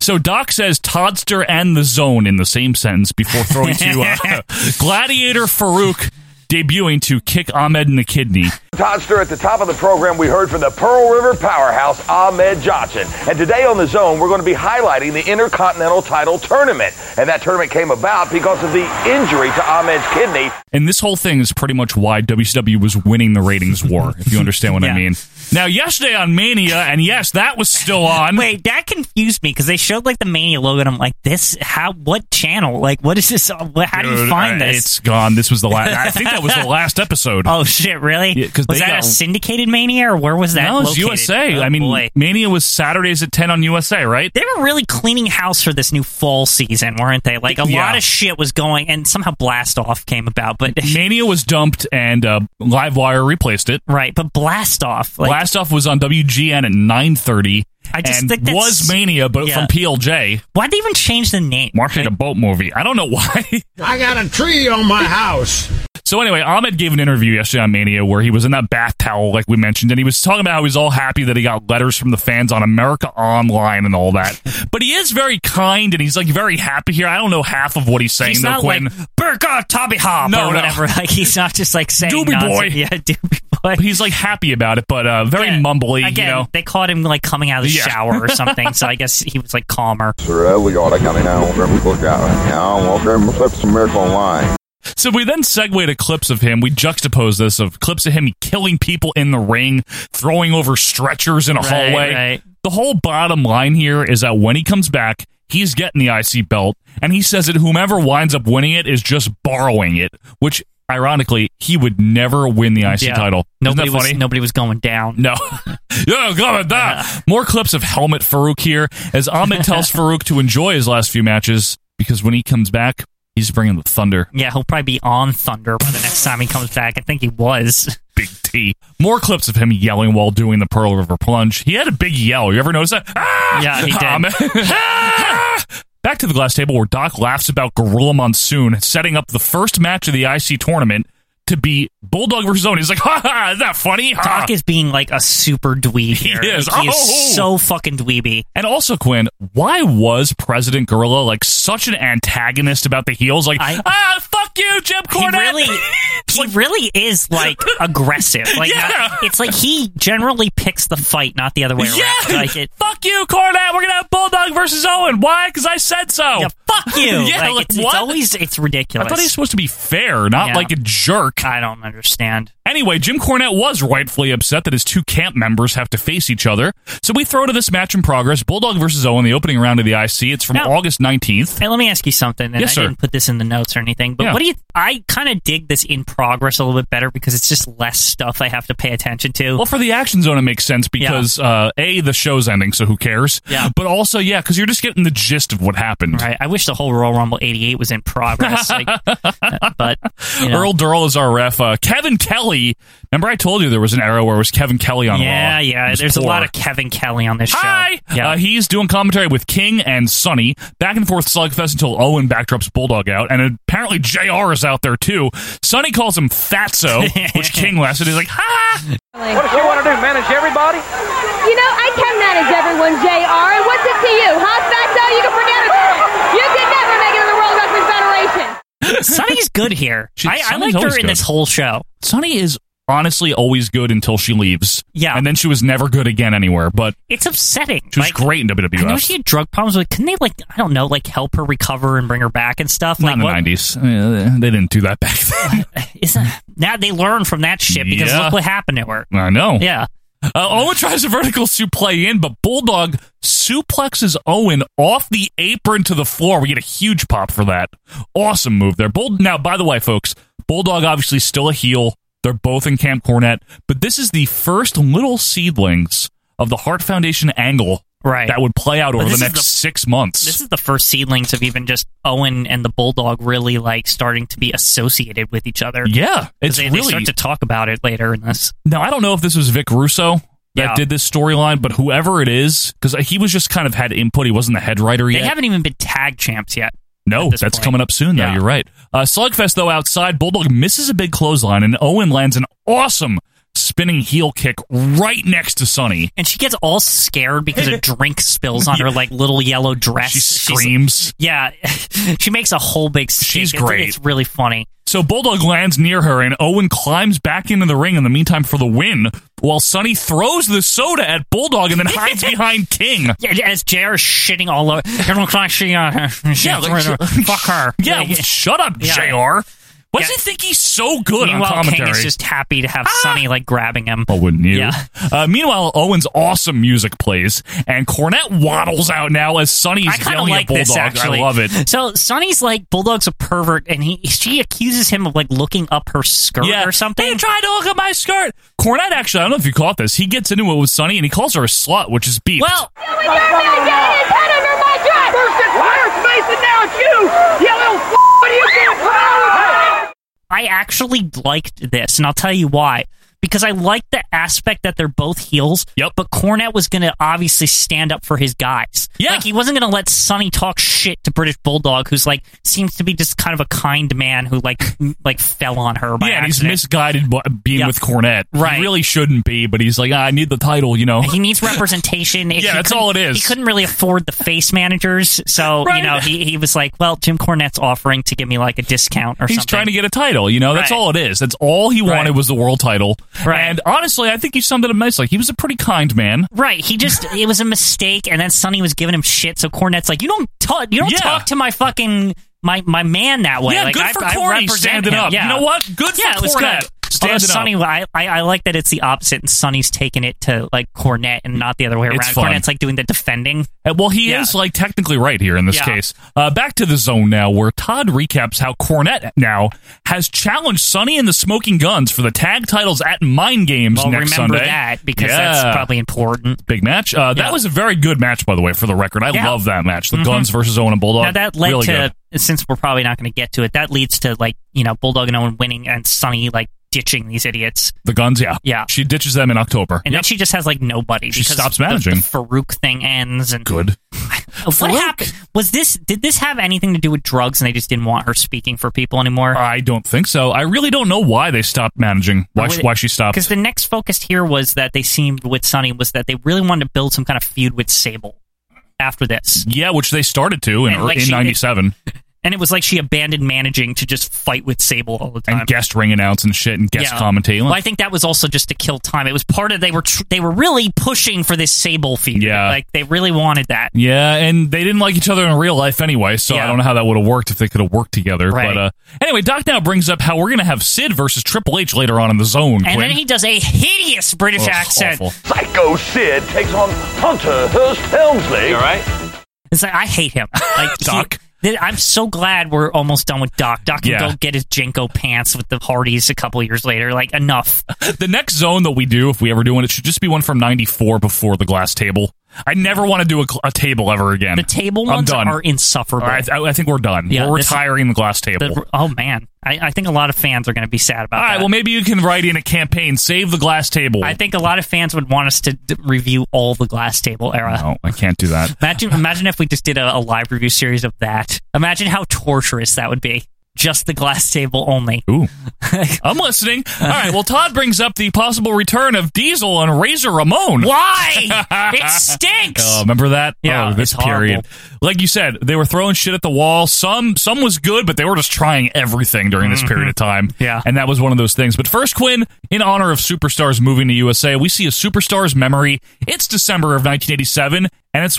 Speaker 1: so Doc says Todster and the Zone in the same sentence before throwing to uh, Gladiator Farouk debuting to kick Ahmed in the kidney.
Speaker 18: Todster, at the top of the program, we heard from the Pearl River powerhouse, Ahmed Johnson. And today on The Zone, we're going to be highlighting the Intercontinental Title Tournament. And that tournament came about because of the injury to Ahmed's kidney.
Speaker 1: And this whole thing is pretty much why WCW was winning the ratings war, if you understand what I
Speaker 2: Yeah.
Speaker 1: mean. Now, yesterday on Mania, and yes, that was still on.
Speaker 2: Wait, that confused me because they showed like the Mania logo, and I'm like, this how what channel? Like, what is this? on- what- How do you
Speaker 1: Dude,
Speaker 2: find
Speaker 1: uh,
Speaker 2: this?
Speaker 1: It's gone. This was the last. I think that was the last episode.
Speaker 2: Oh shit! Really?
Speaker 1: Yeah, 'cause
Speaker 2: was
Speaker 1: they
Speaker 2: that
Speaker 1: got-
Speaker 2: a syndicated mania or where was that?
Speaker 1: no, it was
Speaker 2: located?
Speaker 1: USA.
Speaker 2: Oh,
Speaker 1: I mean,
Speaker 2: boy.
Speaker 1: Mania was Saturdays at ten on USA, right?
Speaker 2: they were really cleaning house for this new fall season, weren't they? Like a
Speaker 1: Yeah.
Speaker 2: lot of shit was going, and somehow Blast Off came about. But
Speaker 1: Mania was dumped, and uh, Livewire replaced it.
Speaker 2: right, but Blast Off, like,
Speaker 1: Blast off was on WGN at nine thirty.
Speaker 2: I just
Speaker 1: and
Speaker 2: think that's-
Speaker 1: was Mania, but
Speaker 2: Yeah.
Speaker 1: from PLJ.
Speaker 2: why'd they even change the name?
Speaker 1: Marketed a boat movie. I don't know why.
Speaker 19: I got a tree on my house.
Speaker 1: So anyway, Ahmed gave an interview yesterday on Mania where he was in that bath towel, like we mentioned, and he was talking about how he's all happy that he got letters from the fans on America Online and all that. but he is very kind and he's like very happy here. I don't know half of what he's saying
Speaker 2: He's
Speaker 1: though,
Speaker 2: not
Speaker 1: Quinn.
Speaker 2: like Burka Toby Hop
Speaker 1: No,
Speaker 2: or
Speaker 1: no.
Speaker 2: whatever. Like he's not just like saying
Speaker 1: Doobie
Speaker 2: nonsense.
Speaker 1: boy.
Speaker 2: Yeah, Doobie Boy.
Speaker 1: he's like happy about it, but uh, very mumbly.
Speaker 2: Again,
Speaker 1: you know,
Speaker 2: they caught him like coming out of the
Speaker 1: Yeah.
Speaker 2: shower or something, so I guess he was like calmer.
Speaker 17: Really gotta come in. I don't remember to look out right now. I don't remember to some miracle online.
Speaker 1: So we then segue to clips of him. We juxtapose this of clips of him killing people in the ring, throwing over stretchers in a
Speaker 2: Right,
Speaker 1: hallway.
Speaker 2: right.
Speaker 1: The whole bottom line here is that when he comes back, he's getting the IC belt, and he says that whomever winds up winning it is just borrowing it, which ironically, he would never win the IC
Speaker 2: Yeah.
Speaker 1: title.
Speaker 2: Nobody
Speaker 1: Isn't that funny?
Speaker 2: was nobody was going down.
Speaker 1: No. yeah, go with
Speaker 2: Uh-huh.
Speaker 1: that. More clips of Helmet Farouk here as Ahmed tells Farouk to enjoy his last few matches because when he comes back, he's bringing the thunder.
Speaker 2: Yeah, he'll probably be on Thunder by the next time he comes back. I think he was.
Speaker 1: Big T. More clips of him yelling while doing the Pearl River plunge. He had a big yell. You ever notice that? Ah!
Speaker 2: Yeah, he did.
Speaker 1: Ah! Back to the glass table where Doc laughs about Gorilla Monsoon setting up the first match of the IC tournament to be Bulldog versus Owen. He's like, ha ha, isn't that funny? Ha.
Speaker 2: Doc is being like a super dweeb here.
Speaker 1: Ah. is.
Speaker 2: Like, he
Speaker 1: Oh!
Speaker 2: is so fucking dweeby.
Speaker 1: And also, Quinn, why was President Gorilla like such an antagonist about the heels? Like,
Speaker 2: I-
Speaker 1: ah, fuck you, Jim
Speaker 2: He
Speaker 1: Cornette.
Speaker 2: really, he really is like aggressive. Like
Speaker 1: Yeah.
Speaker 2: not- it's like he generally picks the fight, not the other way
Speaker 1: yeah,
Speaker 2: around. Like it,
Speaker 1: fuck you, Cornette. We're gonna have Bulldog versus Owen. Why? Because I said so.
Speaker 2: yeah, fuck you.
Speaker 1: Oh. yeah,
Speaker 2: like,
Speaker 1: like,
Speaker 2: it's, it's
Speaker 1: what?
Speaker 2: always it's
Speaker 1: I
Speaker 2: ridiculous.
Speaker 1: thought he was supposed to be fair, not
Speaker 2: Yeah.
Speaker 1: like a jerk.
Speaker 2: I don't understand.
Speaker 1: Anyway, Jim Cornette was rightfully upset that his two camp members have to face each other. So we throw to this match in progress Bulldog versus Owen, the opening round of the IC. It's from
Speaker 2: Now-
Speaker 1: August 19th.
Speaker 2: Hey, let me ask you something. And
Speaker 1: Yes,
Speaker 2: I
Speaker 1: sir.
Speaker 2: didn't put this in the notes or anything, but
Speaker 1: Yeah.
Speaker 2: what do you? I kind of dig this in progress a little bit better because it's just less stuff I have to pay attention to.
Speaker 1: Well, for the action zone, it makes sense because, uh, A, the show's ending, so who cares?
Speaker 2: Yeah.
Speaker 1: But also, yeah, because you're just getting the gist of what happened.
Speaker 2: Right. I wish wish the whole Royal Rumble 88 was in progress. Like, uh, but you know.
Speaker 1: Earl Durrell is our ref. Uh, Kevin Kelly. Remember, I told you there was an era where it was Kevin Kelly on
Speaker 2: yeah,
Speaker 1: Raw. It
Speaker 2: yeah.
Speaker 1: was
Speaker 2: There's a
Speaker 1: poor.
Speaker 2: lot of Kevin Kelly on this show.
Speaker 1: Hi. Uh, he's doing commentary with King and Sonny. Back and forth slugfest until Owen backdrops Bulldog out. And apparently JR is out there too. Sonny calls him Fatso, which King laughs at. He's like, ha!
Speaker 18: What does she want to do? Manage everybody?
Speaker 9: You know, I can manage everyone, JR. And what's it to you, huh, Fatso? You can forget about it. You can never make it in the World Wrestling Federation.
Speaker 2: Sonny's good here.
Speaker 1: She-
Speaker 2: I, I
Speaker 1: Sonny's
Speaker 2: liked her
Speaker 1: always
Speaker 2: in
Speaker 1: good.
Speaker 2: this whole show.
Speaker 1: Sonny is honestly always good until she leaves.
Speaker 2: Yeah.
Speaker 1: And then she was never good again anywhere, but
Speaker 2: It's upsetting.
Speaker 1: she was
Speaker 2: Like,
Speaker 1: great in WWF.
Speaker 2: I know she had drug problems, but can they like I don't know, like help her recover and bring her back and stuff?
Speaker 1: Not
Speaker 2: Like
Speaker 1: in the
Speaker 2: what-
Speaker 1: 90s. Uh, They didn't do that back then.
Speaker 2: now they learn from that shit because
Speaker 1: Yeah.
Speaker 2: look what happened to her.
Speaker 1: I know.
Speaker 2: Yeah.
Speaker 1: Uh, Owen tries a vertical suplex in, but Bulldog suplexes Owen off the apron to the floor. We get a huge pop for that. Awesome move there. Bull- now, by the way, folks, Bulldog obviously still a heel. They're both in Camp Cornet, but this is the first little seedlings of the Hart Foundation angle
Speaker 2: Right.
Speaker 1: that would play out
Speaker 2: But
Speaker 1: over the
Speaker 2: this is
Speaker 1: next
Speaker 2: the-
Speaker 1: six months.
Speaker 2: This is the first seedlings of even just Owen and the Bulldog really like starting to be associated with each other.
Speaker 1: yeah,
Speaker 2: 'Cause
Speaker 1: it's
Speaker 2: they, they
Speaker 1: really
Speaker 2: start to talk about it later in this.
Speaker 1: Now, I don't know if this was Vic Russo that
Speaker 2: Yeah.
Speaker 1: did this storyline, but whoever it is, because he was just kind of had input. He wasn't the head writer
Speaker 2: They
Speaker 1: yet.
Speaker 2: haven't even been tag champs yet.
Speaker 1: no,
Speaker 2: this
Speaker 1: that's
Speaker 2: point.
Speaker 1: coming up soon, though.
Speaker 2: Yeah.
Speaker 1: You're right. Uh, Slugfest, though, outside, Bulldog misses a big clothesline, and Owen lands an awesome spinning heel kick right next to Sonny.
Speaker 2: And she gets all scared because a drink spills on her like little yellow dress.
Speaker 1: She
Speaker 2: She's-
Speaker 1: screams.
Speaker 2: yeah. she makes a whole big stink.
Speaker 1: She's
Speaker 2: It's-
Speaker 1: great.
Speaker 2: It's, really funny.
Speaker 1: So Bulldog lands near her, and Owen climbs back into the ring in the meantime for the win, while Sonny throws the soda at Bulldog and then hides behind King.
Speaker 2: Yeah, as JR is shitting all over everyone crying shitting on her. She
Speaker 1: Yeah, like,
Speaker 2: fuck her.
Speaker 1: Yeah,
Speaker 2: Like,
Speaker 1: shut up,
Speaker 2: Yeah.
Speaker 1: JR. Why does
Speaker 2: Yeah.
Speaker 1: he think he's so good on
Speaker 2: Meanwhile,
Speaker 1: commentary? Ah!
Speaker 2: King is just happy to have Sonny like grabbing him.
Speaker 1: Oh, wouldn't you?
Speaker 2: Yeah.
Speaker 1: Uh, meanwhile, Owen's awesome music plays, and Cornette waddles out now as Sonny's
Speaker 2: I kind of
Speaker 1: yelling
Speaker 2: like
Speaker 1: at Bulldog.
Speaker 2: this actually.
Speaker 1: I love it.
Speaker 2: So Sonny's like Bulldog's a pervert, and he she accuses him of like looking up her skirt
Speaker 1: Yeah.
Speaker 2: or something.
Speaker 1: Hey, trying to look at my skirt. Cornette actually, I don't know if you caught this. He gets into it with Sonny, and he calls her a slut, which is beef.
Speaker 2: well,
Speaker 9: We dare him to get his head under my dress.
Speaker 6: Mason, now it's you! You little f- what are you doing?
Speaker 2: I actually liked this, and I'll tell you why. Because I like the aspect that they're both heels.
Speaker 1: Yep.
Speaker 2: But Cornette was going to obviously stand up for his guys.
Speaker 1: Yeah.
Speaker 2: Like he wasn't going to let Sonny talk shit to British Bulldog, who's like seems to be just kind of a kind man who like m- like fell on her by
Speaker 1: yeah, and he's
Speaker 2: accident.
Speaker 1: misguided by being
Speaker 2: Yeah.
Speaker 1: with Cornette.
Speaker 2: Right.
Speaker 1: He really shouldn't be, but he's like, "Ah, I need the title, you know.
Speaker 2: he needs representation. If
Speaker 1: Yeah,
Speaker 2: he
Speaker 1: that's
Speaker 2: couldn't-
Speaker 1: all it is.
Speaker 2: He couldn't really afford the face managers, so
Speaker 1: Right.
Speaker 2: you know he, he was like, "Well, Jim Cornette's offering to give me like a discount or
Speaker 1: He's
Speaker 2: something."
Speaker 1: trying to get a title, you know. That's
Speaker 2: Right.
Speaker 1: all it is. That's all he wanted
Speaker 2: Right.
Speaker 1: was the world title.
Speaker 2: Right.
Speaker 1: And honestly, I think you summed it up nicely. He was a pretty kind man.
Speaker 2: Right, he just—it was a mistake, and then Sonny was giving him shit. So Cornette's like, "You don't talk, you don't
Speaker 1: Yeah.
Speaker 2: talk to my fucking my my man that way."
Speaker 1: Yeah,
Speaker 2: like,
Speaker 1: good
Speaker 2: I,
Speaker 1: for
Speaker 2: I
Speaker 1: Corny
Speaker 2: represent
Speaker 1: standing
Speaker 2: him.
Speaker 1: up.
Speaker 2: Yeah.
Speaker 1: You know what? Good for
Speaker 2: yeah, it was
Speaker 1: Cornette
Speaker 2: good.
Speaker 1: standing
Speaker 2: Although
Speaker 1: up.
Speaker 2: Sonny, I, I I like that it's the opposite, and Sonny's taking it to like Cornette and not the other way
Speaker 1: It's
Speaker 2: around.
Speaker 1: fun.
Speaker 2: Cornette's like doing the defending.
Speaker 1: Uh, Well, he
Speaker 2: Yeah.
Speaker 1: is like technically right here in this
Speaker 2: Yeah.
Speaker 1: case. Uh, back to the zone now, where Todd recaps how Cornette now has challenged Sonny and the Smoking Guns for the tag titles at Mind Games
Speaker 2: Well,
Speaker 1: next
Speaker 2: remember
Speaker 1: Sunday.
Speaker 2: that because
Speaker 1: Yeah.
Speaker 2: that's probably important.
Speaker 1: big match. Uh, that
Speaker 2: Yeah.
Speaker 1: was a very good match, by the way, for the record. I
Speaker 2: Yeah.
Speaker 1: love that match, the
Speaker 2: Mhm.
Speaker 1: Guns versus Owen and Bulldog.
Speaker 2: Now that led
Speaker 1: really
Speaker 2: to
Speaker 1: good.
Speaker 2: since we're probably not going to get to it, that leads to like you know Bulldog and Owen winning and Sonny like ditching these idiots,
Speaker 1: the Guns. Yeah,
Speaker 2: Yeah.
Speaker 1: She ditches them in October.
Speaker 2: and then
Speaker 1: Yep.
Speaker 2: she just has like nobody.
Speaker 1: She
Speaker 2: because
Speaker 1: stops
Speaker 2: the-
Speaker 1: managing.
Speaker 2: The, Farouk thing ends and
Speaker 1: good.
Speaker 2: What happened? Was this? Did this have anything to do with drugs? And they just didn't want her speaking for people anymore.
Speaker 1: I don't think so. I really don't know why they stopped managing. Why, she- why she stopped?
Speaker 2: Because the next focus here was that they seemed with Sonny was that they really wanted to build some kind of feud with Sable after this,
Speaker 1: Yeah, which they started to in
Speaker 2: And, like,
Speaker 1: in
Speaker 2: she-
Speaker 1: '97,
Speaker 2: and it was like she abandoned managing to just fight with Sable all the time.
Speaker 1: and guest ring announce and shit, and guest
Speaker 2: Yeah.
Speaker 1: commentating.
Speaker 2: Well, I think that was also just to kill time. It was part of they were tr- they were really pushing for this Sable feud.
Speaker 1: Yeah.
Speaker 2: like they really wanted that.
Speaker 1: Yeah, and they didn't like each other in real life anyway, so I
Speaker 2: Yeah.
Speaker 1: don't know how that would have worked if they could have worked together.
Speaker 2: Right.
Speaker 1: But uh, anyway, Doc now brings up how we're going to have Sid versus Triple H later on in the zone.
Speaker 2: And
Speaker 1: Quinn.
Speaker 2: then he does a hideous British
Speaker 1: Ugh,
Speaker 2: accent.
Speaker 1: awful.
Speaker 18: Psycho Sid takes on Hunter Hurst Helmsley. All right.
Speaker 2: It's like I hate him. Like he-
Speaker 1: Doc.
Speaker 2: th- I'm so glad we're almost done with Doc. Doc can
Speaker 1: Yeah.
Speaker 2: go get his Jenko pants with the Hardys a couple years later. Like enough.
Speaker 1: The next zone that we do, if we ever do one, it should just be one from 94 before the glass table. I never want to do a, cl- a table ever again. The
Speaker 2: table
Speaker 1: I'm
Speaker 2: ones
Speaker 1: done.
Speaker 2: are insufferable.
Speaker 1: I, I- I think we're done.
Speaker 2: Yeah,
Speaker 1: we're
Speaker 2: this-
Speaker 1: retiring the glass table.
Speaker 2: The- oh man, I, I think a lot of fans are going to be sad about
Speaker 1: All right.
Speaker 2: that.
Speaker 1: Well, maybe you can write in a campaign. Save the glass table.
Speaker 2: I think a lot of fans would want us to d- review all the glass table era.
Speaker 1: No, Oh, I can't do that.
Speaker 2: Imagine, imagine if we just did a, a live review series of that. Imagine how torturous that would be. Just the glass table only.
Speaker 1: Ooh, I'm listening. All right. Well, Todd brings up the possible return of Diesel and Razor Ramon.
Speaker 2: Why? it stinks.
Speaker 1: Oh, remember that?
Speaker 2: Yeah,
Speaker 1: oh, this
Speaker 2: it's horrible.
Speaker 1: period. Like you said, they were throwing shit at the wall. Some some was good, but they were just trying everything during this
Speaker 2: Mhm.
Speaker 1: period of time.
Speaker 2: Yeah.
Speaker 1: And that was one of those things. But first, Quinn, in honor of superstars moving to USA, we see a superstar's memory. It's December of 1987, and it's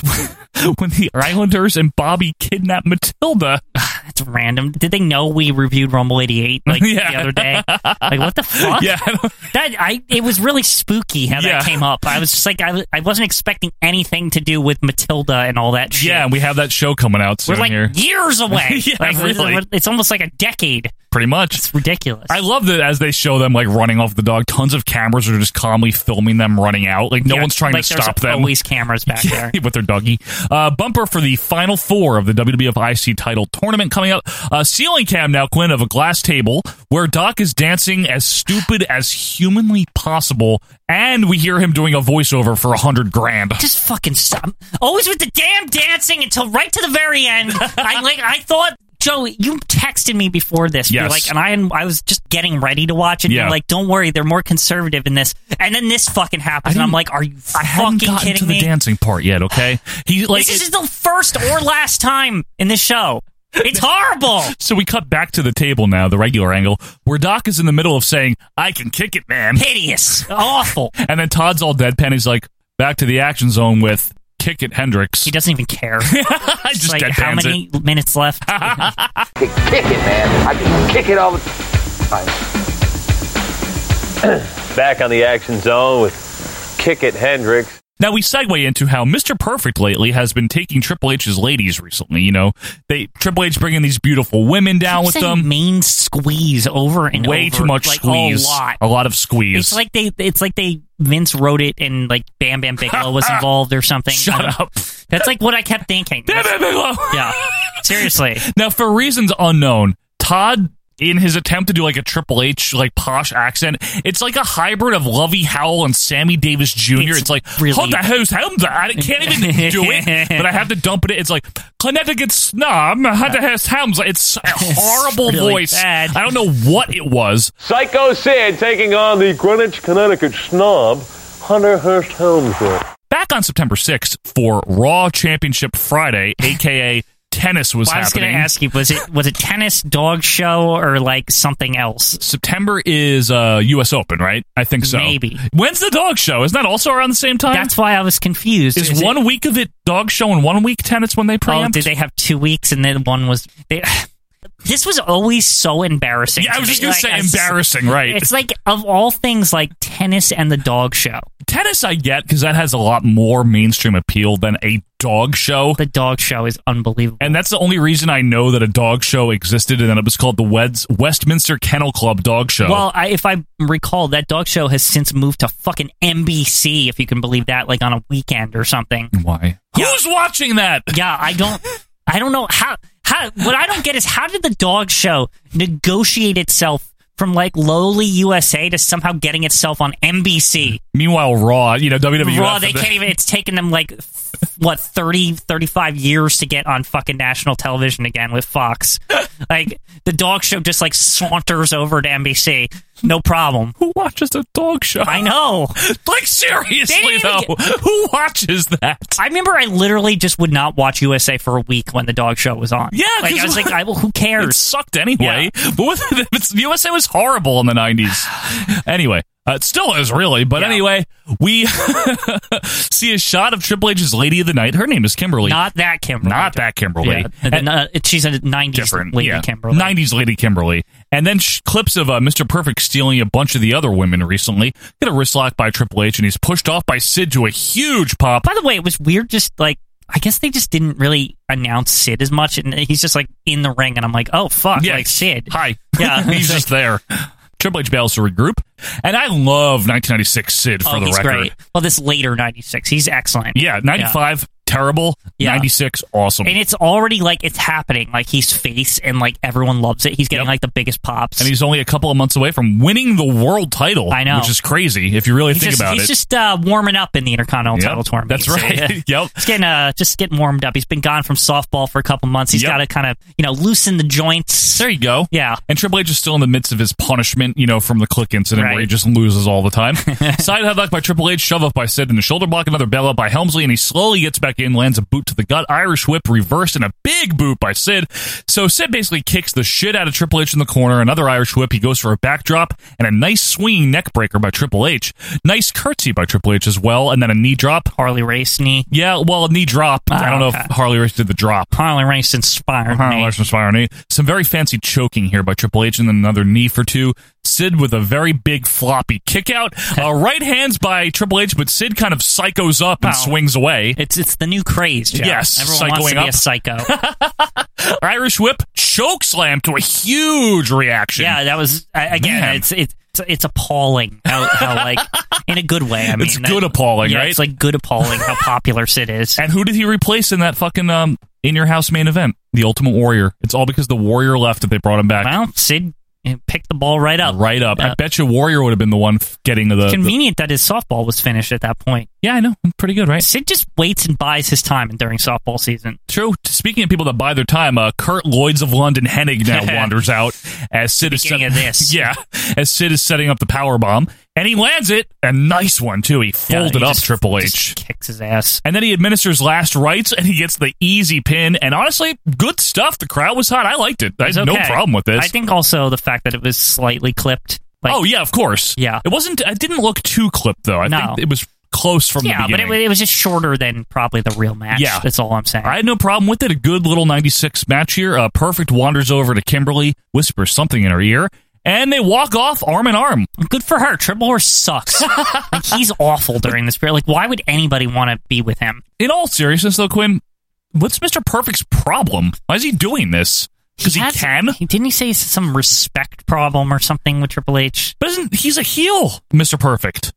Speaker 1: when the Islanders and Bobby kidnap Matilda.
Speaker 2: That's random. Did they know we reviewed Rumble '88 like the other day? Like what the fuck?
Speaker 1: Yeah.
Speaker 2: that I. It was really spooky how
Speaker 1: Yeah.
Speaker 2: that came up. I was just like I, was- I wasn't expecting anything to do with Matilda and all that shit.
Speaker 1: Yeah, and we have that show coming out soon
Speaker 2: We're like
Speaker 1: here.
Speaker 2: years away.
Speaker 1: Yeah,
Speaker 2: Like, it's-
Speaker 1: really.
Speaker 2: It's almost like a decade.
Speaker 1: Pretty much.
Speaker 2: It's ridiculous.
Speaker 1: I love that as they show them like running off the dog, tons of cameras are just calmly filming them running out. Like no
Speaker 2: Yeah,
Speaker 1: one's trying
Speaker 2: like,
Speaker 1: to
Speaker 2: there's
Speaker 1: stop them.
Speaker 2: Always cameras back there.
Speaker 1: Yeah, with their doggy. Uh, bumper for the final four of the WWF IC title tournament coming up. Uh, ceiling cam now, Quinn, of a glass table where Doc is dancing as stupid as humanly possible, and we hear him doing a voiceover for a hundred grand.
Speaker 2: Just fucking stop. Always with the damn dancing until right to the very end. I like. I thought. Joe, you texted me before this. You're
Speaker 1: Yes.
Speaker 2: like, and I, I was just getting ready to watch it.
Speaker 1: Yeah.
Speaker 2: You're like, don't worry, they're more conservative in this. And then this fucking happens, and I'm like, are you
Speaker 1: I haven't
Speaker 2: fucking
Speaker 1: gotten
Speaker 2: kidding
Speaker 1: to the
Speaker 2: me?
Speaker 1: dancing part yet. Okay, he like
Speaker 2: this is the first or last time in this show. It's horrible.
Speaker 1: So we cut back to the table now, the regular angle, where Doc is in the middle of saying, I can kick it, man.
Speaker 2: Hideous. Awful.
Speaker 1: And then Todd's all deadpan. He's like, back to the action zone with kick it, Hendrix. He
Speaker 2: doesn't even care.
Speaker 1: I just
Speaker 2: like,
Speaker 1: deadpans
Speaker 2: how many
Speaker 1: it.
Speaker 2: minutes left?
Speaker 18: I can kick it, man. I can kick it all the time.
Speaker 20: Back on the action zone with Kick It Hendricks.
Speaker 1: Now we segue into how Mr. Perfect lately has been taking Triple H's ladies recently. You know, they Triple H bringing these beautiful women down
Speaker 2: Keep
Speaker 1: with
Speaker 2: saying
Speaker 1: them.
Speaker 2: Main squeeze over and
Speaker 1: Way
Speaker 2: over,
Speaker 1: too much
Speaker 2: like,
Speaker 1: squeeze.
Speaker 2: A lot.
Speaker 1: of squeeze.
Speaker 2: It's like they. It's like they. Vince wrote it, and like Bam Bam Bigelow was involved or something.
Speaker 1: Shut
Speaker 2: up. That's like what I kept thinking. Bam
Speaker 1: Bam Bigelow.
Speaker 2: Yeah. Seriously.
Speaker 1: Now, for reasons unknown, Todd, in his attempt to do like a Triple H like posh accent, it's like a hybrid of Lovey Howell and Sammy Davis Jr. It's, like
Speaker 2: really-
Speaker 1: "Hold the house, hold the-" I can't even do it, but I have to dump it. in. It's like Connecticut snob, hold the house, hold the-" It's a horrible
Speaker 20: really
Speaker 1: voice. I don't know what it was.
Speaker 20: Psycho Sid taking on the Greenwich, Connecticut snob, Hunter Hearst Helmsworth.
Speaker 1: Back on September 6th for Raw Championship Friday, aka tennis was
Speaker 2: Well, I was
Speaker 1: happening.
Speaker 2: going to ask you was it was it tennis dog show or like something else?
Speaker 1: September is uh, U.S. Open, right? I think so.
Speaker 2: Maybe.
Speaker 1: When's the dog show? Isn't that also around the same time?
Speaker 2: That's why I was confused.
Speaker 1: Is,
Speaker 2: Um, Is it-
Speaker 1: one week of it dog show and one week tennis when they
Speaker 2: Oh,
Speaker 1: preempt?
Speaker 2: did they have two weeks and then one was they? This was always so embarrassing.
Speaker 1: Yeah, I
Speaker 2: to
Speaker 1: was
Speaker 2: me.
Speaker 1: just gonna
Speaker 2: Like,
Speaker 1: say
Speaker 2: I s-
Speaker 1: embarrassing, right?
Speaker 2: It's like of all things, like tennis and the dog show.
Speaker 1: tennis I get because that has a lot more mainstream appeal than a dog show.
Speaker 2: The dog show is unbelievable,
Speaker 1: and that's the only reason I know that a dog show existed, and then it was called the Weds- Westminster Kennel Club Dog Show.
Speaker 2: Well, I, if I recall, that dog show has since moved to fucking NBC, if you can believe that, like on a weekend or something.
Speaker 1: why? Who's watching that?
Speaker 2: Yeah, I don't. I don't know how. How what I don't get is how did the dog show negotiate itself from like lowly USA to somehow getting itself on NBC?
Speaker 1: Meanwhile, Raw, you know, E WWF.
Speaker 2: Raw, they can't even. It's taken them like what 30, 35 years to get on fucking national television again with Fox. like the dog show just like saunters over to NBC, no problem.
Speaker 1: Who watches a dog show?
Speaker 2: I know.
Speaker 1: like seriously
Speaker 2: They
Speaker 1: though,
Speaker 2: didn't even
Speaker 1: who watches that?
Speaker 2: I remember I literally just would not watch USA for a week when the dog show was on.
Speaker 1: Yeah,
Speaker 2: like
Speaker 1: 'cause-
Speaker 2: I was like, I, well, who cares?
Speaker 1: It sucked anyway. But with, it's, USA was horrible in the nineties. anyway, uh, it still is really. But anyway, we see a shot of Triple H's Lady of the Night. Her name is Kimberly.
Speaker 2: Not that Kimberly.
Speaker 1: Not that Kimberly.
Speaker 2: Yeah, the- uh, she's a '90s
Speaker 1: different
Speaker 2: lady
Speaker 1: yeah.
Speaker 2: Kimberly.
Speaker 1: 90s Lady Kimberly. And then sh- clips of uh, Mr. Perfect stealing a bunch of the other women recently. Get a wrist lock by Triple H, and he's pushed off by Sid to a huge pop.
Speaker 2: By the way, it was weird. Just like I guess they just didn't really announce Sid as much, and he's just like in the ring, and I'm like, oh fuck,
Speaker 1: Yeah.
Speaker 2: like Sid.
Speaker 1: Hi.
Speaker 2: Yeah,
Speaker 1: he's just there. Triple H bails to regroup. And I love 1996 Sid for
Speaker 2: oh,
Speaker 1: the
Speaker 2: he's
Speaker 1: record.
Speaker 2: great. Well, this later '96, he's excellent.
Speaker 1: Yeah, 95, terrible. 96, awesome.
Speaker 2: And it's already like it's happening. Like he's face and like everyone loves it. He's getting like the biggest pops.
Speaker 1: And he's only a couple of months away from winning the world title.
Speaker 2: I know.
Speaker 1: Which is crazy if you really
Speaker 2: he's
Speaker 1: think
Speaker 2: just,
Speaker 1: about
Speaker 2: he's
Speaker 1: it.
Speaker 2: just uh, warming up in the Intercontinental
Speaker 1: Yep,
Speaker 2: title tournament.
Speaker 1: that's right. yep.
Speaker 2: He's getting uh, just getting warmed up. He's been gone from softball for a couple months. He's got to kind of you know loosen the joints.
Speaker 1: There you go.
Speaker 2: Yeah.
Speaker 1: And Triple H is still in the midst of his punishment, you know, from the click incident where he just loses all the time. Side headlock by Triple H, shove up by Sid, and a shoulder block, another bell up by Helmsley, and he slowly gets back in, lands a boot to the gut, Irish whip reversed, and a big boot by Sid. So Sid basically kicks the shit out of Triple H in the corner, another Irish whip, he goes for a backdrop, and a nice swinging neck breaker by Triple H. Nice curtsy by Triple H as well, and then a knee drop.
Speaker 2: Harley Race knee.
Speaker 1: Yeah, well, a knee drop. I don't know if Harley Race did the drop.
Speaker 2: Harley Race inspired
Speaker 1: Harley
Speaker 2: me.
Speaker 1: Race inspired me. Some very fancy choking here by Triple H, and then another knee for two. Sid with a very big floppy kick out. Uh, right hands by Triple H, but Sid kind of psychos up and
Speaker 2: Wow.
Speaker 1: swings away.
Speaker 2: It's it's the new craze. Jeff.
Speaker 1: Yes,
Speaker 2: everyone wants to
Speaker 1: psychoing
Speaker 2: be
Speaker 1: up.
Speaker 2: a psycho.
Speaker 1: Irish whip, choke slam to a huge reaction.
Speaker 2: yeah, that was I- again.
Speaker 1: Man.
Speaker 2: It's it's it's appalling how, how like in a good way. I mean,
Speaker 1: it's
Speaker 2: that-
Speaker 1: good appalling,
Speaker 2: yeah,
Speaker 1: right?
Speaker 2: It's like good appalling how popular Sid is.
Speaker 1: And who did he replace in that fucking um in your house main event? The Ultimate Warrior. It's all because the Warrior left that they brought him back.
Speaker 2: Well, Sid picked the ball right up.
Speaker 1: Right up.
Speaker 2: Yeah.
Speaker 1: I bet you Warrior would have been the one f- getting the, the
Speaker 2: Convenient that his softball was finished at that point.
Speaker 1: Yeah, I know. Pretty good, right?
Speaker 2: Sid just waits and buys his time during softball season.
Speaker 1: True. Speaking of people that buy their time, uh, Kurt Lloyd's of London Hennig now wanders out as Sid is
Speaker 2: Beginning
Speaker 1: setting
Speaker 2: of this.
Speaker 1: yeah, as Sid is setting up the power bomb, and he lands it. A nice one too. He folded
Speaker 2: he
Speaker 1: up
Speaker 2: just-
Speaker 1: Triple H,
Speaker 2: just kicks his ass.
Speaker 1: and then he administers last rites, and he gets the easy pin. And honestly, good stuff. The crowd was hot. I liked it. I
Speaker 2: It's
Speaker 1: had no
Speaker 2: okay.
Speaker 1: problem with this.
Speaker 2: I think also the fact that it was slightly clipped. Like,
Speaker 1: oh yeah, of course.
Speaker 2: Yeah.
Speaker 1: it wasn't. It didn't look too clipped though. I
Speaker 2: No.
Speaker 1: think it was close from
Speaker 2: yeah,
Speaker 1: the
Speaker 2: but
Speaker 1: beginning.
Speaker 2: it, wa- it was just shorter than probably the real match.
Speaker 1: Yeah.
Speaker 2: that's all I'm saying.
Speaker 1: I had no problem with it. A good little 96 match here. Uh, Perfect wanders over to Kimberly, whispers something in her ear, and they walk off arm in arm.
Speaker 2: Good for her. Triple H sucks. like he's awful during this period. Like, why would anybody want to be with him?
Speaker 1: In all seriousness, though, Quinn, what's Mr. Perfect's problem? Why is he doing this? Because he,
Speaker 2: has-
Speaker 1: can?
Speaker 2: He, didn't he say it's some respect problem or something with Triple H?
Speaker 1: But isn't, he's a heel, Mr. Perfect.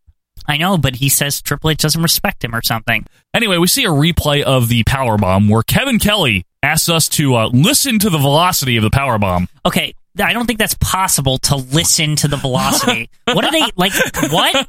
Speaker 2: I know, but he says Triple H doesn't respect him or something.
Speaker 1: Anyway, we see a replay of the power bomb where Kevin Kelly asks us to uh, listen to the velocity of the power bomb.
Speaker 2: Okay, I don't think that's possible to listen to the velocity. what are they like? What?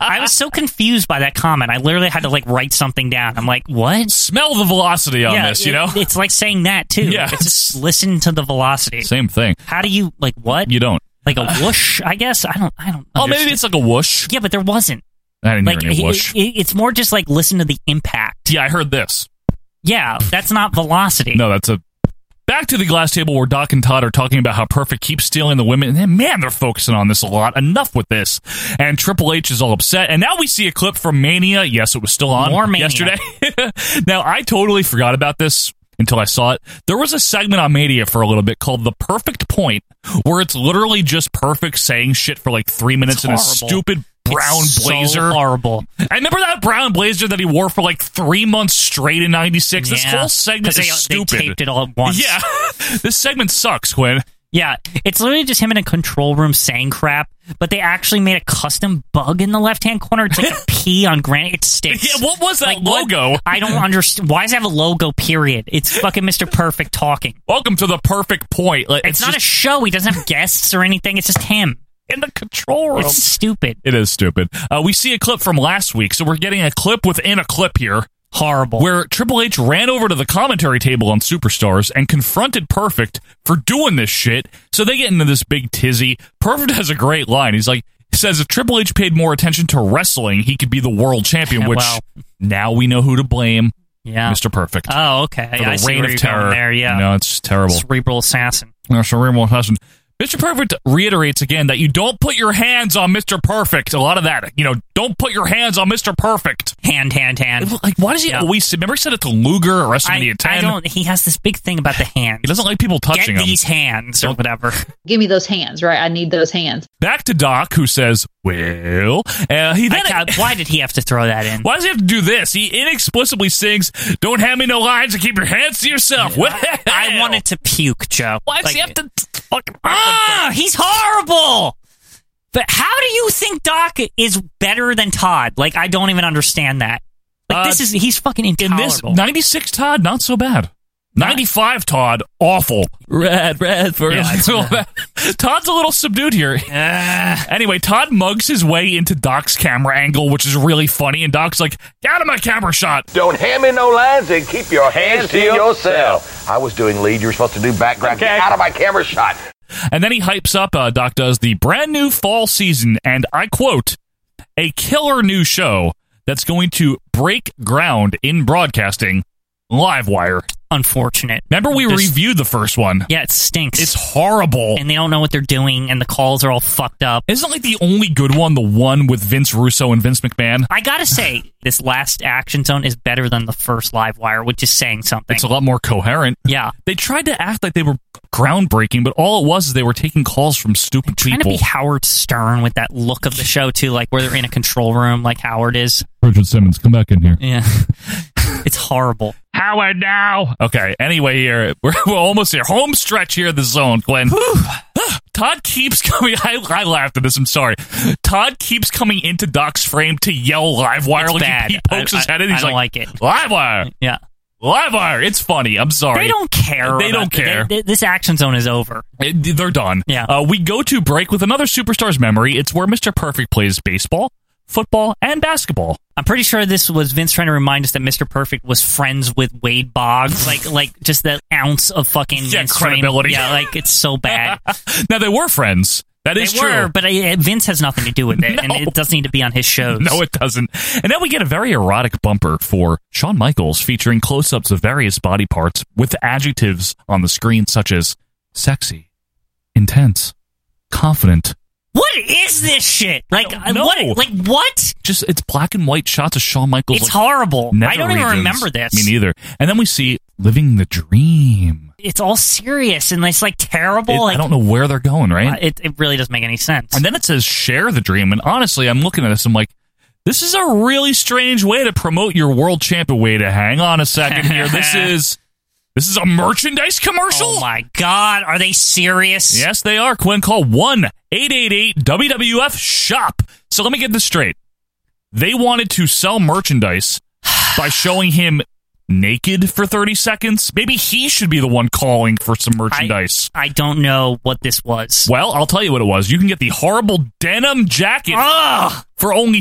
Speaker 2: I was so confused by that comment. I literally had to like write something down. I'm like, what?
Speaker 1: Smell the velocity on
Speaker 2: yeah,
Speaker 1: this, you
Speaker 2: it-
Speaker 1: know?
Speaker 2: it's like saying that too.
Speaker 1: Yeah.
Speaker 2: it's just listen to the velocity.
Speaker 1: Same thing.
Speaker 2: How do you like what?
Speaker 1: You don't.
Speaker 2: like a whoosh? I guess I don't. I don't.
Speaker 1: Oh, maybe
Speaker 2: understand.
Speaker 1: it's like a whoosh.
Speaker 2: yeah, but there wasn't.
Speaker 1: I didn't
Speaker 2: Like
Speaker 1: hear any
Speaker 2: it-
Speaker 1: whoosh.
Speaker 2: it- it's more just like listen to the impact.
Speaker 1: yeah, I heard this.
Speaker 2: Yeah, that's not velocity.
Speaker 1: No, that's a. Back to the glass table where Doc and Todd are talking about how Perfect keeps stealing the women. And man, they're focusing on this a lot. Enough with this. And Triple H is all upset. And now we see a clip from Mania. Yes, it was still on
Speaker 2: More Mania.
Speaker 1: yesterday. now, I totally forgot about this until I saw it. There was a segment on Mania for a little bit called The Perfect Point, where it's literally just Perfect saying shit for like three minutes in a
Speaker 2: horrible.
Speaker 1: stupid brown
Speaker 2: It's so
Speaker 1: blazer.
Speaker 2: horrible.
Speaker 1: I remember that brown blazer that he wore for like three months straight in '96. This
Speaker 2: Yeah,
Speaker 1: whole segment
Speaker 2: 'cause
Speaker 1: is
Speaker 2: they,
Speaker 1: stupid.
Speaker 2: They taped it all at once.
Speaker 1: Yeah, this segment sucks, Quinn.
Speaker 2: Yeah, it's literally just him in a control room saying crap, but they actually made a custom bug in the left hand corner. It's like a P on granite. It sticks.
Speaker 1: Yeah, what was that
Speaker 2: Like, what-
Speaker 1: logo?
Speaker 2: I don't understand. Why does it have a logo, period? It's fucking Mr. Perfect talking.
Speaker 1: Welcome to the perfect point. Like,
Speaker 2: It's, not a show. He doesn't have guests or anything. It's just him.
Speaker 1: in the control room.
Speaker 2: It's stupid.
Speaker 1: It is stupid. Uh, we see a clip from last week, so we're getting a clip within a clip here.
Speaker 2: Horrible.
Speaker 1: Where Triple H ran over to the commentary table on Superstars and confronted Perfect for doing this shit. So they get into this big tizzy. Perfect has a great line. He's like, says if Triple H paid more attention to wrestling, he could be the world champion, which
Speaker 2: Wow.
Speaker 1: now we know who to blame.
Speaker 2: yeah.
Speaker 1: Mr. Perfect.
Speaker 2: Oh, okay.
Speaker 1: for the
Speaker 2: I see
Speaker 1: reign
Speaker 2: where
Speaker 1: of
Speaker 2: you're
Speaker 1: terror.
Speaker 2: going there. Yeah.
Speaker 1: No, it's terrible.
Speaker 2: Cerebral assassin.
Speaker 1: No, cerebral concussion. Mr. Perfect reiterates again that you don't put your hands on Mr. Perfect. A lot of that, you know, don't put your hands on Mr. Perfect.
Speaker 2: Hand, hand, hand.
Speaker 1: Like, why does he
Speaker 2: Yeah.
Speaker 1: always? Remember, he said it to Luger at
Speaker 2: I,
Speaker 1: WrestleMania 10.
Speaker 2: I don't. He has this big thing about the hand.
Speaker 1: He doesn't like people
Speaker 2: Get
Speaker 1: touching him.
Speaker 2: these hands or whatever.
Speaker 21: Give me those hands, right? I need those hands.
Speaker 1: Back to Doc, who says, "Well, uh, he then."
Speaker 2: I ca- why did he have to throw that in?
Speaker 1: why does he have to do this? He inexplicably sings, "Don't hand me no lines and keep your hands to yourself." Well, uh,
Speaker 2: I wanted to puke, Joe.
Speaker 1: Why does
Speaker 2: Like,
Speaker 1: he have to?
Speaker 2: Ah, he's horrible. But how do you think Doc is better than Todd? Like, I don't even understand that. Like,
Speaker 1: Uh,
Speaker 2: this is he's fucking
Speaker 1: In this
Speaker 2: intolerable.
Speaker 1: 96 Todd, not so bad. 95 Todd, awful. Red, red for
Speaker 2: Yeah, it's
Speaker 1: Todd's a little subdued here. anyway, Todd mugs his way into Doc's camera angle, which is really funny, and Doc's like, get out of my camera shot.
Speaker 18: Don't hand me no lines and keep your hands to yourself. I was doing lead. You were supposed to do background. Get out of my camera shot.
Speaker 1: And then he hypes up, uh, Doc does the brand new fall season, and I quote, a killer new show that's going to break ground in broadcasting, Livewire.
Speaker 2: Unfortunate.
Speaker 1: Remember, we
Speaker 2: This-
Speaker 1: reviewed the first one.
Speaker 2: yeah, it stinks.
Speaker 1: It's horrible.
Speaker 2: and they don't know what they're doing, and the calls are all fucked up.
Speaker 1: Isn't like the only good one the one with Vince Russo and Vince McMahon?
Speaker 2: I gotta say, this last action zone is better than the first live wire, which is saying something.
Speaker 1: It's a lot more coherent.
Speaker 2: yeah.
Speaker 1: They tried to act like they were groundbreaking, but all it was is they were taking calls from stupid
Speaker 2: Trying to
Speaker 1: people.
Speaker 2: be Howard Stern with that look of the show too, like where they're in a control room, like Howard is.
Speaker 1: Richard Simmons, come back in here.
Speaker 2: Yeah, it's horrible.
Speaker 1: Howard now. Okay. Anyway, here we're, we're almost here. Home stretch here, in the zone, Glenn. Todd keeps coming. I, I laughed at this. I'm sorry. Todd keeps coming into Doc's frame to yell live wire.
Speaker 2: It's
Speaker 1: like he-
Speaker 2: bad.
Speaker 1: He pokes
Speaker 2: I-
Speaker 1: his
Speaker 2: I-
Speaker 1: head in.
Speaker 2: I
Speaker 1: He's
Speaker 2: don't
Speaker 1: like,
Speaker 2: like it.
Speaker 1: Live wire.
Speaker 2: Yeah,
Speaker 1: Live wire. It's funny. I'm sorry.
Speaker 2: they don't care.
Speaker 1: They
Speaker 2: about
Speaker 1: don't
Speaker 2: th-
Speaker 1: care.
Speaker 2: th- this action zone is over.
Speaker 1: It- Eh, they're done.
Speaker 2: Yeah.
Speaker 1: Uh, we go to break with another superstar's memory. It's where Mr. Perfect plays baseball, football, and basketball.
Speaker 2: I'm pretty sure this was Vince trying to remind us that Mr. Perfect was friends with Wade Boggs, like like just that ounce of fucking
Speaker 1: Yeah,
Speaker 2: mainstream-
Speaker 1: credibility.
Speaker 2: Yeah, like it's so bad.
Speaker 1: now they were friends. That is
Speaker 2: they
Speaker 1: true.
Speaker 2: were, but I, Vince has nothing to do with it, and
Speaker 1: No.
Speaker 2: it doesn't need to be on his shows.
Speaker 1: no, it doesn't. And then we get a very erotic bumper for Shawn Michaels featuring close ups of various body parts with adjectives on the screen, such as sexy, intense, confident.
Speaker 2: What is this shit? Like
Speaker 1: don't know.
Speaker 2: what? Like what?
Speaker 1: Just it's black and white shots of Shawn Michaels.
Speaker 2: It's
Speaker 1: like,
Speaker 2: horrible.
Speaker 1: never
Speaker 2: I don't even
Speaker 1: regions.
Speaker 2: remember this.
Speaker 1: Me neither. And then we see living the dream.
Speaker 2: It's all serious and it's like terrible.
Speaker 1: It-
Speaker 2: like,
Speaker 1: I don't know where they're going, right?
Speaker 2: uh, It, it really doesn't make any sense.
Speaker 1: And then it says share the dream. And honestly, I'm looking at this. I'm like, this is a really strange way to promote your world champion. Way to hang on a second here. This is this is a merchandise commercial.
Speaker 2: oh my god, are they serious?
Speaker 1: Yes, they are. Quinn, call one eight eight eight WWF shop. So let me get this straight. They wanted to sell merchandise by showing him naked for 30 seconds. Maybe he should be the one calling for some merchandise.
Speaker 2: I don't know what this was.
Speaker 1: well, I'll tell you what it was. You can get the horrible denim jacket
Speaker 2: Ugh!
Speaker 1: for only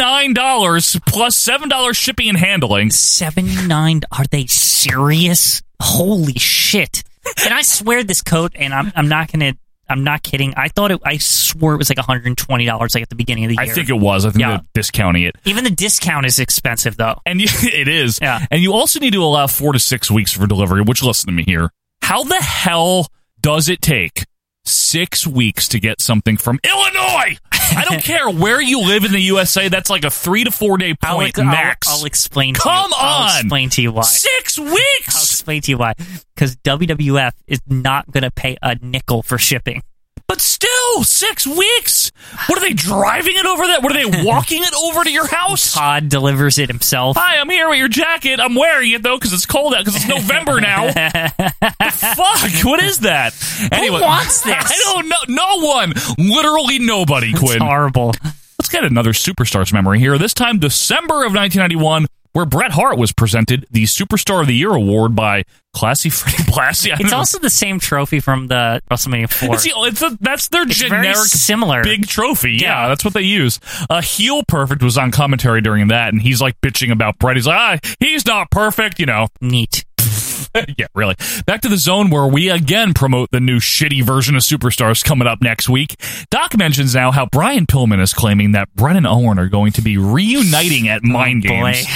Speaker 1: $79 plus $7 shipping and handling.
Speaker 2: 79 are they serious holy shit and i swear this coat and i'm, I'm not gonna i'm not kidding i thought it i swore it was like $120 like at the beginning of the
Speaker 1: I
Speaker 2: year
Speaker 1: think it was. I think
Speaker 2: Yeah.
Speaker 1: they're discounting it.
Speaker 2: even the discount is expensive though
Speaker 1: And you, it is.
Speaker 2: Yeah.
Speaker 1: And you also need to allow four to six weeks for delivery, which, listen to me here. How the hell does it take six weeks to get something from Illinois? I don't care where you live in the USA. That's like a three to four day
Speaker 2: I'll,
Speaker 1: point
Speaker 2: I'll-
Speaker 1: max.
Speaker 2: I'll, explain to
Speaker 1: Come
Speaker 2: you i'll
Speaker 1: on!
Speaker 2: explain to you why
Speaker 1: six
Speaker 2: i'll
Speaker 1: weeks.
Speaker 2: explain to you why because wwf is not gonna pay a nickel for shipping
Speaker 1: But still, six weeks. What are they driving it over that? What are they walking it over to your house?
Speaker 2: todd delivers it himself
Speaker 1: Hi, I'm here with your jacket. I'm wearing it though because it's cold out because it's November now. Fuck, what is that? Anyway,
Speaker 2: wants this?
Speaker 1: I don't know. No one. Literally nobody, Quinn.
Speaker 2: it's horrible
Speaker 1: Let's get another Superstars memory here. This time, December of 1991, where Bret Hart was presented the Superstar of the Year award by Classy Freddie Blassie. I don't
Speaker 2: it's
Speaker 1: know.
Speaker 2: also the same trophy from the wrestlemania 4
Speaker 1: It's the- it's the- that's their
Speaker 2: It's very
Speaker 1: generic
Speaker 2: similar.
Speaker 1: big trophy. Yeah,
Speaker 2: Yeah.
Speaker 1: that's what they use. Uh, heel Perfect was on commentary during that, and he's like bitching about Bret. He's like, ah, he's not perfect, you know.
Speaker 2: neat
Speaker 1: yeah, really. Back to the zone where we again promote the new shitty version of Superstars coming up next week. Doc mentions now how Brian Pillman is claiming that Brennan Owen are going to be reuniting at Mind
Speaker 2: Oh, boy.
Speaker 1: Games.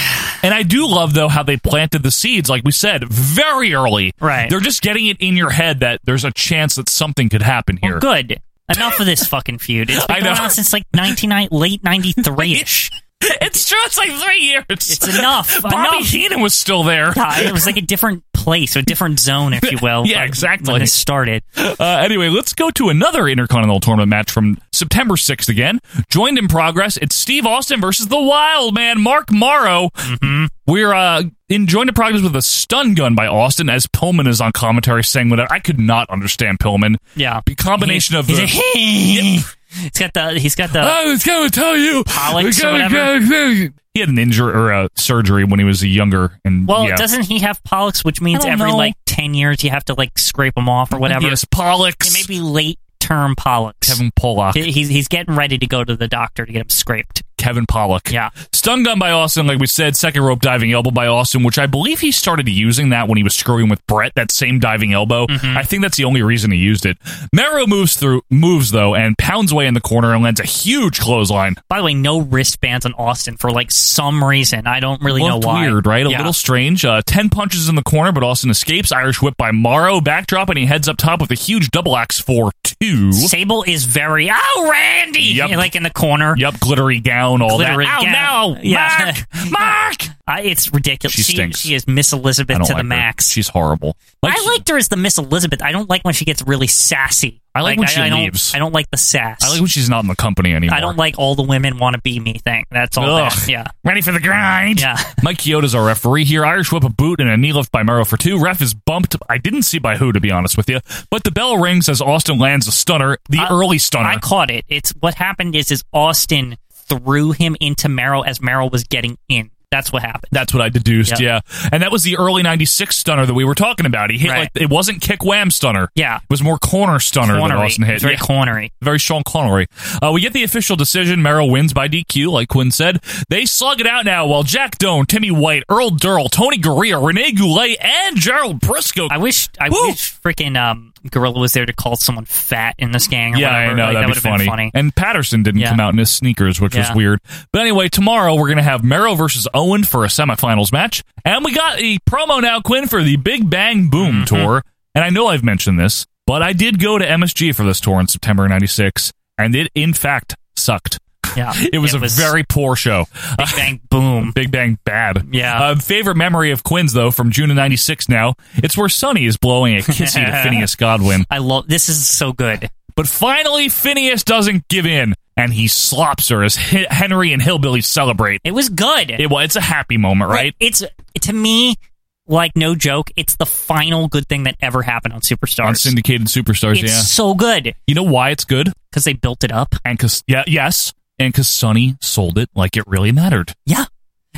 Speaker 1: And I do love though how they planted the seeds, like we said, very early.
Speaker 2: Right.
Speaker 1: They're just getting it in your head that there's a chance that something could happen here.
Speaker 2: Well, good. Enough of this fucking feud. It's
Speaker 1: I
Speaker 2: been going
Speaker 1: know.
Speaker 2: on since like 99, late 93 ish.
Speaker 1: It's true. It's like three years.
Speaker 2: It's enough.
Speaker 1: Bobby
Speaker 2: enough.
Speaker 1: Heenan was still there.
Speaker 2: Yeah, it was like a different place, a different zone, if you will.
Speaker 1: Yeah,
Speaker 2: like,
Speaker 1: exactly.
Speaker 2: When this started.
Speaker 1: Uh, anyway, let's go to another Intercontinental Tournament match from September 6th again. Joined in progress. It's Steve Austin versus the wild man, Mark Morrow.
Speaker 2: Mm-hmm.
Speaker 1: We're uh, in joined in progress with a stun gun by Austin as Pillman is on commentary saying whatever. I could not understand Pillman.
Speaker 2: Yeah.
Speaker 1: The Uh, combination of
Speaker 2: He's
Speaker 1: the.
Speaker 2: a- It's got the he's got the
Speaker 1: I was going to tell you.
Speaker 2: Pollux
Speaker 1: I
Speaker 2: or
Speaker 1: gotta-
Speaker 2: whatever.
Speaker 1: gotta- He had an injury or a surgery when he was younger, and
Speaker 2: Well,
Speaker 1: yeah.
Speaker 2: doesn't he have polyps, which
Speaker 1: I
Speaker 2: means
Speaker 1: don't
Speaker 2: every
Speaker 1: know.
Speaker 2: like ten years you have to like scrape them off or whatever?
Speaker 1: Yes, polyps.
Speaker 2: It may be late term polyps.
Speaker 1: Kevin Pollock.
Speaker 2: He- He's he's getting ready to go to the doctor to get him scraped.
Speaker 1: Kevin Pollock.
Speaker 2: Yeah.
Speaker 1: Stun gun by Austin, like we said, second rope diving elbow by Austin, which I believe he started using that when he was screwing with Brett, that same diving elbow.
Speaker 2: Mm-hmm.
Speaker 1: I think that's the only reason he used it. Mero moves through moves though and pounds way in the corner and lands a huge clothesline.
Speaker 2: By the way, no wristbands on Austin for like some reason. I don't really
Speaker 1: Looked
Speaker 2: know why.
Speaker 1: weird, right? A
Speaker 2: Yeah.
Speaker 1: little strange. Uh, ten punches in the corner, but Austin escapes. Irish whip by Morrow, backdrop, and he heads up top with a huge double axe for two.
Speaker 2: Sable is very oh Randy,
Speaker 1: Yep.
Speaker 2: like in the corner.
Speaker 1: Yep, glittery gown, all
Speaker 2: Glittery
Speaker 1: that.
Speaker 2: gown.
Speaker 1: Ow, no,
Speaker 2: Yeah.
Speaker 1: Mark, Mark.
Speaker 2: I, it's ridiculous.
Speaker 1: She stinks.
Speaker 2: She is Miss Elizabeth
Speaker 1: I
Speaker 2: to
Speaker 1: don't
Speaker 2: the
Speaker 1: like her.
Speaker 2: max.
Speaker 1: She's horrible. Like,
Speaker 2: I liked her as the Miss Elizabeth. I don't like when she gets really sassy.
Speaker 1: I like when she
Speaker 2: I don't,
Speaker 1: leaves.
Speaker 2: I don't like the sass.
Speaker 1: I like when she's not in the company anymore.
Speaker 2: I don't like all the women want to be me thing. That's all.
Speaker 1: Ugh.
Speaker 2: That, yeah.
Speaker 1: Ready for the grind.
Speaker 2: Yeah.
Speaker 1: Mike Kyoto's our referee here. Irish whip a boot and a knee lift by Murrow for two. Ref is bumped. I didn't see by who, to be honest with you. But the bell rings as Austin lands a stunner, the
Speaker 2: I-
Speaker 1: early stunner.
Speaker 2: I caught it. It's what happened is is Austin threw him into Merrill as Merrill was getting in. That's what happened.
Speaker 1: That's what I deduced,
Speaker 2: Yeah.
Speaker 1: yeah. And that was the early 96 stunner that we were talking about. He hit
Speaker 2: Right.
Speaker 1: like, it wasn't kick wham stunner.
Speaker 2: Yeah.
Speaker 1: It was more corner stunner
Speaker 2: Cornery.
Speaker 1: that Austin hit.
Speaker 2: It's very
Speaker 1: Yeah.
Speaker 2: cornery.
Speaker 1: Very Sean Connery. Uh, we get the official decision. Merrill wins by DQ, like Quinn said. They slug it out now while Jack Doan, Timmy White, Earl Durrell, Tony Gurria, Rene Goulet, and Gerald Briscoe.
Speaker 2: I wish I wish freaking um Gorilla was there to call someone fat in this gang or
Speaker 1: yeah,
Speaker 2: whatever.
Speaker 1: I know.
Speaker 2: Like,
Speaker 1: that'd
Speaker 2: that
Speaker 1: be
Speaker 2: would've
Speaker 1: funny.
Speaker 2: been funny.
Speaker 1: And Patterson didn't
Speaker 2: Yeah.
Speaker 1: come out in his sneakers, which was
Speaker 2: Yeah.
Speaker 1: weird. But anyway, tomorrow we're going to have Merrill versus Owen for a semifinals match. And we got a promo now, Quinn, for the Big Bang Boom
Speaker 2: Mm-hmm.
Speaker 1: tour. And I know I've mentioned this, but I did go to MSG for this tour in September 96, and it, in fact, sucked.
Speaker 2: Yeah.
Speaker 1: It was a very poor show. Uh,
Speaker 2: Big Bang Boom.
Speaker 1: Big Bang Bad.
Speaker 2: Yeah.
Speaker 1: Uh, favorite memory of Quinn's, though, from June of 96 now. It's where Sonny is blowing a kissy to Phineas Godwin.
Speaker 2: I love this is so good.
Speaker 1: But finally, Phineas doesn't give in, and he slops her as H- Henry and Hillbilly celebrate.
Speaker 2: It was good.
Speaker 1: It was. It's a happy moment, right?
Speaker 2: But It's to me like no joke. It's the final good thing that ever happened on Superstars.
Speaker 1: On syndicated superstars,
Speaker 2: it's
Speaker 1: yeah.
Speaker 2: so good
Speaker 1: you know why it's good?
Speaker 2: because they built it up.
Speaker 1: And cause yeah, yes, and cause Sonny sold it like it really mattered.
Speaker 2: Yeah,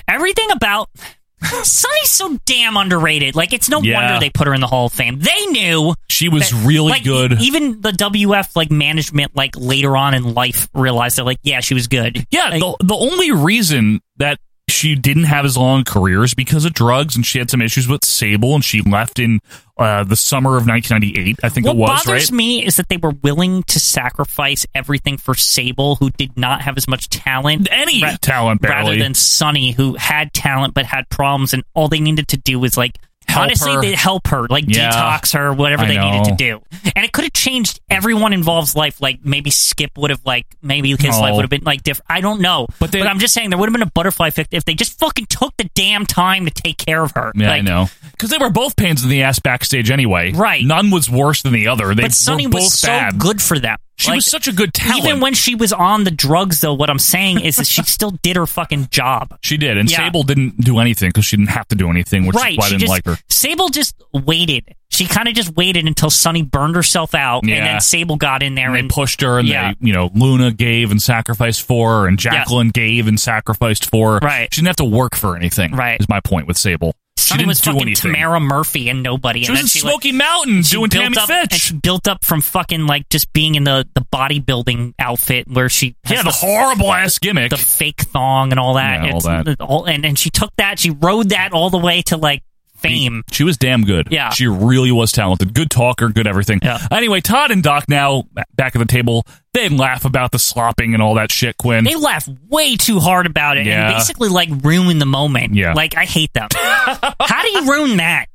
Speaker 2: everything about Sunny's so damn underrated. Like it's no
Speaker 1: Yeah.
Speaker 2: wonder they put her in the Hall of Fame. They knew
Speaker 1: She was
Speaker 2: that-
Speaker 1: really
Speaker 2: like, e-,
Speaker 1: good.
Speaker 2: Even the WF like management like later on in life realized that like yeah she was good.
Speaker 1: Yeah,
Speaker 2: Like,
Speaker 1: the, the only reason that she didn't have as long a career is because of drugs, and she had some issues with Sable, and she left in uh, the summer of 1998, I think
Speaker 2: what
Speaker 1: it was,
Speaker 2: bothers
Speaker 1: right?
Speaker 2: me is that they were willing to sacrifice everything for Sable, who did not have as much talent.
Speaker 1: Any
Speaker 2: ra-
Speaker 1: talent, barely.
Speaker 2: rather than Sonny, who had talent but had problems, and all they needed to do was like
Speaker 1: Help
Speaker 2: honestly
Speaker 1: her.
Speaker 2: they help her, like
Speaker 1: Yeah.
Speaker 2: detox her, whatever
Speaker 1: I
Speaker 2: they needed to
Speaker 1: know.
Speaker 2: do, and it could have changed everyone involved's life. Like maybe Skip would have like maybe his
Speaker 1: No.
Speaker 2: life would have been like different. I don't know,
Speaker 1: But they-
Speaker 2: I'm just saying there would have been a butterfly effect if they just fucking took the damn time to take care of her.
Speaker 1: Yeah,
Speaker 2: like,
Speaker 1: I know. Because they were both pains in the ass backstage anyway.
Speaker 2: Right.
Speaker 1: None was worse than the other. They
Speaker 2: But Sonny
Speaker 1: were both
Speaker 2: was so
Speaker 1: bad.
Speaker 2: good for them.
Speaker 1: She
Speaker 2: Like,
Speaker 1: was such a good talent.
Speaker 2: Even when she was on the drugs, though, what I'm saying is that she still did her fucking job.
Speaker 1: she did, and
Speaker 2: Yeah.
Speaker 1: Sable didn't do anything because she didn't have to do anything, which
Speaker 2: right.
Speaker 1: is why I
Speaker 2: she
Speaker 1: didn't
Speaker 2: just,
Speaker 1: like her.
Speaker 2: Sable just waited. She kind of just waited until Sunny burned herself out,
Speaker 1: Yeah.
Speaker 2: and then Sable got in there
Speaker 1: And
Speaker 2: and,
Speaker 1: they pushed her, and
Speaker 2: Mm. Yeah.
Speaker 1: they, you know, Luna gave and sacrificed for her, and Jacqueline gave and sacrificed for her.
Speaker 2: Right.
Speaker 1: She didn't have to work for anything.
Speaker 2: Right.
Speaker 1: Is my point with Sable. she
Speaker 2: Sunny
Speaker 1: didn't
Speaker 2: was
Speaker 1: do
Speaker 2: fucking
Speaker 1: anything.
Speaker 2: Tamara Murphy and nobody.
Speaker 1: she
Speaker 2: and
Speaker 1: was
Speaker 2: then
Speaker 1: in
Speaker 2: she
Speaker 1: Smoky
Speaker 2: like,
Speaker 1: Mountain
Speaker 2: she
Speaker 1: doing
Speaker 2: built
Speaker 1: Tammy
Speaker 2: up, and
Speaker 1: Fitch.
Speaker 2: she built up from fucking like just being in the the bodybuilding outfit where she has
Speaker 1: yeah, the, horrible ass gimmick.
Speaker 2: the fake thong and all that.
Speaker 1: Yeah, all
Speaker 2: It's-
Speaker 1: that.
Speaker 2: all- and and she took that. She rode that all the way to like fame.
Speaker 1: She was damn good.
Speaker 2: Yeah.
Speaker 1: She really was talented. Good talker, good everything.
Speaker 2: Yeah.
Speaker 1: Anyway, Todd and Doc now back at the table. They laugh about the slopping and all that shit, Quinn.
Speaker 2: They laugh way too hard about it
Speaker 1: Yeah.
Speaker 2: and basically like ruin the moment.
Speaker 1: Yeah.
Speaker 2: Like I hate them. How do you ruin that?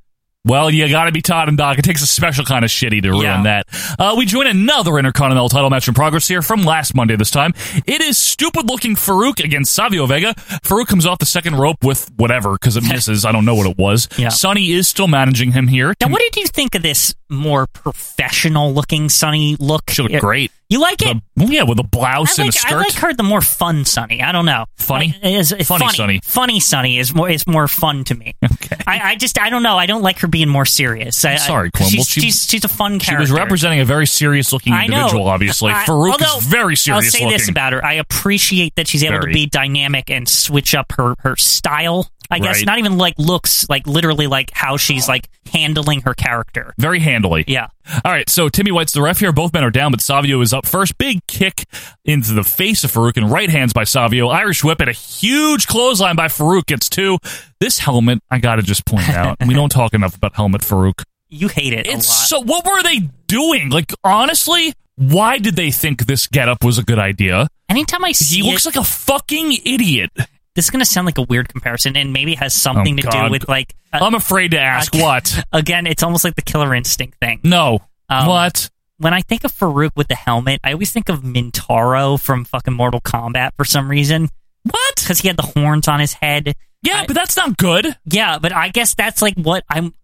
Speaker 1: well, you gotta be Todd and Doc. It takes a special kind of shitty to ruin
Speaker 2: Yeah.
Speaker 1: that. Uh, we join another Intercontinental title match in progress here from last Monday this time. It is stupid looking Farouk against Savio Vega. Farouk comes off the second rope with whatever, because it misses. I don't know what it was.
Speaker 2: Yeah.
Speaker 1: Sonny is still managing him here.
Speaker 2: Now, what did you think of this more professional looking Sunny look?
Speaker 1: She looked great.
Speaker 2: You like it?
Speaker 1: The- yeah, with a
Speaker 2: I
Speaker 1: blouse and
Speaker 2: like,
Speaker 1: a
Speaker 2: I
Speaker 1: skirt.
Speaker 2: like her the more fun Sunny. I don't know.
Speaker 1: Funny?
Speaker 2: Like, is-
Speaker 1: Funny Sunny.
Speaker 2: Funny Sunny is more is more fun to me.
Speaker 1: Okay.
Speaker 2: I, I just I don't know. I don't like her being more serious. I, I-
Speaker 1: Sorry,
Speaker 2: 'cause
Speaker 1: Quimble.
Speaker 2: She's, she's, she's a fun
Speaker 1: She
Speaker 2: character.
Speaker 1: was representing a very serious looking
Speaker 2: I know.
Speaker 1: individual, obviously.
Speaker 2: I-
Speaker 1: Farouk
Speaker 2: although,
Speaker 1: is very serious
Speaker 2: I'll say
Speaker 1: looking.
Speaker 2: this about her: I appreciate that she's able
Speaker 1: Very.
Speaker 2: to be dynamic and switch up her her style. I guess
Speaker 1: Right.
Speaker 2: not even like looks, like literally like how she's like handling her character.
Speaker 1: Very handily.
Speaker 2: Yeah.
Speaker 1: All right. So Timmy White's the ref here. Both men are down, but Savio is up first. Big kick into the face of Farouk and right hands by Savio. Irish whip and a huge clothesline by Farouk gets two. This helmet, I got to just point out. we don't talk enough about helmet Farouk.
Speaker 2: You hate it.
Speaker 1: It's so. What were they doing? Like honestly, why did they think this getup was a good idea?
Speaker 2: Anytime I see,
Speaker 1: He looks like
Speaker 2: it-
Speaker 1: a fucking idiot.
Speaker 2: This is gonna sound like a weird comparison, and maybe has something
Speaker 1: Oh,
Speaker 2: to
Speaker 1: God.
Speaker 2: do with like. i
Speaker 1: I'm afraid to ask what.
Speaker 2: Again, it's almost like the killer instinct thing.
Speaker 1: No.
Speaker 2: Um,
Speaker 1: what?
Speaker 2: When I think of Farouk with the helmet, I always think of Mintaro from fucking Mortal Kombat for some reason.
Speaker 1: What?
Speaker 2: Because he had the horns on his head.
Speaker 1: Yeah, but that's not good.
Speaker 2: Yeah, but I guess that's like what I'm.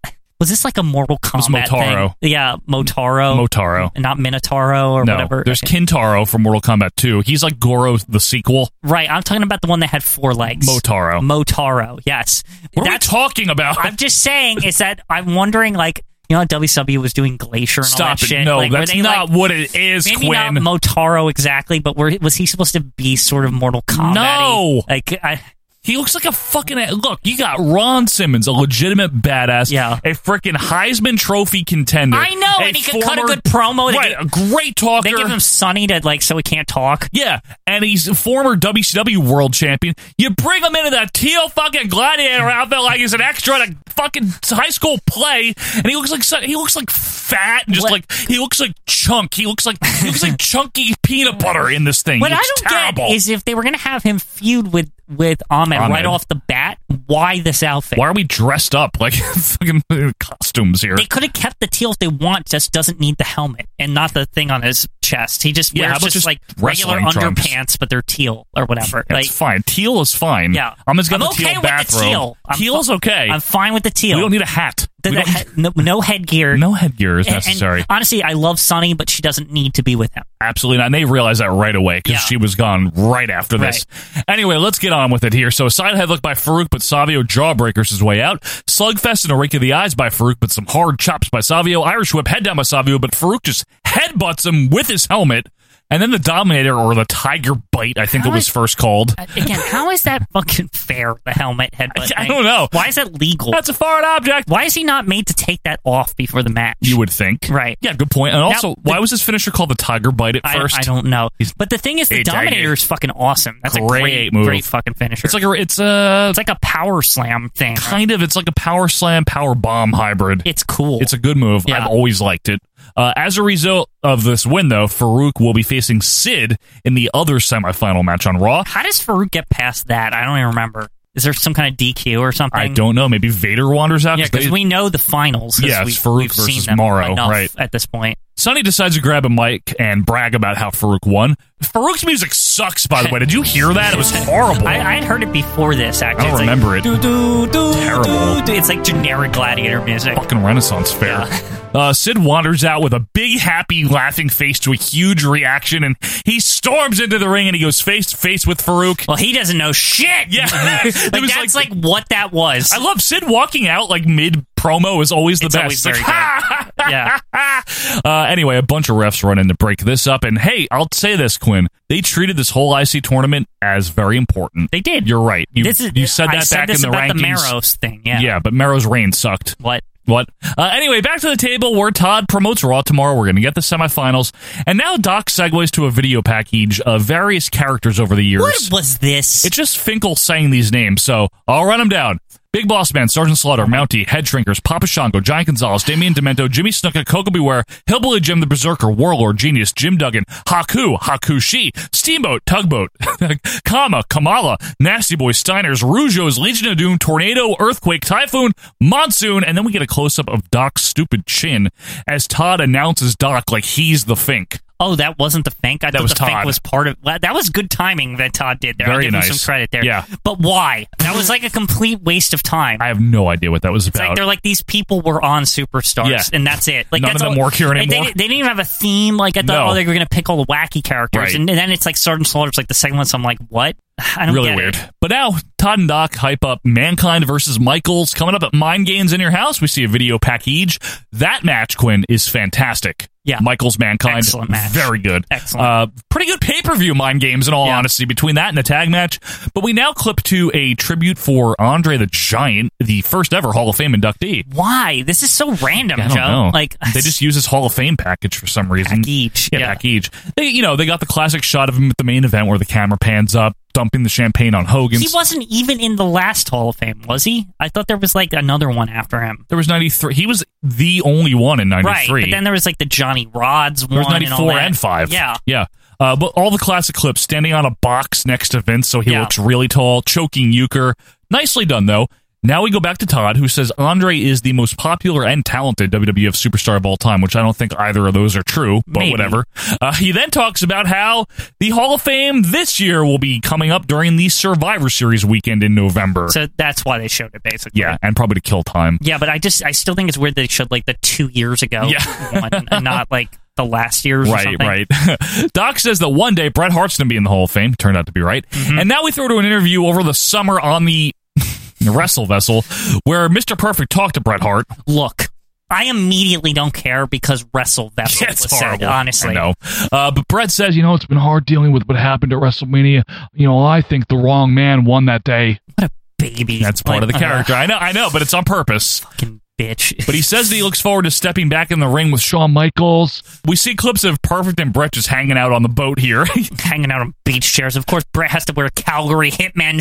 Speaker 2: Was this like a Mortal
Speaker 1: was
Speaker 2: Kombat?
Speaker 1: Motaro.
Speaker 2: Thing? Yeah, Motaro.
Speaker 1: Motaro.
Speaker 2: and Not Minotauro or
Speaker 1: no,
Speaker 2: whatever.
Speaker 1: there's Kintaro from Mortal Kombat 2. He's like Goro, the sequel.
Speaker 2: Right, I'm talking about the one that had four legs.
Speaker 1: Motaro.
Speaker 2: Motaro, yes.
Speaker 1: What are we talking about?
Speaker 2: I'm just saying is that I'm wondering like you know how WW was doing Glacier and all
Speaker 1: Stop
Speaker 2: that
Speaker 1: it.
Speaker 2: shit.
Speaker 1: No,
Speaker 2: Like, were
Speaker 1: that's
Speaker 2: they,
Speaker 1: not
Speaker 2: like-
Speaker 1: what it is,
Speaker 2: maybe
Speaker 1: Quinn.
Speaker 2: not Motaro exactly, but were, was he supposed to be sort of Mortal Kombat?
Speaker 1: No.
Speaker 2: like I,
Speaker 1: he looks like a fucking look. You got Ron Simmons, a legitimate badass, yeah, a freaking Heisman Trophy contender.
Speaker 2: I know,
Speaker 1: a
Speaker 2: and he could cut a
Speaker 1: former-
Speaker 2: good promo. They
Speaker 1: right,
Speaker 2: give-
Speaker 1: a great talker.
Speaker 2: They give him Sonny to like so he can't talk.
Speaker 1: Yeah, and he's a former WCW world champion. You bring him into that teal fucking gladiator outfit like he's an extra at a fucking high school play, and he looks like so- he looks like fat and just like he looks like chunk. He looks like he looks like chunky peanut butter in this thing.
Speaker 2: What
Speaker 1: He
Speaker 2: I
Speaker 1: looks
Speaker 2: don't
Speaker 1: terrible.
Speaker 2: get is if they were going to have him feud with with Ahmed,
Speaker 1: Ahmed.
Speaker 2: right off the bat, why this outfit?
Speaker 1: Why are we dressed up like fucking costumes here?
Speaker 2: They could have kept the teal if they want, just doesn't need the helmet and not the thing on his chest. He just
Speaker 1: Yeah, how
Speaker 2: wears
Speaker 1: about
Speaker 2: just,
Speaker 1: just
Speaker 2: like regular
Speaker 1: wrestling trunks?
Speaker 2: underpants, but they're teal or whatever.
Speaker 1: That's
Speaker 2: like,
Speaker 1: fine. Teal is fine.
Speaker 2: Yeah.
Speaker 1: I'm just gonna
Speaker 2: I'm
Speaker 1: teal
Speaker 2: okay with the
Speaker 1: bathrobe.
Speaker 2: teal. I'm
Speaker 1: Teal's
Speaker 2: fi-
Speaker 1: okay.
Speaker 2: I'm fine with the teal.
Speaker 1: We don't need a hat.
Speaker 2: The-
Speaker 1: We
Speaker 2: the
Speaker 1: don't-
Speaker 2: he- no, no headgear.
Speaker 1: no headgear is
Speaker 2: And- and
Speaker 1: necessary.
Speaker 2: honestly, I love Sonny, but she doesn't need to be with him.
Speaker 1: Absolutely not. And they realized that right away because she was gone right after this. Anyway, let's get on with it here. So, a side headlock by Farouk, but Savio jawbreakers his way out. Slugfest and a rake of the eyes by Farouk, but some hard chops by Savio. Irish whip head down by Savio, but Farouk just headbutts him with his helmet. And then the Dominator or the Tiger Bite, I think
Speaker 2: How
Speaker 1: it was
Speaker 2: is-
Speaker 1: first called.
Speaker 2: Uh, Again, how is that fucking fair? The helmet headbutt.
Speaker 1: I
Speaker 2: thing?
Speaker 1: don't know.
Speaker 2: Why is that legal?
Speaker 1: That's a foreign object.
Speaker 2: Why is he not made to take that off before the match?
Speaker 1: You would think.
Speaker 2: Right.
Speaker 1: Yeah, good point. And
Speaker 2: Now,
Speaker 1: also, why was his finisher called the Tiger Bite at
Speaker 2: I-
Speaker 1: first?
Speaker 2: I don't know. But the thing is, the
Speaker 1: Hey, Tiger.
Speaker 2: Dominator is fucking awesome. That's a
Speaker 1: Great
Speaker 2: great,
Speaker 1: move.
Speaker 2: great fucking finisher.
Speaker 1: It's like a, it's a,
Speaker 2: it's like a power slam thing.
Speaker 1: kind of it's like a power slam power bomb hybrid
Speaker 2: it's cool
Speaker 1: it's a good move
Speaker 2: Yeah.
Speaker 1: i've always liked it uh, as a result of this win though farouk will be facing sid in the other semifinal match on raw
Speaker 2: How does Farouk get past that? I don't even remember. Is there some kind of DQ or something?
Speaker 1: i don't know maybe vader wanders out
Speaker 2: Yeah, because
Speaker 1: they-
Speaker 2: we know the finals. 'cause
Speaker 1: Yeah, it's
Speaker 2: we,
Speaker 1: Farouk
Speaker 2: we've seen
Speaker 1: versus
Speaker 2: them
Speaker 1: Morrow,
Speaker 2: enough
Speaker 1: right.
Speaker 2: At this point,
Speaker 1: Sonny decides to grab a mic and brag about how Farouk won. Farouk's music sucks, by the way. Uh, Did you hear that? It was horrible.
Speaker 2: I, I had heard it before this. Actually,
Speaker 1: I don't
Speaker 2: It's like,
Speaker 1: remember it.
Speaker 2: "Do, do, do,
Speaker 1: Terrible.
Speaker 2: do, do." It's like generic gladiator music.
Speaker 1: fucking Renaissance fair. Uh, Sid wanders out with a big, happy, laughing face to a huge reaction, and he storms into the ring and he goes face to face with Farouk.
Speaker 2: Well, he doesn't know shit.
Speaker 1: Yeah.
Speaker 2: like,
Speaker 1: It was
Speaker 2: that's like, what that was.
Speaker 1: I love Sid walking out like mid promo is always the
Speaker 2: It's
Speaker 1: best.
Speaker 2: always
Speaker 1: Like,
Speaker 2: very good.
Speaker 1: "Ha!"
Speaker 2: yeah,
Speaker 1: Uh, anyway, a bunch of refs run in to break this up, and hey, I'll say this, Quinn. They treated this whole IC tournament as very important.
Speaker 2: they did.
Speaker 1: You're right. You,
Speaker 2: this is
Speaker 1: you said
Speaker 2: I
Speaker 1: that
Speaker 2: said
Speaker 1: back
Speaker 2: this
Speaker 1: in the
Speaker 2: about
Speaker 1: rankings.
Speaker 2: the Maros thing. Yeah.
Speaker 1: yeah. but Marrow's reign sucked.
Speaker 2: What?
Speaker 1: What? Uh, anyway, back to the table where Todd promotes Raw tomorrow. We're going to get the semifinals. And now Doc segues to a video package of various characters over the years.
Speaker 2: What was this?
Speaker 1: It's just Finkel saying these names, so I'll run them down. Big Boss Man, Sergeant Slaughter, Mountie, Head Shrinkers, Papa Shango, Giant Gonzalez, Damien Demento, Jimmy Snuka, Coco Beware, Hillbilly Jim the Berserker, Warlord, Genius, Jim Duggan, Haku, Haku Shi, Steamboat, Tugboat, Kama, Kamala, Nasty Boy, Steiners, Rougeos, Legion of Doom, Tornado, Earthquake, Typhoon, Monsoon, and then we get a close up of Doc's stupid chin as Todd announces Doc like he's the Fink.
Speaker 2: Oh, that wasn't the Fink. I thought
Speaker 1: was
Speaker 2: the Fink
Speaker 1: Todd.
Speaker 2: was part of. well, that was good timing that Todd did there. I'll
Speaker 1: Very
Speaker 2: give him
Speaker 1: nice.
Speaker 2: some credit there.
Speaker 1: Yeah.
Speaker 2: but why? That was like a complete waste of time.
Speaker 1: I have no idea what that was
Speaker 2: It's like
Speaker 1: about.
Speaker 2: they're like these people were on superstars,
Speaker 1: Yeah.
Speaker 2: and that's it. Like
Speaker 1: None
Speaker 2: that's
Speaker 1: of them
Speaker 2: all-
Speaker 1: work here
Speaker 2: like, They,
Speaker 1: anymore.
Speaker 2: didn't- they didn't even have a theme. Like I thought,
Speaker 1: No.
Speaker 2: oh, they were going to pick all the wacky characters,
Speaker 1: Right.
Speaker 2: and, and then it's like Sergeant Slaughter's like the second one. So I'm like, what? I don't
Speaker 1: really
Speaker 2: get
Speaker 1: weird. But now Todd and Doc hype up Mankind versus Michaels coming up at Mind Games in your house. We see a video package. That match, Quinn, is fantastic.
Speaker 2: Yeah.
Speaker 1: Michaels Mankind,
Speaker 2: Excellent match.
Speaker 1: very good.
Speaker 2: Excellent.
Speaker 1: Uh, pretty good pay per view Mind Games, in all honesty, between that and the tag match. But we now clip to a tribute for Andre the Giant, the first ever Hall of Fame inductee.
Speaker 2: Why? This is so random,
Speaker 1: I don't
Speaker 2: Joe.
Speaker 1: know.
Speaker 2: Like
Speaker 1: they just use his Hall of Fame package for some reason.
Speaker 2: Package,
Speaker 1: yeah, package. They, you know, they got the classic shot of him at the main event where the camera pans up, dumping the champagne on Hogan.
Speaker 2: he wasn't even in the last Hall of Fame, was he? I thought there was like another one after him.
Speaker 1: There was ninety three. He was the only one in ninety
Speaker 2: Right,
Speaker 1: three.
Speaker 2: but then there was like the Johnny Rods
Speaker 1: there
Speaker 2: one.
Speaker 1: was ninety
Speaker 2: and, all
Speaker 1: four
Speaker 2: that.
Speaker 1: and five.
Speaker 2: Yeah,
Speaker 1: yeah. Uh, but all the classic clips: standing on a box next to Vince, so he
Speaker 2: Yeah.
Speaker 1: looks really tall, choking Euchre. Nicely done, though. Now we go back to Todd, who says Andre is the most popular and talented WWF superstar of all time, which I don't think either of those are true, but
Speaker 2: Maybe.
Speaker 1: whatever. Uh, he then talks about how the Hall of Fame this year will be coming up during the Survivor Series weekend in November.
Speaker 2: So that's why they showed it basically.
Speaker 1: yeah, and probably to kill time.
Speaker 2: Yeah, but I just I still think it's weird they showed like the two years ago
Speaker 1: Yeah.
Speaker 2: one and not like the last year's. or
Speaker 1: Right,
Speaker 2: something.
Speaker 1: right. Doc says that one day Bret Hart's going to be in the Hall of Fame. Turned out to be right.
Speaker 2: Mm-hmm.
Speaker 1: And now we throw to an interview over the summer on the Wrestle Vessel where Mr. Perfect talked to Bret Hart.
Speaker 2: Look, I immediately don't care because Wrestle Vessel
Speaker 1: That's
Speaker 2: was
Speaker 1: horrible.
Speaker 2: said. Honestly,
Speaker 1: I know. Uh, but Bret says, you know, it's been hard dealing with what happened at WrestleMania. You know, I think the wrong man won that day.
Speaker 2: What a baby.
Speaker 1: That's part of the
Speaker 2: Like, uh,
Speaker 1: character. I know, I know, but it's on purpose.
Speaker 2: fucking bitch.
Speaker 1: But he says that he looks forward to stepping back in the ring with Shawn Michaels. We see clips of Perfect and Bret just hanging out on the boat here.
Speaker 2: hanging out on beach chairs. Of course, Brett has to wear a Calgary Hitman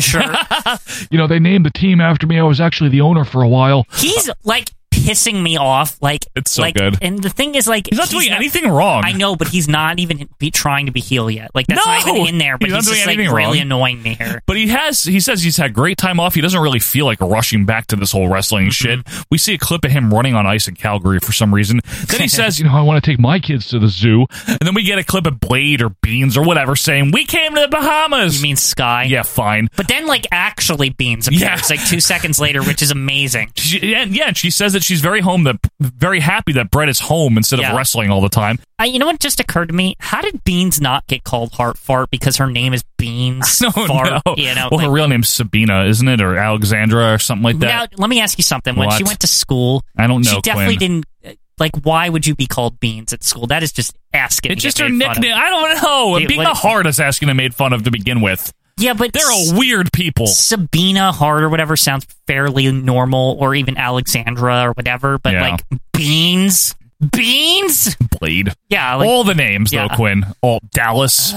Speaker 2: shirt.
Speaker 1: you know, they named the team after me. I was actually the owner for a while.
Speaker 2: He's like pissing me off. Like
Speaker 1: It's so
Speaker 2: like,
Speaker 1: good.
Speaker 2: And the thing is, like,
Speaker 1: He's not doing anything wrong.
Speaker 2: I know, but he's not even be trying to be heel yet. Like that's not
Speaker 1: No!
Speaker 2: even in there. But
Speaker 1: He's
Speaker 2: he's,
Speaker 1: not doing
Speaker 2: just like
Speaker 1: anything
Speaker 2: really
Speaker 1: wrong.
Speaker 2: annoying me here.
Speaker 1: But he has he says he's had great time off. He doesn't really feel like rushing back to this whole wrestling
Speaker 2: Mm-hmm.
Speaker 1: shit. We see a clip of him running on ice in Calgary for some reason. Then he says, you know, I want to take my kids to the zoo. And then we get a clip of Blade or Beans or whatever saying, "We came to the Bahamas."
Speaker 2: You mean Sky?
Speaker 1: yeah, fine.
Speaker 2: But then, like, actually, Beans appears
Speaker 1: Yeah.
Speaker 2: like two seconds later, which is amazing.
Speaker 1: She, and yeah, and she says that she's very home that very happy that Brett is home instead
Speaker 2: Yeah.
Speaker 1: of wrestling all the time.
Speaker 2: I, you know what just occurred to me? How did Beans not get called Heart Fart because her name is Beans
Speaker 1: No,
Speaker 2: Fart?
Speaker 1: no.
Speaker 2: You know,
Speaker 1: well,
Speaker 2: like-
Speaker 1: her real name's Sabina, isn't it, or Alexandra, or something like
Speaker 2: Now,
Speaker 1: that?
Speaker 2: let me ask you something. When she
Speaker 1: What?
Speaker 2: went to school,
Speaker 1: I don't know.
Speaker 2: she definitely
Speaker 1: Quinn.
Speaker 2: didn't. Like, why would you be called Beans at school? That is just asking.
Speaker 1: It's
Speaker 2: to
Speaker 1: just her
Speaker 2: get made fun of.
Speaker 1: nickname. I don't know.
Speaker 2: Dude,
Speaker 1: Being
Speaker 2: what-
Speaker 1: the hard is asking to made fun of to begin with.
Speaker 2: Yeah, but
Speaker 1: They're
Speaker 2: S-
Speaker 1: all weird people.
Speaker 2: Sabina Hart or whatever sounds fairly normal, or even Alexandra or whatever. But
Speaker 1: Yeah.
Speaker 2: like Beans, Beans.
Speaker 1: Blade.
Speaker 2: Yeah, like,
Speaker 1: all the names though,
Speaker 2: Yeah.
Speaker 1: Quinn. All Dallas.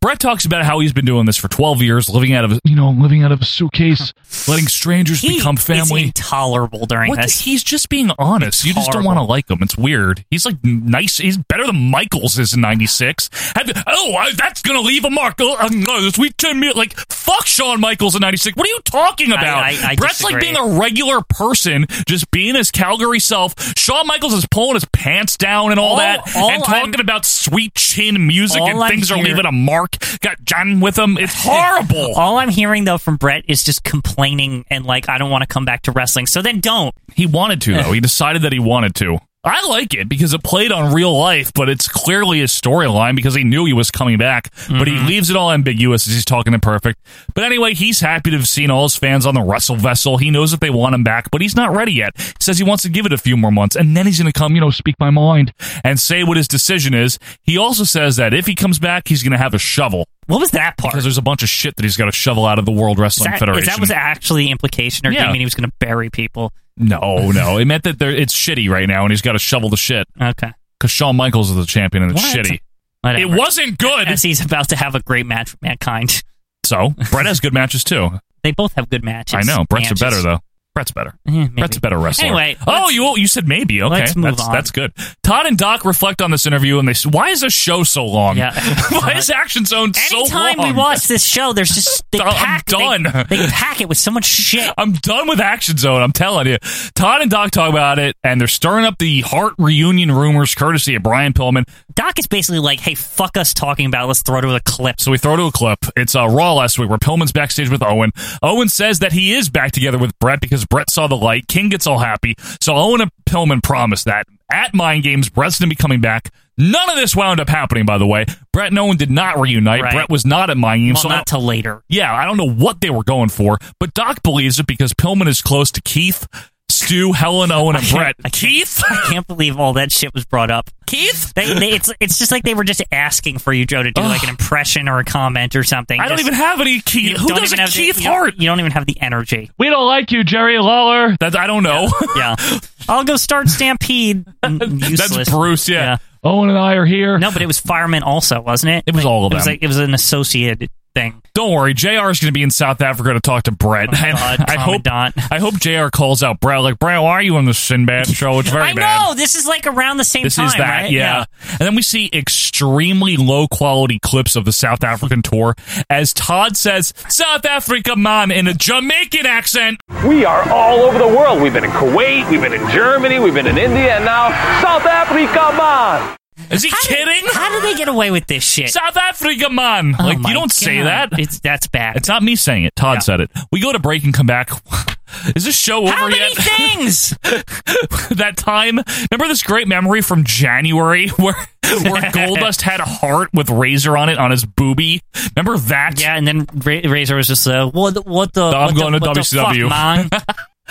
Speaker 1: Brett talks about how he's been doing this for 12 years, living out of you know, living out of a suitcase, letting strangers
Speaker 2: he
Speaker 1: become
Speaker 2: is
Speaker 1: family.
Speaker 2: intolerable during
Speaker 1: What the-
Speaker 2: this.
Speaker 1: he's just being honest.
Speaker 2: It's
Speaker 1: you just don't
Speaker 2: horrible.
Speaker 1: want to like him. It's weird. He's like nice. He's better than Michaels is in '96. Have- Oh, I, that's gonna leave a mark. Oh, uh, no, this week ten minutes. Like fuck Shawn Michaels in '96. What are you talking about?
Speaker 2: I- I
Speaker 1: Brett's like being
Speaker 2: disagree.
Speaker 1: a regular person, just being his Calgary self. Shawn Michaels is pulling his pants down and all,
Speaker 2: All-
Speaker 1: that,
Speaker 2: all
Speaker 1: and talking
Speaker 2: I'm-
Speaker 1: about sweet chin music
Speaker 2: All
Speaker 1: and
Speaker 2: I'm
Speaker 1: things are
Speaker 2: here-
Speaker 1: leaving a mark. Got John with him. It's horrible.
Speaker 2: All I'm hearing though from Brett is just complaining and like I don't want to come back to wrestling. So then don't.
Speaker 1: He wanted to, though. he decided that he wanted to. I like it because it played on real life, but it's clearly his storyline because he knew he was coming back, but
Speaker 2: Mm-hmm.
Speaker 1: he leaves it all ambiguous as he's talking to Perfect. But anyway, he's happy to have seen all his fans on the Wrestle Vessel. He knows that they want him back, but he's not ready yet. He says he wants to give it a few more months, and then he's going to come, you know, speak my mind and say what his decision is. He also says that if he comes back, he's going to have a shovel
Speaker 2: What was that part?
Speaker 1: because there's a bunch of shit that he's got to shovel out of the World
Speaker 2: Is
Speaker 1: Wrestling
Speaker 2: that,
Speaker 1: Federation.
Speaker 2: is that was actually the implication, or do
Speaker 1: Yeah.
Speaker 2: you mean he was going to bury people?
Speaker 1: No, no. It meant that there, it's shitty right now, and he's got to shovel the shit
Speaker 2: Okay,
Speaker 1: because Shawn Michaels is the champion, and it's
Speaker 2: What?
Speaker 1: shitty.
Speaker 2: whatever.
Speaker 1: It wasn't good.
Speaker 2: as he's about to have a great match with mankind.
Speaker 1: So Brett has good matches too.
Speaker 2: They both have good matches.
Speaker 1: I know Brett's
Speaker 2: matches.
Speaker 1: are better though. Brett's better.
Speaker 2: Yeah, maybe.
Speaker 1: Brett's a better wrestler.
Speaker 2: Anyway,
Speaker 1: oh,
Speaker 2: let's-
Speaker 1: you you said maybe. Okay,
Speaker 2: let's move
Speaker 1: that's
Speaker 2: on.
Speaker 1: that's good. Todd and Doc reflect on this interview, and they s- why is this show so long?
Speaker 2: Yeah.
Speaker 1: why is Action Zone so long?
Speaker 2: Anytime we watch this show, there's just they
Speaker 1: I'm
Speaker 2: pack they-
Speaker 1: done.
Speaker 2: They, pack it with so much shit.
Speaker 1: I'm done with Action Zone. I'm telling you. Todd and Doc talk about it, and they're stirring up the Hart reunion rumors, courtesy of Brian Pillman.
Speaker 2: Doc is basically like, "Hey, fuck us talking about. It. Let's throw to a clip."
Speaker 1: So we throw to a clip. It's uh, Raw last week where Pillman's backstage with Owen. Owen says that he is back together with Brett because Brett saw the light. King gets all happy. So Owen and Pillman promise that at Mind Games. Brett's going to be coming back. None of this wound up happening, by the way. Brett Nolan did not reunite.
Speaker 2: Right.
Speaker 1: Brett was not at Mind Games.
Speaker 2: Well,
Speaker 1: I
Speaker 2: not till later.
Speaker 1: Yeah, I don't know what they were going for, but Doc believes it because Pillman is close to Keith, Stu, Helen, Owen, and Brett. Keith?
Speaker 2: I can't believe all that shit was brought up.
Speaker 1: Keith?
Speaker 2: They, they, it's it's just like they were just asking for you, Joe, to do like an impression or a comment or something.
Speaker 1: I don't
Speaker 2: Just-
Speaker 1: even have any Keith.
Speaker 2: you
Speaker 1: Who
Speaker 2: don't
Speaker 1: doesn't
Speaker 2: even have the-
Speaker 1: Keith
Speaker 2: you don't-
Speaker 1: Hart?
Speaker 2: You don't even have the energy.
Speaker 1: We don't like you, Jerry Lawler. That I don't know.
Speaker 2: Yeah, I'll go start Stampede. Mm, Useless.
Speaker 1: That's Bruce. Yeah. Owen and I are here.
Speaker 2: No, but it was firemen also, wasn't it?
Speaker 1: It was all of
Speaker 2: It was
Speaker 1: them.
Speaker 2: like it was an associated thing.
Speaker 1: Don't worry, Jr. is going to be in South Africa to talk to Brett. and
Speaker 2: Oh God,
Speaker 1: I hope
Speaker 2: Commandant.
Speaker 1: I hope Jr. calls out Brett like Brett. Why are you on the Sinbad show? It's very
Speaker 2: I
Speaker 1: bad.
Speaker 2: know this is like around the same
Speaker 1: This
Speaker 2: time.
Speaker 1: is that,
Speaker 2: right?
Speaker 1: yeah. And then we see extremely low quality clips of the South African tour as Todd says, South Africa, man, in a Jamaican accent.
Speaker 18: We are all over the world. We've been in Kuwait, we've been in Germany, we've been in India, and now South Africa, man.
Speaker 1: Is he kidding?
Speaker 2: How do they get away with this shit?
Speaker 1: South Africa, man.
Speaker 2: Oh
Speaker 1: like,
Speaker 2: my
Speaker 1: you don't say
Speaker 2: God.
Speaker 1: that.
Speaker 2: It's that's bad.
Speaker 1: It's not me saying it. Todd said it. We go to break and come back. Is this show over
Speaker 2: How many
Speaker 1: yet?
Speaker 2: things?
Speaker 1: that time. Remember this great memory from January where where Goldust had a heart with razor on it on his booby. Remember that?
Speaker 2: yeah, and then Ra- Razor was just uh, what the- what the
Speaker 1: I'm
Speaker 2: what
Speaker 1: going to
Speaker 2: the, what the
Speaker 1: WCW.
Speaker 2: fuck, man?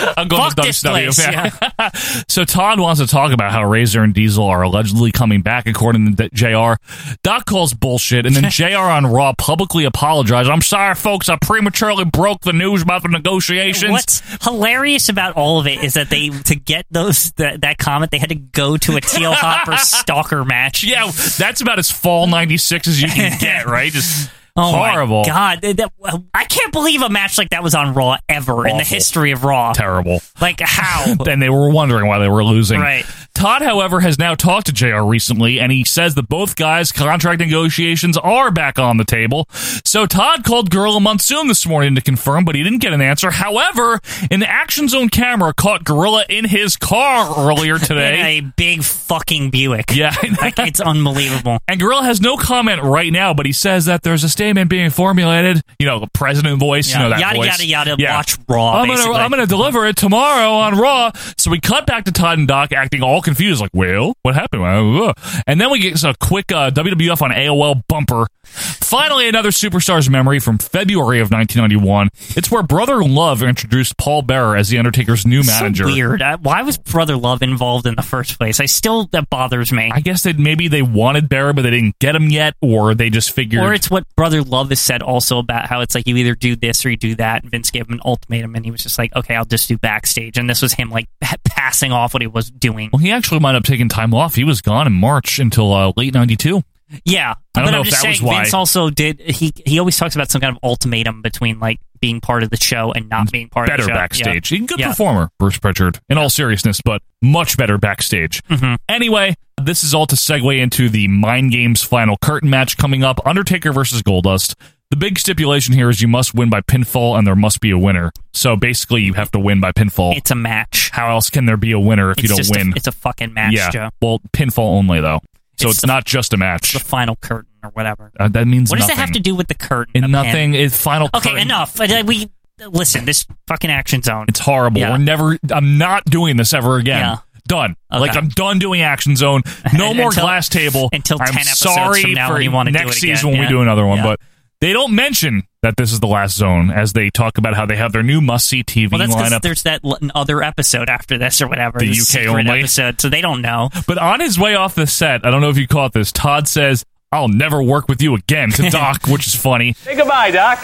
Speaker 1: I'm going
Speaker 2: Fuck
Speaker 1: to
Speaker 2: this
Speaker 1: WCW.
Speaker 2: place,
Speaker 1: so Todd wants to talk about how Razor and Diesel are allegedly coming back, according to Jr. Doc calls bullshit, and then Jr. on Raw publicly apologized. I'm sorry, folks. I prematurely broke the news about the negotiations.
Speaker 2: What's hilarious about all of it is that they to get those that, that comment they had to go to a Teal Hopper Stalker match.
Speaker 1: Yeah, that's about as fall '96 as you can get, right? Just
Speaker 2: Oh
Speaker 1: horrible,
Speaker 2: my god! That- that- I can't believe a match like that was on Raw ever in
Speaker 1: Awful.
Speaker 2: the history of Raw.
Speaker 1: terrible.
Speaker 2: Like how?
Speaker 1: and they were wondering why they were losing.
Speaker 2: Right.
Speaker 1: Todd, however, has now talked to JR recently, and he says that both guys' contract negotiations are back on the table. So Todd called Gorilla Monsoon this morning to confirm, but he didn't get an answer. However, an Action Zone camera caught Gorilla in his car earlier
Speaker 2: In
Speaker 1: today.
Speaker 2: a big fucking Buick.
Speaker 1: Yeah.
Speaker 2: like, it's unbelievable.
Speaker 1: And Gorilla has no comment right now, but he says that there's a statement being formulated. You know, the president voice,
Speaker 2: Yeah.
Speaker 1: you know that
Speaker 2: Yada,
Speaker 1: voice.
Speaker 2: yada, yada. Watch Raw,
Speaker 1: I'm gonna,
Speaker 2: basically.
Speaker 1: I'm gonna deliver it tomorrow on Raw. So we cut back to Todd and Doc acting all confused, like, "Well, what happened?" Uh, uh. And then we get a quick uh, WWF on AOL bumper. Finally, another superstar's memory from February of 1991. It's where Brother Love introduced Paul Bearer as the Undertaker's new manager.
Speaker 2: So weird. I, why was Brother Love involved in the first place? I still that bothers me.
Speaker 1: I guess that maybe they wanted Bearer, but they didn't get him yet, or they just figured.
Speaker 2: or it's what Brother Love has said also about how it's like you either do this or you do that. And Vince gave him an ultimatum, and he was just like, "Okay, I'll just do backstage." And this was him like pa- passing off what he was doing.
Speaker 1: Well, he actually might have taken time off. He was gone in March until uh, late '92.
Speaker 2: Yeah,
Speaker 1: I don't
Speaker 2: but
Speaker 1: know
Speaker 2: I'm
Speaker 1: if
Speaker 2: just
Speaker 1: that was
Speaker 2: saying
Speaker 1: why.
Speaker 2: Vince also did. He he always talks about some kind of ultimatum between like being part of the show and not being part
Speaker 1: Better
Speaker 2: of the show.
Speaker 1: backstage.
Speaker 2: Yeah.
Speaker 1: He's a good
Speaker 2: Yeah.
Speaker 1: performer, Bruce Pritchard, in all seriousness, but much better backstage.
Speaker 2: Mhm.
Speaker 1: Anyway, this is all to segue into the Mind Games final curtain match coming up Undertaker versus Goldust. The big stipulation here is you must win by pinfall and there must be a winner. So basically, you have to win by pinfall.
Speaker 2: It's a match.
Speaker 1: How else can there be a winner if
Speaker 2: it's
Speaker 1: you don't
Speaker 2: just a-
Speaker 1: win?
Speaker 2: it's a fucking match,
Speaker 1: yeah.
Speaker 2: Joe.
Speaker 1: Well, pinfall only, though. So
Speaker 2: It's
Speaker 1: it's,
Speaker 2: the-
Speaker 1: not just a match.
Speaker 2: The final curtain or whatever.
Speaker 1: Uh, that means
Speaker 2: What does
Speaker 1: nothing.
Speaker 2: that have to do with the curtain?
Speaker 1: And
Speaker 2: of him?
Speaker 1: nothing is final
Speaker 2: Okay,
Speaker 1: curtain.
Speaker 2: enough. Uh, We listen. This fucking action zone.
Speaker 1: It's horrible.
Speaker 2: Yeah.
Speaker 1: We're never. I'm not doing this ever again.
Speaker 2: Yeah.
Speaker 1: Done.
Speaker 2: Okay.
Speaker 1: Like I'm done doing Action Zone. No
Speaker 2: And-
Speaker 1: more
Speaker 2: until-
Speaker 1: glass table.
Speaker 2: until
Speaker 1: I'm
Speaker 2: 10 episodes
Speaker 1: sorry
Speaker 2: from now
Speaker 1: for
Speaker 2: when you wanna do
Speaker 1: next
Speaker 2: it again.
Speaker 1: season when
Speaker 2: Yeah.
Speaker 1: we do another one.
Speaker 2: Yeah.
Speaker 1: But they don't mention that this is the last zone as they talk about how they have their new must see TV
Speaker 2: well, that's because
Speaker 1: lineup.
Speaker 2: there's that l- other episode after this or whatever.
Speaker 1: The
Speaker 2: this
Speaker 1: UK
Speaker 2: secret
Speaker 1: only.
Speaker 2: episode, so they don't know.
Speaker 1: But on his way off the set, I don't know if you caught this. Todd says, "I'll never work with you again" to Doc, which is funny.
Speaker 18: Say goodbye, Doc.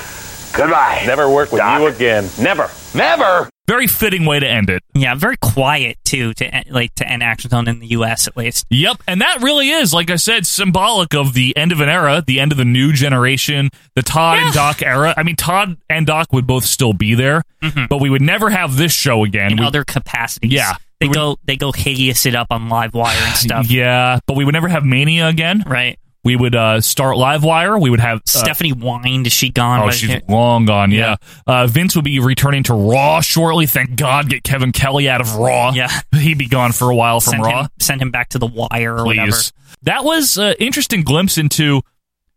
Speaker 18: Goodbye. Never work with you again. Never. Never.
Speaker 1: Very fitting way to end it.
Speaker 2: Yeah, very quiet too to en- like to end action zone in the U.S. at least.
Speaker 1: Yep, and that really is, like I said, symbolic of the end of an era, the end of the new generation, the Todd and Doc era. I mean, Todd and Doc would both still be there, but we would never have this show again.
Speaker 2: in
Speaker 1: We-
Speaker 2: Mm-hmm. other capacities.
Speaker 1: Yeah.
Speaker 2: They go they go hideous it up on live wire and stuff.
Speaker 1: yeah, but we would never have Mania again.
Speaker 2: Right.
Speaker 1: We would uh, start Livewire. We would have uh,
Speaker 2: Stephanie Wind, is she gone?
Speaker 1: Oh,
Speaker 2: But-
Speaker 1: she's long gone. Yeah, Uh, Vince would be returning to Raw shortly. Thank God, get Kevin Kelly out of Raw.
Speaker 2: Yeah.
Speaker 1: he'd be gone for a while from
Speaker 2: send
Speaker 1: Raw.
Speaker 2: Him, send him back to the wire or whatever.
Speaker 1: please. That was an interesting glimpse into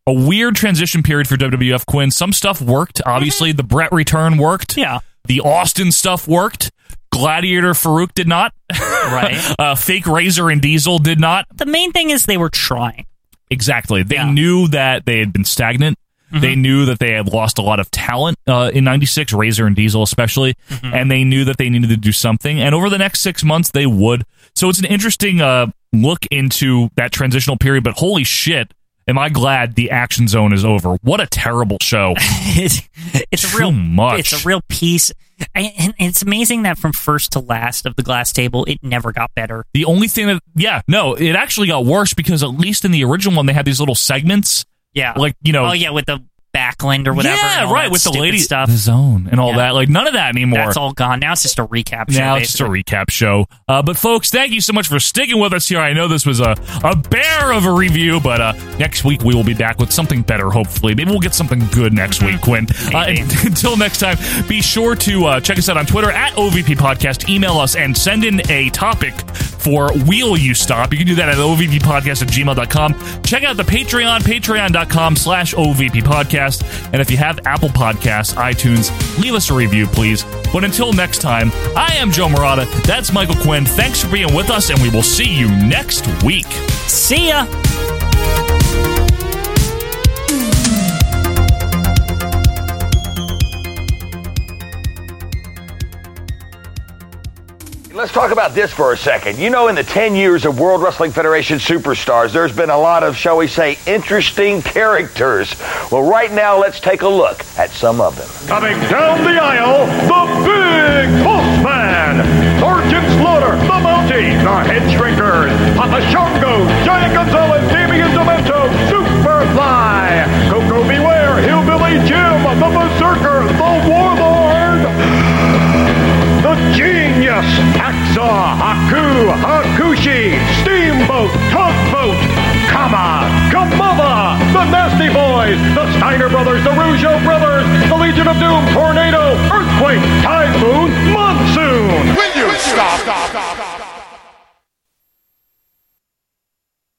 Speaker 1: a weird transition period for WWF Quinn. Some stuff worked. Obviously, the Brett return worked.
Speaker 2: Mm-hmm. Yeah.
Speaker 1: The Austin stuff worked. Gladiator Farouk did not. Right. uh, fake Razor and Diesel did not.
Speaker 2: The main thing is they were trying.
Speaker 1: Exactly. They knew that they had been stagnant.
Speaker 2: Mm-hmm.
Speaker 1: They knew that they had lost a lot of talent uh, in '96, Razor and Diesel especially,
Speaker 2: Mm-hmm.
Speaker 1: and they knew that they needed to do something. And over the next six months, they would. So it's an interesting uh, look into that transitional period. But holy shit, am I glad the Action Zone is over? What a terrible show!
Speaker 2: it's it's
Speaker 1: Too
Speaker 2: a real
Speaker 1: much.
Speaker 2: It's a real piece, and, and it's amazing that from first to last of the glass table, it never got better.
Speaker 1: The only thing that, yeah, no, it actually got worse because at least in the original one, they had these little segments.
Speaker 2: Yeah,
Speaker 1: Like, you know-
Speaker 2: oh yeah, with the backland or whatever. and
Speaker 1: yeah,
Speaker 2: all
Speaker 1: right,
Speaker 2: that
Speaker 1: with the
Speaker 2: stupid
Speaker 1: lady
Speaker 2: stuff.
Speaker 1: the zone and all
Speaker 2: Yeah.
Speaker 1: that. Like none of that anymore.
Speaker 2: That's all gone. Now it's just a recap. show,
Speaker 1: Now it's just a recap show. Uh, but folks, thank you so much for sticking with us here. I know this was a, a bear of a review, but uh, next week we will be back with something better, hopefully. Maybe we'll get something good next week, Quinn. Uh, and until next time, be sure to uh, check us out on Twitter at OVP Podcast. Email us and send in a topic for Wheel You Stop. You can do that at OVPpodcast at gmail.com. Check out the Patreon, patreon.com slash OVP Podcast. And if you have Apple Podcasts, iTunes, leave us a review, please. But until next time, I am Joe Morata. That's Michael Quinn. Thanks for being with us, and we will see you next week.
Speaker 2: See ya.
Speaker 22: Let's talk about this for a second. You know, in the 10 years of World Wrestling Federation superstars, there's been a lot of, shall we say, interesting characters. Well, right now, let's take a look at some of them.
Speaker 9: Coming down the aisle, the big Wolfman, Sergeant Slaughter, the Bounty, the Head Shrinkers, Papa Shango, Giant Gonzalez, Damian Demento, Superfly, Coco Beware, Hillbilly Jim, the Berserker, the Warlord, the Genius, Hacksaw, Haku, Hakushi, Steamboat, Tugboat, Kama, Kamava, the Nasty Boys, the Steiner Brothers, the Rougeau Brothers, the Legion of Doom, Tornado, Earthquake, Typhoon, Monsoon.
Speaker 23: Will you stop?